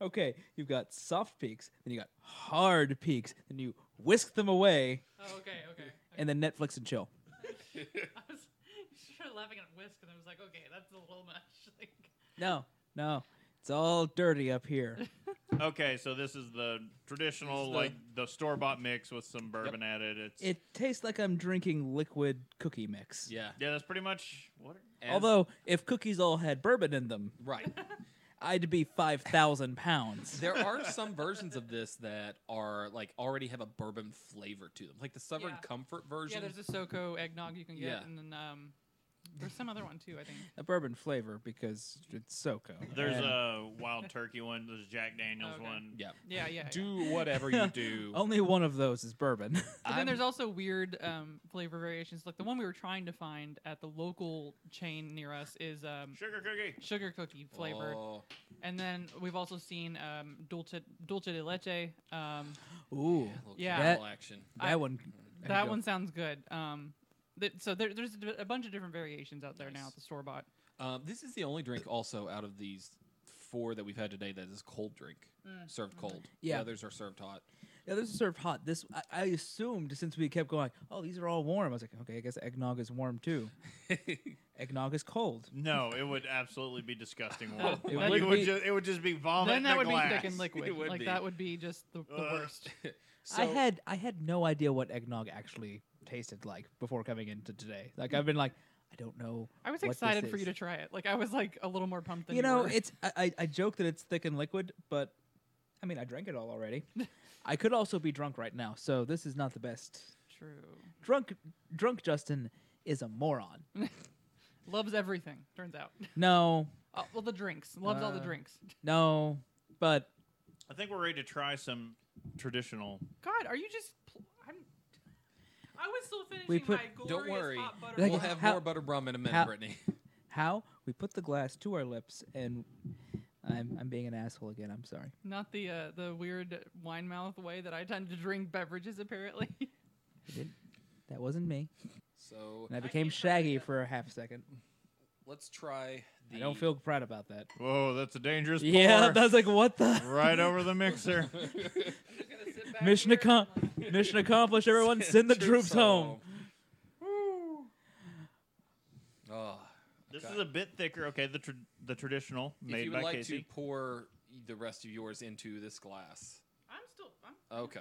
[SPEAKER 3] okay. You've got soft peaks, then you got hard peaks, then you whisk them away,
[SPEAKER 1] Oh, okay, okay.
[SPEAKER 3] and then Netflix and chill.
[SPEAKER 1] I was sure laughing at whisk, and I was like, okay, that's a little much. Like,
[SPEAKER 3] No, no, it's all dirty up here.
[SPEAKER 4] Okay, so this is the traditional,
[SPEAKER 5] This is the-
[SPEAKER 4] like the store bought mix with some bourbon added. It's
[SPEAKER 3] It tastes like I'm drinking liquid cookie mix.
[SPEAKER 5] Yeah.
[SPEAKER 4] yeah, that's pretty much what.
[SPEAKER 5] As-
[SPEAKER 3] Although, if cookies all had bourbon in them,
[SPEAKER 5] right.
[SPEAKER 3] I'd be five thousand pounds.
[SPEAKER 5] There are some versions of this that are like already have a bourbon flavor to them, like the Southern
[SPEAKER 1] Yeah.
[SPEAKER 5] Comfort version.
[SPEAKER 1] yeah, there's a Soko eggnog you can get,
[SPEAKER 5] Yeah.
[SPEAKER 1] and then um, there's some other one too. I think.
[SPEAKER 3] A bourbon flavor because it's SoCo.
[SPEAKER 4] There's
[SPEAKER 3] and
[SPEAKER 4] a wild turkey one. There's a Jack Daniels
[SPEAKER 1] Okay.
[SPEAKER 4] one.
[SPEAKER 5] yeah.
[SPEAKER 1] Yeah, yeah. yeah.
[SPEAKER 5] Do whatever you do.
[SPEAKER 3] only one of those is bourbon.
[SPEAKER 1] But then
[SPEAKER 5] I'm-
[SPEAKER 1] there's also weird um, flavor variations. Like the one we were trying to find at the local chain near us is um,
[SPEAKER 4] Sugar cookie.
[SPEAKER 1] sugar cookie flavored,
[SPEAKER 5] Oh,
[SPEAKER 1] and then we've also seen um, dulce dulce de leche. Um,
[SPEAKER 3] Ooh,
[SPEAKER 5] a little
[SPEAKER 1] Yeah.
[SPEAKER 5] chemical action.
[SPEAKER 3] that
[SPEAKER 1] I-
[SPEAKER 3] one. there you
[SPEAKER 1] that
[SPEAKER 3] go.
[SPEAKER 1] one sounds good. Um, th- so there, there's a d- a bunch of different variations out there now
[SPEAKER 5] Nice.
[SPEAKER 1] at the store bought.
[SPEAKER 5] Um, this is the only drink also out of these four that we've had today that is cold drink, served cold.
[SPEAKER 3] Mm. Mm-hmm. Yeah.
[SPEAKER 5] The others are served hot.
[SPEAKER 3] Yeah, this is served hot. This I, I assumed since we kept going. Oh, these are all warm. I was like, okay, I guess eggnog is warm too. eggnog is cold.
[SPEAKER 4] No, it would absolutely be disgusting. warm.
[SPEAKER 3] It
[SPEAKER 4] Like,
[SPEAKER 3] would
[SPEAKER 4] it would
[SPEAKER 3] be-
[SPEAKER 4] ju- it would just be vomit.
[SPEAKER 1] then
[SPEAKER 4] in
[SPEAKER 1] that
[SPEAKER 4] a
[SPEAKER 1] would
[SPEAKER 4] glass.
[SPEAKER 1] be thick and liquid.
[SPEAKER 5] It would
[SPEAKER 1] like
[SPEAKER 5] be.
[SPEAKER 1] that would be just the, the
[SPEAKER 4] Ugh.
[SPEAKER 1] worst.
[SPEAKER 3] I had I had no idea what eggnog actually tasted like before coming into today. Like I've been like, I don't know.
[SPEAKER 1] I was
[SPEAKER 3] what this
[SPEAKER 1] excited for you
[SPEAKER 3] is.
[SPEAKER 1] to try it. Like I was like a little more pumped than
[SPEAKER 3] You know,
[SPEAKER 1] were.
[SPEAKER 3] it's I, I, I joke that it's thick and liquid, but I mean, I drank it all already. I could also be drunk right now, so this is not the best.
[SPEAKER 1] true.
[SPEAKER 3] Drunk, drunk Justin is a moron.
[SPEAKER 1] Loves everything. Turns out.
[SPEAKER 3] No,
[SPEAKER 1] Uh, well, the drinks. Loves all the
[SPEAKER 3] Uh,
[SPEAKER 1] drinks.
[SPEAKER 3] no, but
[SPEAKER 4] I think we're ready to try some traditional.
[SPEAKER 1] God, are you just? Pl- I'm. I was still finishing
[SPEAKER 3] We put-
[SPEAKER 1] my glorious
[SPEAKER 5] Don't worry.
[SPEAKER 1] hot butter.
[SPEAKER 3] Like,
[SPEAKER 5] We'll have
[SPEAKER 3] how-
[SPEAKER 5] more butter brum in a minute,
[SPEAKER 3] how-
[SPEAKER 5] Brittany.
[SPEAKER 3] How? We put the glass to our lips and I'm I'm being an asshole again. I'm sorry.
[SPEAKER 1] Not the uh, the weird wine mouth way that I tend to drink beverages. Apparently,
[SPEAKER 3] I didn't. That wasn't me.
[SPEAKER 5] So
[SPEAKER 3] And I became shaggy for a half second.
[SPEAKER 5] let's try the.
[SPEAKER 3] I don't feel proud about that.
[SPEAKER 4] Whoa, that's a dangerous.
[SPEAKER 3] Yeah,
[SPEAKER 4] pour.
[SPEAKER 3] that was like what the
[SPEAKER 4] right over the mixer.
[SPEAKER 3] mission accom- mission accomplished. Everyone, send the troops home.
[SPEAKER 5] Oh,
[SPEAKER 4] This
[SPEAKER 5] Okay.
[SPEAKER 4] is a bit thicker. Okay, the tr- the traditional
[SPEAKER 5] if
[SPEAKER 4] made
[SPEAKER 5] you
[SPEAKER 4] by
[SPEAKER 5] would like
[SPEAKER 4] Casey.
[SPEAKER 5] to pour the rest of yours into this glass.
[SPEAKER 1] I'm still. I'm,
[SPEAKER 5] Okay.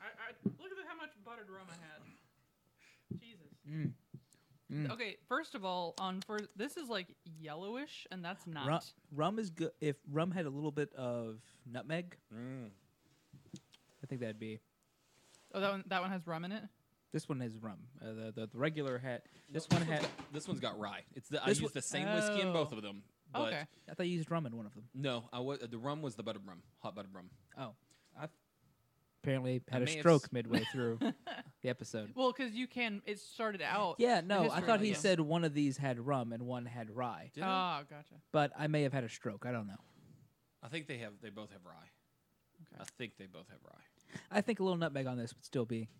[SPEAKER 1] I, I, look at how much buttered rum I had. Jesus.
[SPEAKER 3] Mm.
[SPEAKER 1] Okay, first of all, on first, this is like yellowish, and that's not.
[SPEAKER 3] Rum, rum is good. If rum had a little bit of nutmeg,
[SPEAKER 4] Mm.
[SPEAKER 3] I think that'd be.
[SPEAKER 1] Oh, that one. That one has rum in it.
[SPEAKER 3] This one is rum. Uh, the, the the regular hat. This one had.
[SPEAKER 5] This one's got rye. It's the I
[SPEAKER 3] This
[SPEAKER 5] use
[SPEAKER 3] one-
[SPEAKER 5] the same whiskey in both
[SPEAKER 1] Oh.
[SPEAKER 5] of them. But
[SPEAKER 1] Okay.
[SPEAKER 3] I thought you used rum in one of them.
[SPEAKER 5] No, I was the rum was the butter rum, hot butter rum.
[SPEAKER 3] Oh, I apparently had a
[SPEAKER 5] I may have
[SPEAKER 3] stroke
[SPEAKER 5] s-
[SPEAKER 3] midway through the episode.
[SPEAKER 1] Well, because you can. It started out.
[SPEAKER 3] Yeah,
[SPEAKER 1] the
[SPEAKER 3] no, I
[SPEAKER 1] history
[SPEAKER 3] thought
[SPEAKER 1] of
[SPEAKER 3] he
[SPEAKER 1] it.
[SPEAKER 3] said one of these had rum and one had rye,
[SPEAKER 5] Did I?
[SPEAKER 1] Oh, gotcha.
[SPEAKER 3] but I may have had a stroke. I don't know.
[SPEAKER 5] I think they have. They both have rye.
[SPEAKER 1] Okay.
[SPEAKER 5] I think they both have rye.
[SPEAKER 3] I think a little nutmeg on this would still be.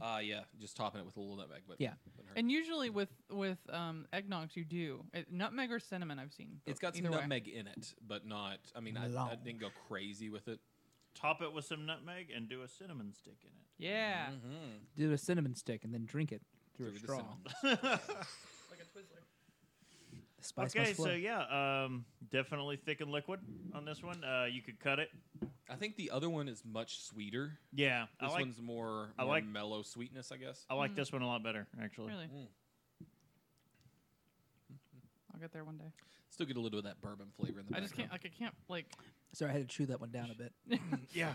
[SPEAKER 5] Uh yeah, just topping it with a little nutmeg. But
[SPEAKER 3] Yeah.
[SPEAKER 5] wouldn't hurt.
[SPEAKER 1] And usually with with um, eggnogs, you do Uh, nutmeg or cinnamon. I've seen.
[SPEAKER 5] it's
[SPEAKER 1] both,
[SPEAKER 5] got some
[SPEAKER 1] either way.
[SPEAKER 5] nutmeg in it, but not. I mean, I, I
[SPEAKER 3] Long.
[SPEAKER 5] didn't go crazy with it.
[SPEAKER 4] Top it with some nutmeg and do a cinnamon stick in it.
[SPEAKER 1] Yeah.
[SPEAKER 5] Mm-hmm.
[SPEAKER 3] Do a cinnamon stick and then drink it through
[SPEAKER 5] Through
[SPEAKER 3] a
[SPEAKER 5] the
[SPEAKER 3] straw.
[SPEAKER 5] cinnamon.
[SPEAKER 1] Like a Twizzler.
[SPEAKER 3] The spice
[SPEAKER 4] okay,
[SPEAKER 3] must flow.
[SPEAKER 4] so yeah, um, definitely thick and liquid on this one. Uh, you could cut it.
[SPEAKER 5] I think the other one is much sweeter.
[SPEAKER 4] Yeah,
[SPEAKER 5] This
[SPEAKER 4] I like
[SPEAKER 5] one's more,
[SPEAKER 4] I
[SPEAKER 5] more
[SPEAKER 4] like-
[SPEAKER 5] mellow sweetness, I guess.
[SPEAKER 4] I like this one a lot better actually.
[SPEAKER 1] Hmm. Really.
[SPEAKER 5] Mm.
[SPEAKER 1] I'll get there one day.
[SPEAKER 5] Still get a little bit of that bourbon flavor in the
[SPEAKER 1] I just can't. Like
[SPEAKER 5] background.
[SPEAKER 1] I can't. Like
[SPEAKER 3] Sorry, I had to chew that one down a bit.
[SPEAKER 4] Yeah,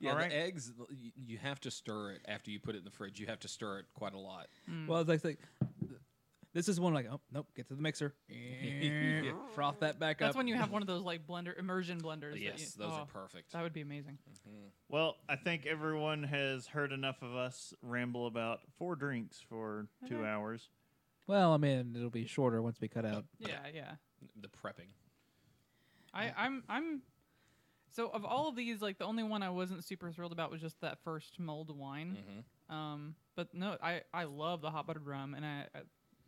[SPEAKER 5] Yeah,
[SPEAKER 4] All right.
[SPEAKER 5] the eggs. y- You have to stir it after you put it in the fridge. You have to stir it quite a lot.
[SPEAKER 1] mm.
[SPEAKER 3] Well, it's like, like this is one like oh nope, get to the mixer, froth that back
[SPEAKER 1] that's
[SPEAKER 3] up.
[SPEAKER 1] when you have one of those like blender immersion blenders. that you-
[SPEAKER 5] Yes, those
[SPEAKER 1] oh,
[SPEAKER 5] are perfect.
[SPEAKER 1] That would be amazing.
[SPEAKER 4] Well, I think everyone has heard enough of us ramble about four drinks for two hours.
[SPEAKER 3] Well, I mean, it'll be shorter once we cut out.
[SPEAKER 1] Yeah, yeah.
[SPEAKER 5] The prepping.
[SPEAKER 1] I, I'm I'm so of all of these, like the only one I wasn't super thrilled about was just that first mulled
[SPEAKER 5] Mm-hmm.
[SPEAKER 1] wine. Um, but no, I I love the hot buttered rum, and I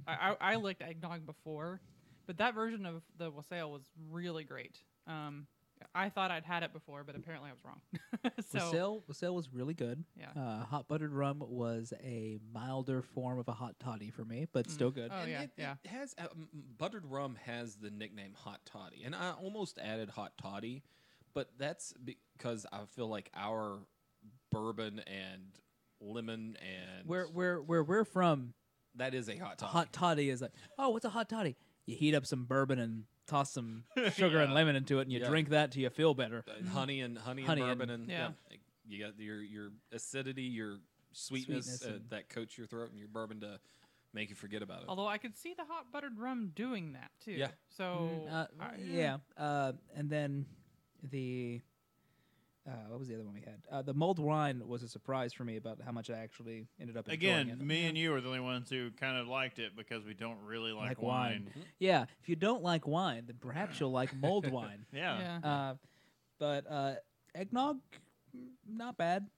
[SPEAKER 1] I, I I liked eggnog before, but that version of the wassail was really great. Um, I thought I'd had it before, but apparently I was wrong. so
[SPEAKER 3] Wassail, Wassail was really good.
[SPEAKER 1] Yeah.
[SPEAKER 3] Uh, hot buttered rum was a milder form of a hot toddy for me, but still good.
[SPEAKER 1] Oh,
[SPEAKER 5] And
[SPEAKER 1] yeah,
[SPEAKER 5] it, it
[SPEAKER 1] yeah.
[SPEAKER 5] has uh, m- m- buttered rum has the nickname hot toddy, and I almost added hot toddy, but that's because I feel like our bourbon and lemon and
[SPEAKER 3] Where where where we're from,
[SPEAKER 5] that is a hot
[SPEAKER 3] a
[SPEAKER 5] toddy.
[SPEAKER 3] hot toddy is like, oh, what's a hot toddy? You heat up some bourbon and toss some sugar and lemon into it, and you
[SPEAKER 5] Yeah.
[SPEAKER 3] drink that till you feel better.
[SPEAKER 5] Uh, honey and honey,
[SPEAKER 3] Honey
[SPEAKER 5] and bourbon
[SPEAKER 3] and-
[SPEAKER 5] and,
[SPEAKER 1] Yeah.
[SPEAKER 5] you got your your acidity, your sweetness,
[SPEAKER 3] Sweetness
[SPEAKER 5] uh,
[SPEAKER 3] and-
[SPEAKER 5] that coats your throat and your bourbon to make you forget about it.
[SPEAKER 1] although I could see the hot buttered rum doing that too.
[SPEAKER 5] Yeah.
[SPEAKER 1] So
[SPEAKER 3] Uh,
[SPEAKER 1] Oh, I-
[SPEAKER 3] yeah. Uh, and then the uh, what was the other one we had? Uh, the mulled wine was a surprise for me about how much I actually ended up enjoying it.
[SPEAKER 4] Again, me and you are the only ones who kind of liked it because we don't really like, wine.
[SPEAKER 3] Yeah, if you don't like wine, then perhaps you'll like mulled wine.
[SPEAKER 4] Yeah.
[SPEAKER 1] yeah.
[SPEAKER 3] Uh, but uh, eggnog, mm, not bad.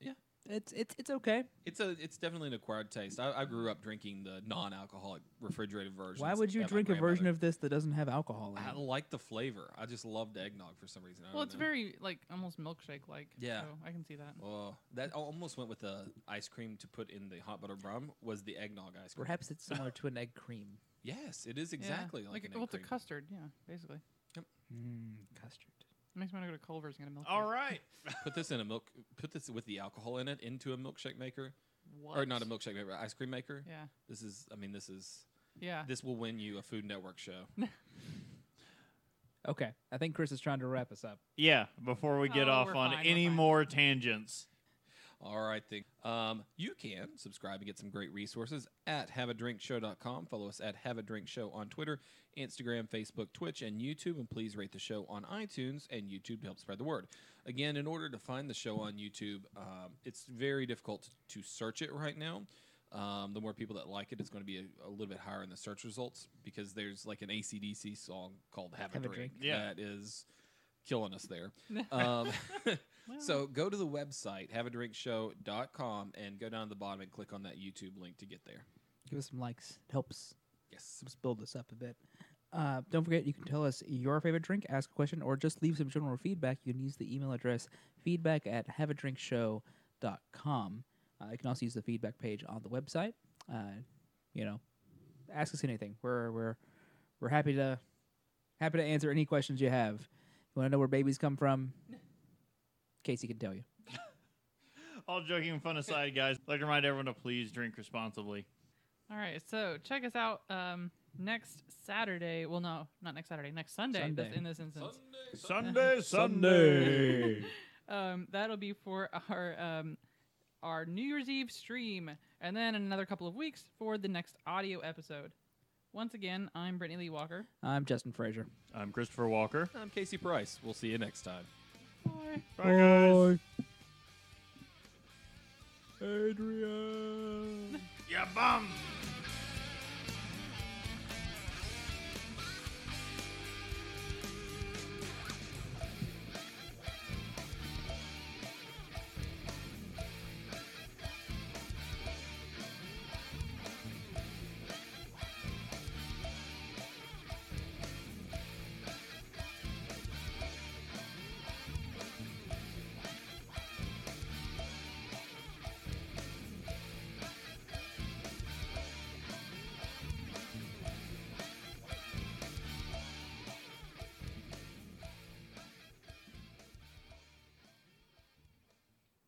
[SPEAKER 5] Yeah.
[SPEAKER 3] It's it's it's okay.
[SPEAKER 5] It's a it's definitely an acquired taste. I, I grew up drinking the non-alcoholic refrigerated version.
[SPEAKER 3] Why would you drink a version of this that doesn't have alcohol in
[SPEAKER 5] I
[SPEAKER 3] it?
[SPEAKER 5] like the flavor. I just loved eggnog for some reason. I
[SPEAKER 1] Well,
[SPEAKER 5] don't
[SPEAKER 1] it's
[SPEAKER 5] know.
[SPEAKER 1] very like almost milkshake like.
[SPEAKER 5] Yeah.
[SPEAKER 1] So I can see that.
[SPEAKER 5] Oh, that al- almost went with the ice cream to put in the hot butter rum was the eggnog ice cream.
[SPEAKER 3] Perhaps it's similar to an egg cream
[SPEAKER 5] Yes, it is
[SPEAKER 1] Yeah.
[SPEAKER 5] exactly like, an
[SPEAKER 1] well,
[SPEAKER 5] egg
[SPEAKER 1] it's a
[SPEAKER 5] cream.
[SPEAKER 1] custard. Yeah, basically.
[SPEAKER 5] Mm,
[SPEAKER 3] custard.
[SPEAKER 1] Makes me want to go to Culver's and get a milkshake.
[SPEAKER 4] All right.
[SPEAKER 5] Put this in a milk. Put this with the alcohol in it into a milkshake maker,
[SPEAKER 1] What?
[SPEAKER 5] or not a milkshake maker, ice cream maker.
[SPEAKER 1] Yeah.
[SPEAKER 5] This is. I mean, this is.
[SPEAKER 1] Yeah.
[SPEAKER 5] This will win you a Food Network show.
[SPEAKER 3] Okay, I think Chris is trying to wrap us up.
[SPEAKER 4] Yeah. Before we get
[SPEAKER 1] Oh,
[SPEAKER 4] off
[SPEAKER 1] we're
[SPEAKER 4] on
[SPEAKER 1] fine, we're
[SPEAKER 4] any
[SPEAKER 1] fine.
[SPEAKER 4] more tangents.
[SPEAKER 5] All right, then. Um, you can subscribe and get some great resources at haveadrinkshow.com. Follow us at Have a Drink Show on Twitter, Instagram, Facebook, Twitch, and YouTube. And please rate the show on iTunes and YouTube to help spread the word. Again, in order to find the show on YouTube, um, it's very difficult to search it right now. Um, the more people that like it, it's going to be a, a little bit higher in the search results because there's like an ACDC song called Have, a,
[SPEAKER 3] Have a
[SPEAKER 5] Drink,
[SPEAKER 3] Drink.
[SPEAKER 4] Yeah.
[SPEAKER 5] that is killing us there. um, so go to the website, haveadrinkshow.com, and go down to the bottom and click on that YouTube link to get there.
[SPEAKER 3] Give us some likes. It helps
[SPEAKER 5] Yes.
[SPEAKER 3] helps build us up a bit. Uh, don't forget, you can tell us your favorite drink, ask a question, or just leave some general feedback. You can use the email address feedback at haveadrinkshow.com. Uh, you can also use the feedback page on the website. Uh, you know, ask us anything. We're we're we're happy to happy to answer any questions you have. You want to know where babies come from? Casey can tell you.
[SPEAKER 4] All joking and fun aside, guys, I'd like to remind everyone to please drink responsibly.
[SPEAKER 1] All right. So check us out um, next Saturday. Well, no, not next Saturday. Next Sunday. this-
[SPEAKER 3] Sunday.
[SPEAKER 1] in this instance,
[SPEAKER 4] Sunday, Sunday.
[SPEAKER 1] um, that'll be for our um, our New Year's Eve stream, and then in another couple of weeks for the next audio episode. Once again, I'm Brittany Lee Walker.
[SPEAKER 3] I'm Justin Frazier.
[SPEAKER 4] I'm Christopher Walker.
[SPEAKER 5] I'm Casey Price. We'll see you next time.
[SPEAKER 1] Bye.
[SPEAKER 4] Bye, guys.